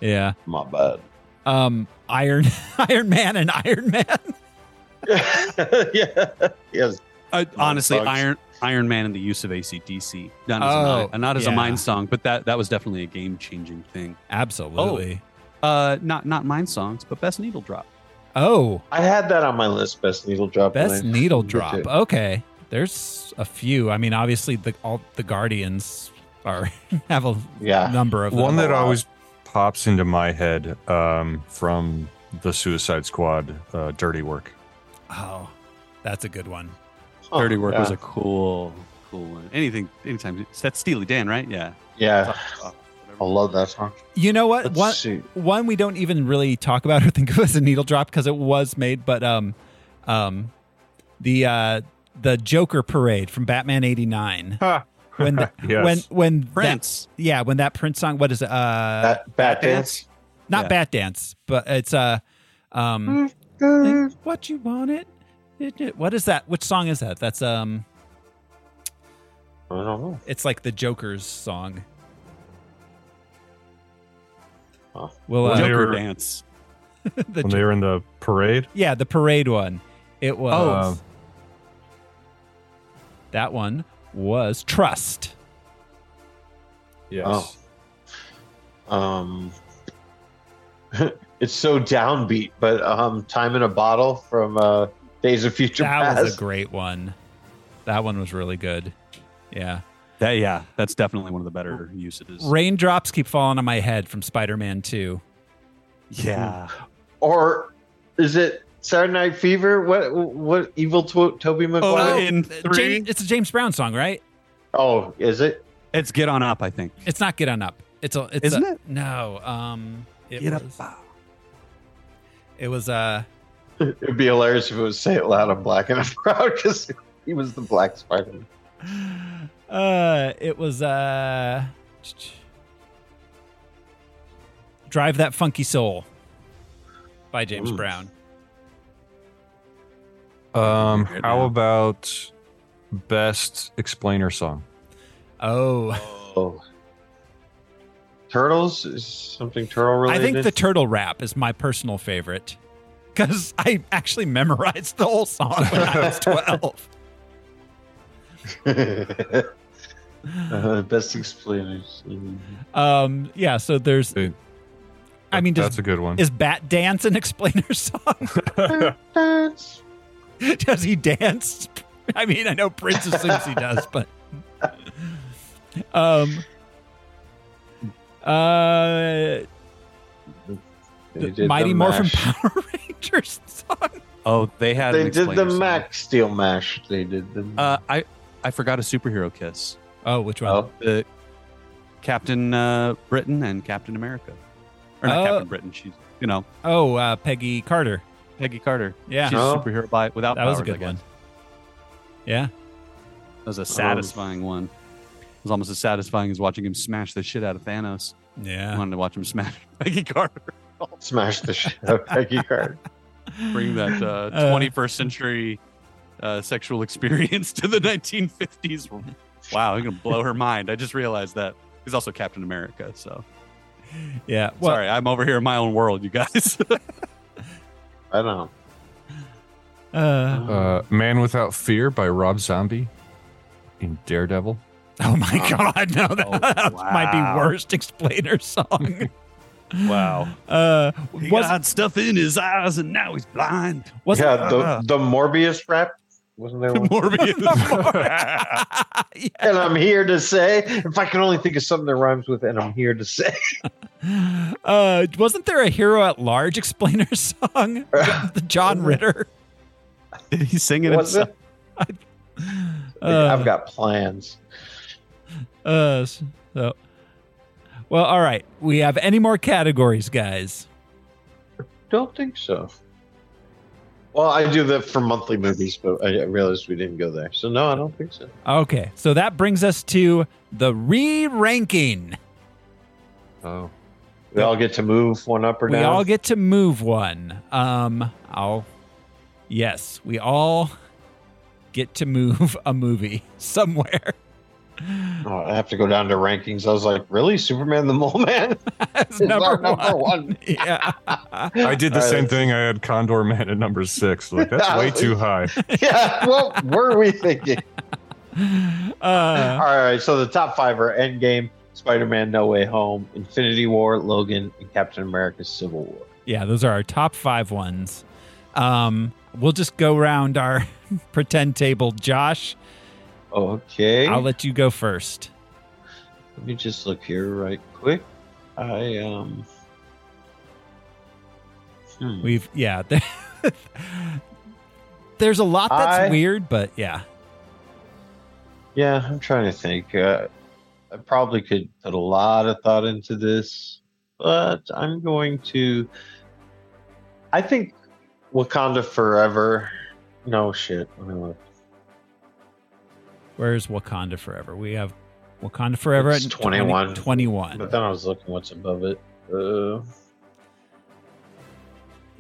[SPEAKER 1] yeah.
[SPEAKER 2] My bad. [laughs]
[SPEAKER 1] Um, Iron [laughs] Iron Man and Iron Man.
[SPEAKER 2] yeah. Yes.
[SPEAKER 3] I, Uh, honestly,
[SPEAKER 2] bugs.
[SPEAKER 3] Iron Iron Man and the use of ACDC. Not
[SPEAKER 1] Oh,
[SPEAKER 3] as, a, mi- not as
[SPEAKER 1] yeah.
[SPEAKER 3] a mind song, but that that was definitely a game changing thing.
[SPEAKER 1] Absolutely.
[SPEAKER 3] Uh, not not mind songs, but best needle drop.
[SPEAKER 1] Oh,
[SPEAKER 2] I had that on my list, best needle drop.
[SPEAKER 1] best
[SPEAKER 2] and I-
[SPEAKER 1] needle
[SPEAKER 2] Did
[SPEAKER 1] drop.
[SPEAKER 2] it.
[SPEAKER 1] Okay, there's a few. I mean, obviously the all the Guardians are [laughs] have a
[SPEAKER 2] Yeah.
[SPEAKER 1] number of
[SPEAKER 4] One
[SPEAKER 1] them.
[SPEAKER 4] that always pops into my head um, from the Suicide Squad, uh, Dirty Work.
[SPEAKER 1] Oh, that's a good one.
[SPEAKER 2] Oh,
[SPEAKER 3] Dirty Work
[SPEAKER 2] yeah.
[SPEAKER 3] was a cool cool one. Anything, anytime. It's that Steely Dan, right? Yeah.
[SPEAKER 2] Yeah, I
[SPEAKER 3] Whatever.
[SPEAKER 2] love that song.
[SPEAKER 1] You know what?
[SPEAKER 2] Let's
[SPEAKER 1] One,
[SPEAKER 2] see.
[SPEAKER 1] one we don't even really talk about or [laughs] think of as a needle drop because it was made, but um, um, the uh, the Joker parade from Batman
[SPEAKER 4] [laughs]
[SPEAKER 1] '89
[SPEAKER 2] Huh.
[SPEAKER 1] when the,
[SPEAKER 4] Yes.
[SPEAKER 1] when when that,
[SPEAKER 3] Prince.
[SPEAKER 1] yeah when that Prince song what is it uh
[SPEAKER 2] Bat, Bat Dance.
[SPEAKER 1] not
[SPEAKER 3] yeah.
[SPEAKER 1] Bat Dance but it's uh um
[SPEAKER 2] Dun,
[SPEAKER 1] what you want it It- it- what is that which song is that that's um
[SPEAKER 2] I don't know.
[SPEAKER 1] it's like the Joker's song.
[SPEAKER 2] Huh.
[SPEAKER 1] Well,
[SPEAKER 4] Well,
[SPEAKER 1] uh,
[SPEAKER 4] Joker-
[SPEAKER 3] Joker
[SPEAKER 4] were-
[SPEAKER 3] dance.
[SPEAKER 1] the
[SPEAKER 4] when
[SPEAKER 1] Jo-
[SPEAKER 4] they were in the parade.
[SPEAKER 1] yeah, the parade one. It was
[SPEAKER 4] Um,
[SPEAKER 1] that one was trust.
[SPEAKER 4] yes.
[SPEAKER 2] Oh. Um, [laughs] it's so downbeat, but um, "Time in a Bottle" from uh, Days of Future
[SPEAKER 1] That
[SPEAKER 2] Past.
[SPEAKER 1] was a great one. That one was really good. Yeah,
[SPEAKER 3] That, yeah, that's definitely one of the better usages.
[SPEAKER 1] raindrops keep falling on my head from Spider-Man Two.
[SPEAKER 3] Yeah.
[SPEAKER 2] or is it Saturday Night Fever? What what evil to- Toby
[SPEAKER 3] Oh,
[SPEAKER 2] McGuire?
[SPEAKER 3] in
[SPEAKER 1] Uh,
[SPEAKER 3] three.
[SPEAKER 1] James, it's a James Brown song, right?
[SPEAKER 2] Oh, is it?
[SPEAKER 3] It's Get On Up, I think.
[SPEAKER 1] It's not Get On Up. It's a. It's
[SPEAKER 3] Isn't
[SPEAKER 1] a,
[SPEAKER 3] it?
[SPEAKER 1] No. Um. It
[SPEAKER 3] Get
[SPEAKER 1] was,
[SPEAKER 3] Up.
[SPEAKER 1] It was. Uh.
[SPEAKER 2] It'd be hilarious if it was "Say It Loud" on Black and I'm [laughs] Proud because he was the Black Spider.
[SPEAKER 1] Uh, it was uh, "Drive That Funky Soul" by James
[SPEAKER 2] Ooh.
[SPEAKER 1] Brown.
[SPEAKER 4] Um,
[SPEAKER 3] Right
[SPEAKER 4] how
[SPEAKER 3] now.
[SPEAKER 4] about best explainer song?
[SPEAKER 1] Oh,
[SPEAKER 2] Oh, turtles is something turtle
[SPEAKER 1] I
[SPEAKER 2] related.
[SPEAKER 1] think the turtle rap is my personal favorite because I actually memorized the whole song when I was twelve.
[SPEAKER 2] [laughs] Uh, best explainers.
[SPEAKER 1] Um, yeah. So there's,
[SPEAKER 4] Dude,
[SPEAKER 1] I mean,
[SPEAKER 4] that's
[SPEAKER 1] does,
[SPEAKER 4] a good one.
[SPEAKER 1] is Bat Dance an explainer [laughs] song?
[SPEAKER 2] Dance.
[SPEAKER 1] [laughs] does he dance? I mean, I know Prince assumes he does, but um, uh,
[SPEAKER 2] They did
[SPEAKER 1] the Mighty
[SPEAKER 2] the
[SPEAKER 1] Morphin
[SPEAKER 2] mash.
[SPEAKER 1] Power [laughs] Rangers song.
[SPEAKER 3] Oh, they had an
[SPEAKER 2] They did the
[SPEAKER 3] explainer song.
[SPEAKER 2] Mac Steel Mash. They did the.
[SPEAKER 3] Uh, I, I forgot a superhero kiss.
[SPEAKER 1] Oh, which one?
[SPEAKER 2] oh,
[SPEAKER 3] The Captain uh, Britain and Captain America. Or not
[SPEAKER 1] Oh.
[SPEAKER 3] Captain Britain. She's, you know,
[SPEAKER 1] Oh, uh, Peggy Carter.
[SPEAKER 3] Peggy Carter.
[SPEAKER 1] Yeah,
[SPEAKER 3] She's
[SPEAKER 2] Oh.
[SPEAKER 3] a superhero by without
[SPEAKER 1] that was a
[SPEAKER 3] powers, I
[SPEAKER 1] good
[SPEAKER 3] guess.
[SPEAKER 1] one. Yeah,
[SPEAKER 3] That was a satisfying one. It was almost as satisfying as watching him smash the shit out of Thanos. I
[SPEAKER 1] yeah.
[SPEAKER 3] wanted to watch him smash [laughs] Peggy Carter.
[SPEAKER 2] smash the shit out
[SPEAKER 1] [laughs]
[SPEAKER 2] of Peggy Carter.
[SPEAKER 3] Bring that uh,
[SPEAKER 1] Uh,
[SPEAKER 3] 21st century uh, sexual experience to the 1950s. Wow, I'm going to
[SPEAKER 1] [laughs]
[SPEAKER 3] blow her mind. I just realized that. He's also Captain America. So
[SPEAKER 1] yeah. Well,
[SPEAKER 3] sorry, I'm over here in my own world, you guys. [laughs]
[SPEAKER 2] I don't
[SPEAKER 1] Uh,
[SPEAKER 2] know.
[SPEAKER 4] uh, Man Without Fear by Rob Zombie in Daredevil.
[SPEAKER 1] oh my God, no, that,
[SPEAKER 3] Oh,
[SPEAKER 1] [laughs] that might
[SPEAKER 3] wow.
[SPEAKER 1] be worst explainer song. [laughs]
[SPEAKER 3] wow.
[SPEAKER 1] Uh,
[SPEAKER 3] He
[SPEAKER 1] was,
[SPEAKER 3] got stuff in his eyes and now he's blind. [laughs]
[SPEAKER 1] was Uh-huh.
[SPEAKER 2] yeah, the, the Morbius rap. Wasn't there one?
[SPEAKER 1] [laughs]
[SPEAKER 3] [laughs] Morbius.
[SPEAKER 2] and I'm here to say, if I can only think of something that rhymes with, and I'm here to
[SPEAKER 1] [laughs]
[SPEAKER 2] say,
[SPEAKER 1] uh, wasn't there a hero at large explainer [laughs] song? the John Ritter.
[SPEAKER 3] Did he sing it
[SPEAKER 2] what's
[SPEAKER 3] himself?
[SPEAKER 2] it? Like,
[SPEAKER 1] Uh,
[SPEAKER 2] I've got plans.
[SPEAKER 1] uh, so. Well, all right. We have any more categories, guys?
[SPEAKER 2] Don't think so. Well, I do that for monthly movies, but I I realized we didn't go there. So no, I don't think so.
[SPEAKER 1] Okay, so that brings us to the re-ranking.
[SPEAKER 4] Oh,
[SPEAKER 2] We all get to move one up or
[SPEAKER 1] We
[SPEAKER 2] down.
[SPEAKER 1] all get to move one. Um, I'll. Yes, we all get to move [laughs] a movie somewhere. [laughs]
[SPEAKER 2] Oh, I have to go down to rankings. I was like, really, Superman the Mole Man [laughs]
[SPEAKER 1] That's
[SPEAKER 2] is our
[SPEAKER 1] number
[SPEAKER 2] number
[SPEAKER 1] one.
[SPEAKER 2] one.
[SPEAKER 1] Yeah.
[SPEAKER 4] I did the
[SPEAKER 2] All right,
[SPEAKER 4] same
[SPEAKER 2] let's-
[SPEAKER 4] thing. I had Condor Man at number six. Like
[SPEAKER 2] [laughs]
[SPEAKER 4] that's way too high.
[SPEAKER 2] yeah, what were we thinking?
[SPEAKER 1] Uh,
[SPEAKER 2] [laughs] All right, so the top five are Endgame, Spider-Man: No Way Home, Infinity War, Logan, and Captain America: Civil War.
[SPEAKER 1] yeah those are our top five ones um we'll just go round our [laughs] pretend table josh
[SPEAKER 2] Okay,
[SPEAKER 1] i'll let you go first
[SPEAKER 2] let me just look here right quick. I um, hmm.
[SPEAKER 1] we've yeah [laughs] there's a lot that's
[SPEAKER 2] I-
[SPEAKER 1] weird but yeah
[SPEAKER 2] Yeah, I'm trying to think. Uh, I probably could put a lot of thought into this, but I'm going to. I think Wakanda Forever. No shit. Let me look.
[SPEAKER 1] Where's Wakanda Forever? We have Wakanda Forever
[SPEAKER 2] It's
[SPEAKER 1] at
[SPEAKER 2] 21.
[SPEAKER 1] 21.
[SPEAKER 2] But then I was looking what's above it. Uh,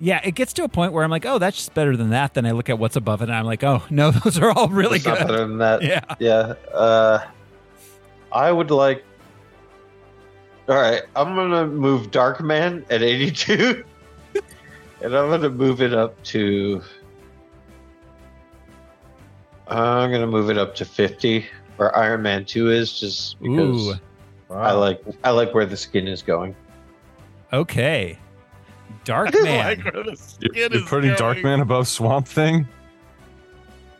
[SPEAKER 1] Yeah, it gets to a point where I'm like, oh, that's just better than that. Then I look at what's above it and I'm like, oh, [laughs] no, those are all really
[SPEAKER 2] it's not
[SPEAKER 1] good.
[SPEAKER 2] better
[SPEAKER 1] [laughs]
[SPEAKER 2] than that.
[SPEAKER 1] Yeah.
[SPEAKER 2] yeah. Uh, I would like. All right, I'm gonna move Dark Man at 82, [laughs] and I'm gonna move it up to. I'm gonna move it up to 50, where Iron Man 2 is, just because
[SPEAKER 1] Ooh.
[SPEAKER 2] I like I like where the skin is going.
[SPEAKER 1] Okay. Dark
[SPEAKER 2] [laughs]
[SPEAKER 1] Man.
[SPEAKER 4] You're, you're putting Darkman above Swamp Thing.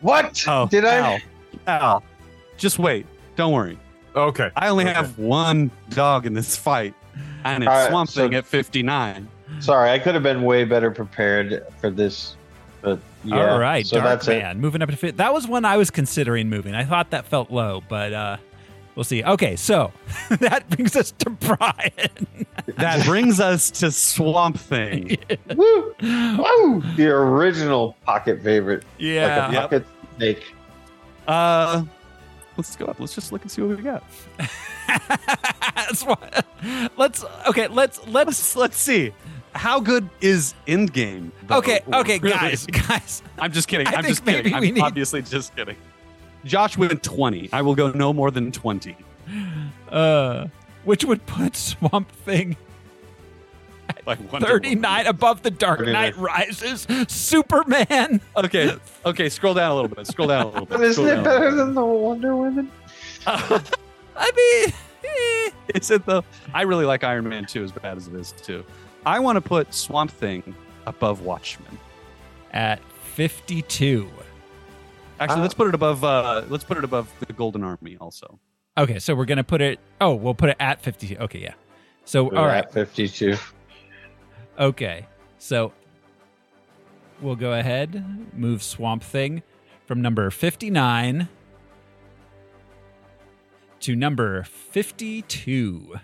[SPEAKER 2] What
[SPEAKER 3] Oh,
[SPEAKER 2] did I?
[SPEAKER 3] Al, Al, just wait. Don't worry.
[SPEAKER 4] Okay,
[SPEAKER 3] I only
[SPEAKER 4] Okay.
[SPEAKER 3] have one dog in this fight, and it's
[SPEAKER 2] All right,
[SPEAKER 3] Swamp
[SPEAKER 2] so-
[SPEAKER 3] Thing at 59.
[SPEAKER 2] Sorry, I could have been way better prepared for this, but yeah.
[SPEAKER 1] All right,
[SPEAKER 2] so
[SPEAKER 1] Dark
[SPEAKER 2] that's it.
[SPEAKER 1] Man. Moving up to fit. That was one I was considering moving. I thought that felt low, but uh we'll see. Okay, so [laughs] that brings us to [laughs] Brian.
[SPEAKER 3] [laughs] That brings us to Swamp Thing.
[SPEAKER 2] Woo! Woo! The original pocket favorite,
[SPEAKER 1] yeah.
[SPEAKER 2] like a
[SPEAKER 3] Yep.
[SPEAKER 2] pocket snake.
[SPEAKER 3] Uh, let's go up. Let's just look and see what we got.
[SPEAKER 1] That's why- let's okay, let's let's
[SPEAKER 3] Let's let's see. How good is Endgame? though?
[SPEAKER 1] Okay, okay,
[SPEAKER 3] Really?
[SPEAKER 1] guys, guys.
[SPEAKER 3] I'm just kidding.
[SPEAKER 1] I
[SPEAKER 3] I'm
[SPEAKER 1] think
[SPEAKER 3] just kidding.
[SPEAKER 1] maybe we
[SPEAKER 3] I'm
[SPEAKER 1] need-
[SPEAKER 3] obviously just kidding. Josh went 20. I will go no more than 20.
[SPEAKER 1] Uh which would put Swamp Thing
[SPEAKER 3] Like Wonder Woman.
[SPEAKER 1] 39 above the Dark Knight Rises, Superman.
[SPEAKER 3] Okay, okay. Scroll down a little bit. Scroll down a little bit.
[SPEAKER 2] But isn't
[SPEAKER 3] Scroll
[SPEAKER 2] it
[SPEAKER 3] down a
[SPEAKER 2] better
[SPEAKER 3] little
[SPEAKER 2] than the Wonder Woman?
[SPEAKER 1] I mean, eh.
[SPEAKER 3] bit. It's at the. I really like Iron Man 2 as bad as it is too. I want to put Swamp Thing above Watchmen.
[SPEAKER 1] at 52.
[SPEAKER 3] Actually,
[SPEAKER 2] Uh,
[SPEAKER 3] let's put it above. Uh, let's put it above the Golden Army also.
[SPEAKER 1] Okay, so we're going to put it Oh, we'll put it at 52. Okay, yeah. So all
[SPEAKER 2] We're
[SPEAKER 1] right.
[SPEAKER 2] at fifty-two.
[SPEAKER 1] Okay. So we'll go ahead, move Swamp Thing from number 59 to number 52.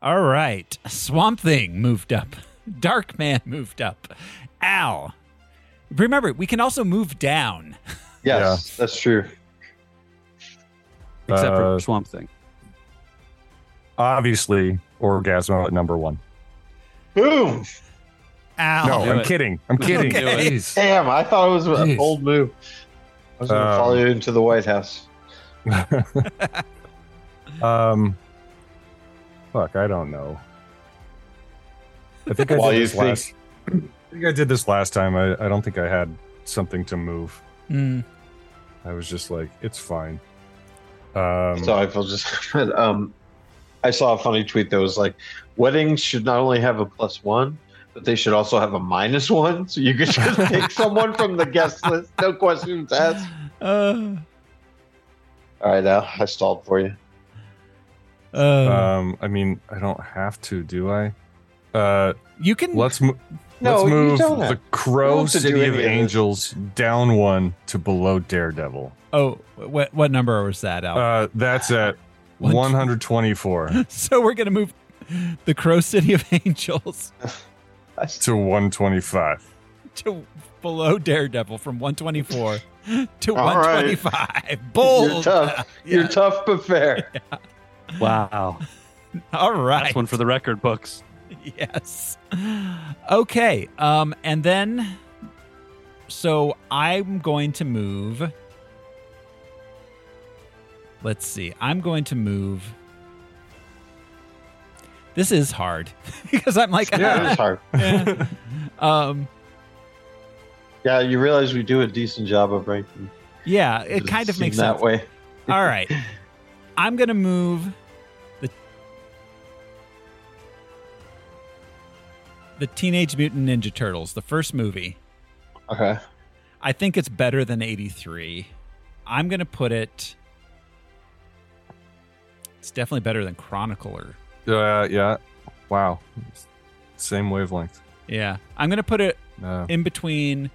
[SPEAKER 1] All right. Swamp Thing moved up. [laughs] Dark Man moved up. Al. Remember, we can also move down.
[SPEAKER 2] Yes, that's true.
[SPEAKER 3] Except
[SPEAKER 4] Uh,
[SPEAKER 3] for Swamp Thing.
[SPEAKER 4] obviously Orgasmo at number one.
[SPEAKER 2] Boom!
[SPEAKER 1] Al.
[SPEAKER 4] No,
[SPEAKER 3] do
[SPEAKER 4] I'm
[SPEAKER 3] it.
[SPEAKER 4] kidding. I'm kidding.
[SPEAKER 1] Do it.
[SPEAKER 4] Jeez.
[SPEAKER 2] Damn, I thought it was a
[SPEAKER 4] Jeez.
[SPEAKER 2] bold move. I was gonna
[SPEAKER 4] Um,
[SPEAKER 2] follow you into the White House.
[SPEAKER 4] Um, fuck, I don't know. I think I
[SPEAKER 2] While
[SPEAKER 4] did
[SPEAKER 2] you
[SPEAKER 4] this
[SPEAKER 2] think-
[SPEAKER 4] last. I think I did this last time. I, I don't think I had something to move.
[SPEAKER 1] Mm.
[SPEAKER 4] I was just like, it's fine. Um,
[SPEAKER 2] so I feel just. [laughs] um, I saw a funny tweet that was like, "Weddings should not only have a plus one." But they should also have a minus one, so you could
[SPEAKER 1] [laughs]
[SPEAKER 2] just pick someone from the guest list, no questions asked.
[SPEAKER 1] Uh,
[SPEAKER 2] All right, now I stalled for you.
[SPEAKER 1] uh,
[SPEAKER 4] um, I mean, I don't have to, do I? Uh,
[SPEAKER 1] you can
[SPEAKER 4] let's mo-
[SPEAKER 2] No,
[SPEAKER 4] let's
[SPEAKER 2] you
[SPEAKER 4] move
[SPEAKER 2] don't have-
[SPEAKER 4] the Crow
[SPEAKER 2] have to do
[SPEAKER 4] City of
[SPEAKER 2] any of this.
[SPEAKER 4] Angels down one to below Daredevil.
[SPEAKER 1] Oh, what what number was that out?
[SPEAKER 4] Uh, that's [laughs] at
[SPEAKER 1] One-
[SPEAKER 4] [laughs] 124
[SPEAKER 1] [laughs] so we're gonna move the Crow City of [laughs] Angels
[SPEAKER 2] I
[SPEAKER 4] to 125.
[SPEAKER 1] to below Daredevil from 124 to
[SPEAKER 2] All right.
[SPEAKER 1] 125. Bold.
[SPEAKER 2] You're tough. [laughs]
[SPEAKER 1] Yeah.
[SPEAKER 2] You're tough but [laughs] fair.
[SPEAKER 3] Wow,
[SPEAKER 1] All right.
[SPEAKER 3] that's one for the record books.
[SPEAKER 1] [laughs] yes. Okay. Um, and then, so I'm going to move. Let's see. I'm going to move. This is hard [laughs] because I'm like,
[SPEAKER 2] Yeah,
[SPEAKER 1] [laughs]
[SPEAKER 2] it was hard.
[SPEAKER 1] um,
[SPEAKER 2] Yeah, you realize we do a decent job of ranking.
[SPEAKER 1] yeah, it kind of
[SPEAKER 2] Doesn't
[SPEAKER 1] makes
[SPEAKER 2] seem
[SPEAKER 1] sense.
[SPEAKER 2] that way.
[SPEAKER 1] All
[SPEAKER 2] [laughs]
[SPEAKER 1] right. I'm going to move the the Teenage Mutant Ninja Turtles, the first movie.
[SPEAKER 2] Okay.
[SPEAKER 1] I think it's better than 83. I'm going to put it It's definitely better than Chronicler.
[SPEAKER 4] Uh, yeah. Wow. Same wavelength.
[SPEAKER 1] Yeah. I'm going to put it
[SPEAKER 4] Uh,
[SPEAKER 1] in between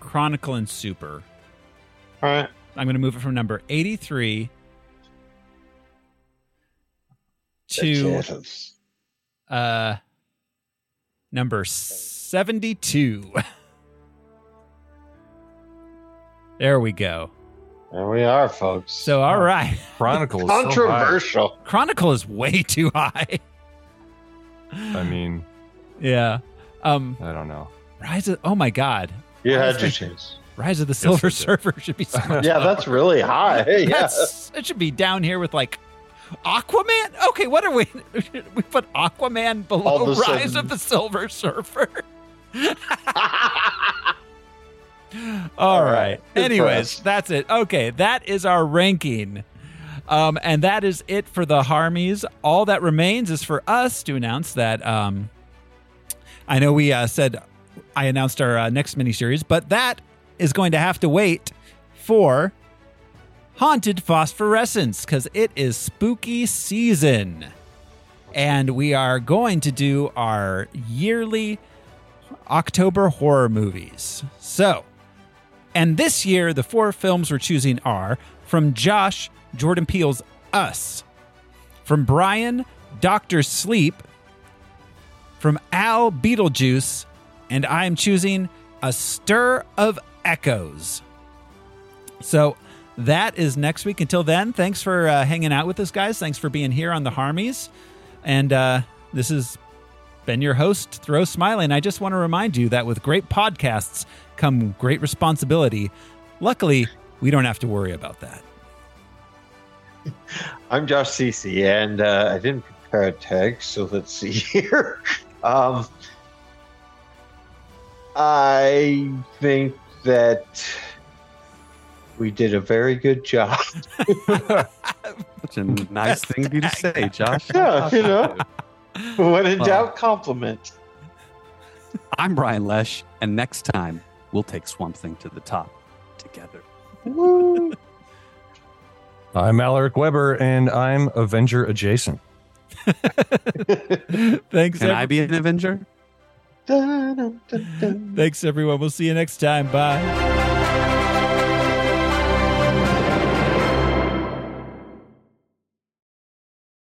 [SPEAKER 1] Chronicle and Super.
[SPEAKER 2] All right.
[SPEAKER 1] I'm going to move it from number 83 to
[SPEAKER 2] Chances.
[SPEAKER 1] uh, number 72. [laughs] there we go.
[SPEAKER 2] There we are, folks.
[SPEAKER 1] So, all right. [laughs]
[SPEAKER 4] Chronicles. so high.
[SPEAKER 2] controversial.
[SPEAKER 1] Chronicle is way too high.
[SPEAKER 4] I mean,
[SPEAKER 1] [laughs] Yeah. Um,
[SPEAKER 4] I don't know.
[SPEAKER 1] Rise of, oh my God.
[SPEAKER 2] you had your chance.
[SPEAKER 1] Rise of the Silver
[SPEAKER 4] I did.
[SPEAKER 1] Surfer
[SPEAKER 2] [laughs]
[SPEAKER 1] should be so much
[SPEAKER 2] Yeah,
[SPEAKER 1] lower.
[SPEAKER 2] that's really high. [laughs] Hey, yeah.
[SPEAKER 1] [laughs] That's, it should be down here with like Aquaman. Okay, what are we? [laughs] we put Aquaman below
[SPEAKER 2] All of a
[SPEAKER 1] Rise
[SPEAKER 2] sudden.
[SPEAKER 1] of the Silver Surfer. [laughs] All
[SPEAKER 2] All
[SPEAKER 1] right.
[SPEAKER 2] right. Good
[SPEAKER 1] Anyways,
[SPEAKER 2] press.
[SPEAKER 1] that's it. Okay, that is our ranking. Um, and that is it for the Harmies. All that remains is for us to announce that. Um, I know we uh, said I announced our uh, next miniseries, but that is going to have to wait for Haunted Phosphorescence because it is spooky season. And we are going to do our yearly October horror movies. So, and this year, the four films we're choosing are from Josh, Jordan Peele's Us, from Brian, Doctor Sleep, from Al Beetlejuice, and I am choosing A Stir of Echoes. So that is next week. Until then, thanks for uh, hanging out with us, guys. Thanks for being here on the Harmies. And uh, this has been your host, Throw Smiley. And I just want to remind you that with great podcasts come great responsibility. Luckily, we don't have to worry about that. [laughs]
[SPEAKER 2] I'm Josh Cece, and uh, I didn't prepare a tag, so let's see [laughs] here. um, I think that we did a very good job.
[SPEAKER 3] Such a nice thing of
[SPEAKER 1] [laughs]
[SPEAKER 3] you to say, Josh.
[SPEAKER 2] Yeah, you know. When in
[SPEAKER 3] Wow.
[SPEAKER 2] doubt, compliment.
[SPEAKER 3] I'm Brian Lesh, and next time we'll take Swamp Thing to the top together.
[SPEAKER 2] Woo. [laughs]
[SPEAKER 4] I'm Alaric Weber, and I'm Avenger adjacent.
[SPEAKER 1] Thanks,
[SPEAKER 3] Can
[SPEAKER 1] ev-
[SPEAKER 3] I be an Avenger?
[SPEAKER 2] Dun, dun, dun, dun.
[SPEAKER 1] thanks, everyone. We'll see you next time. Bye.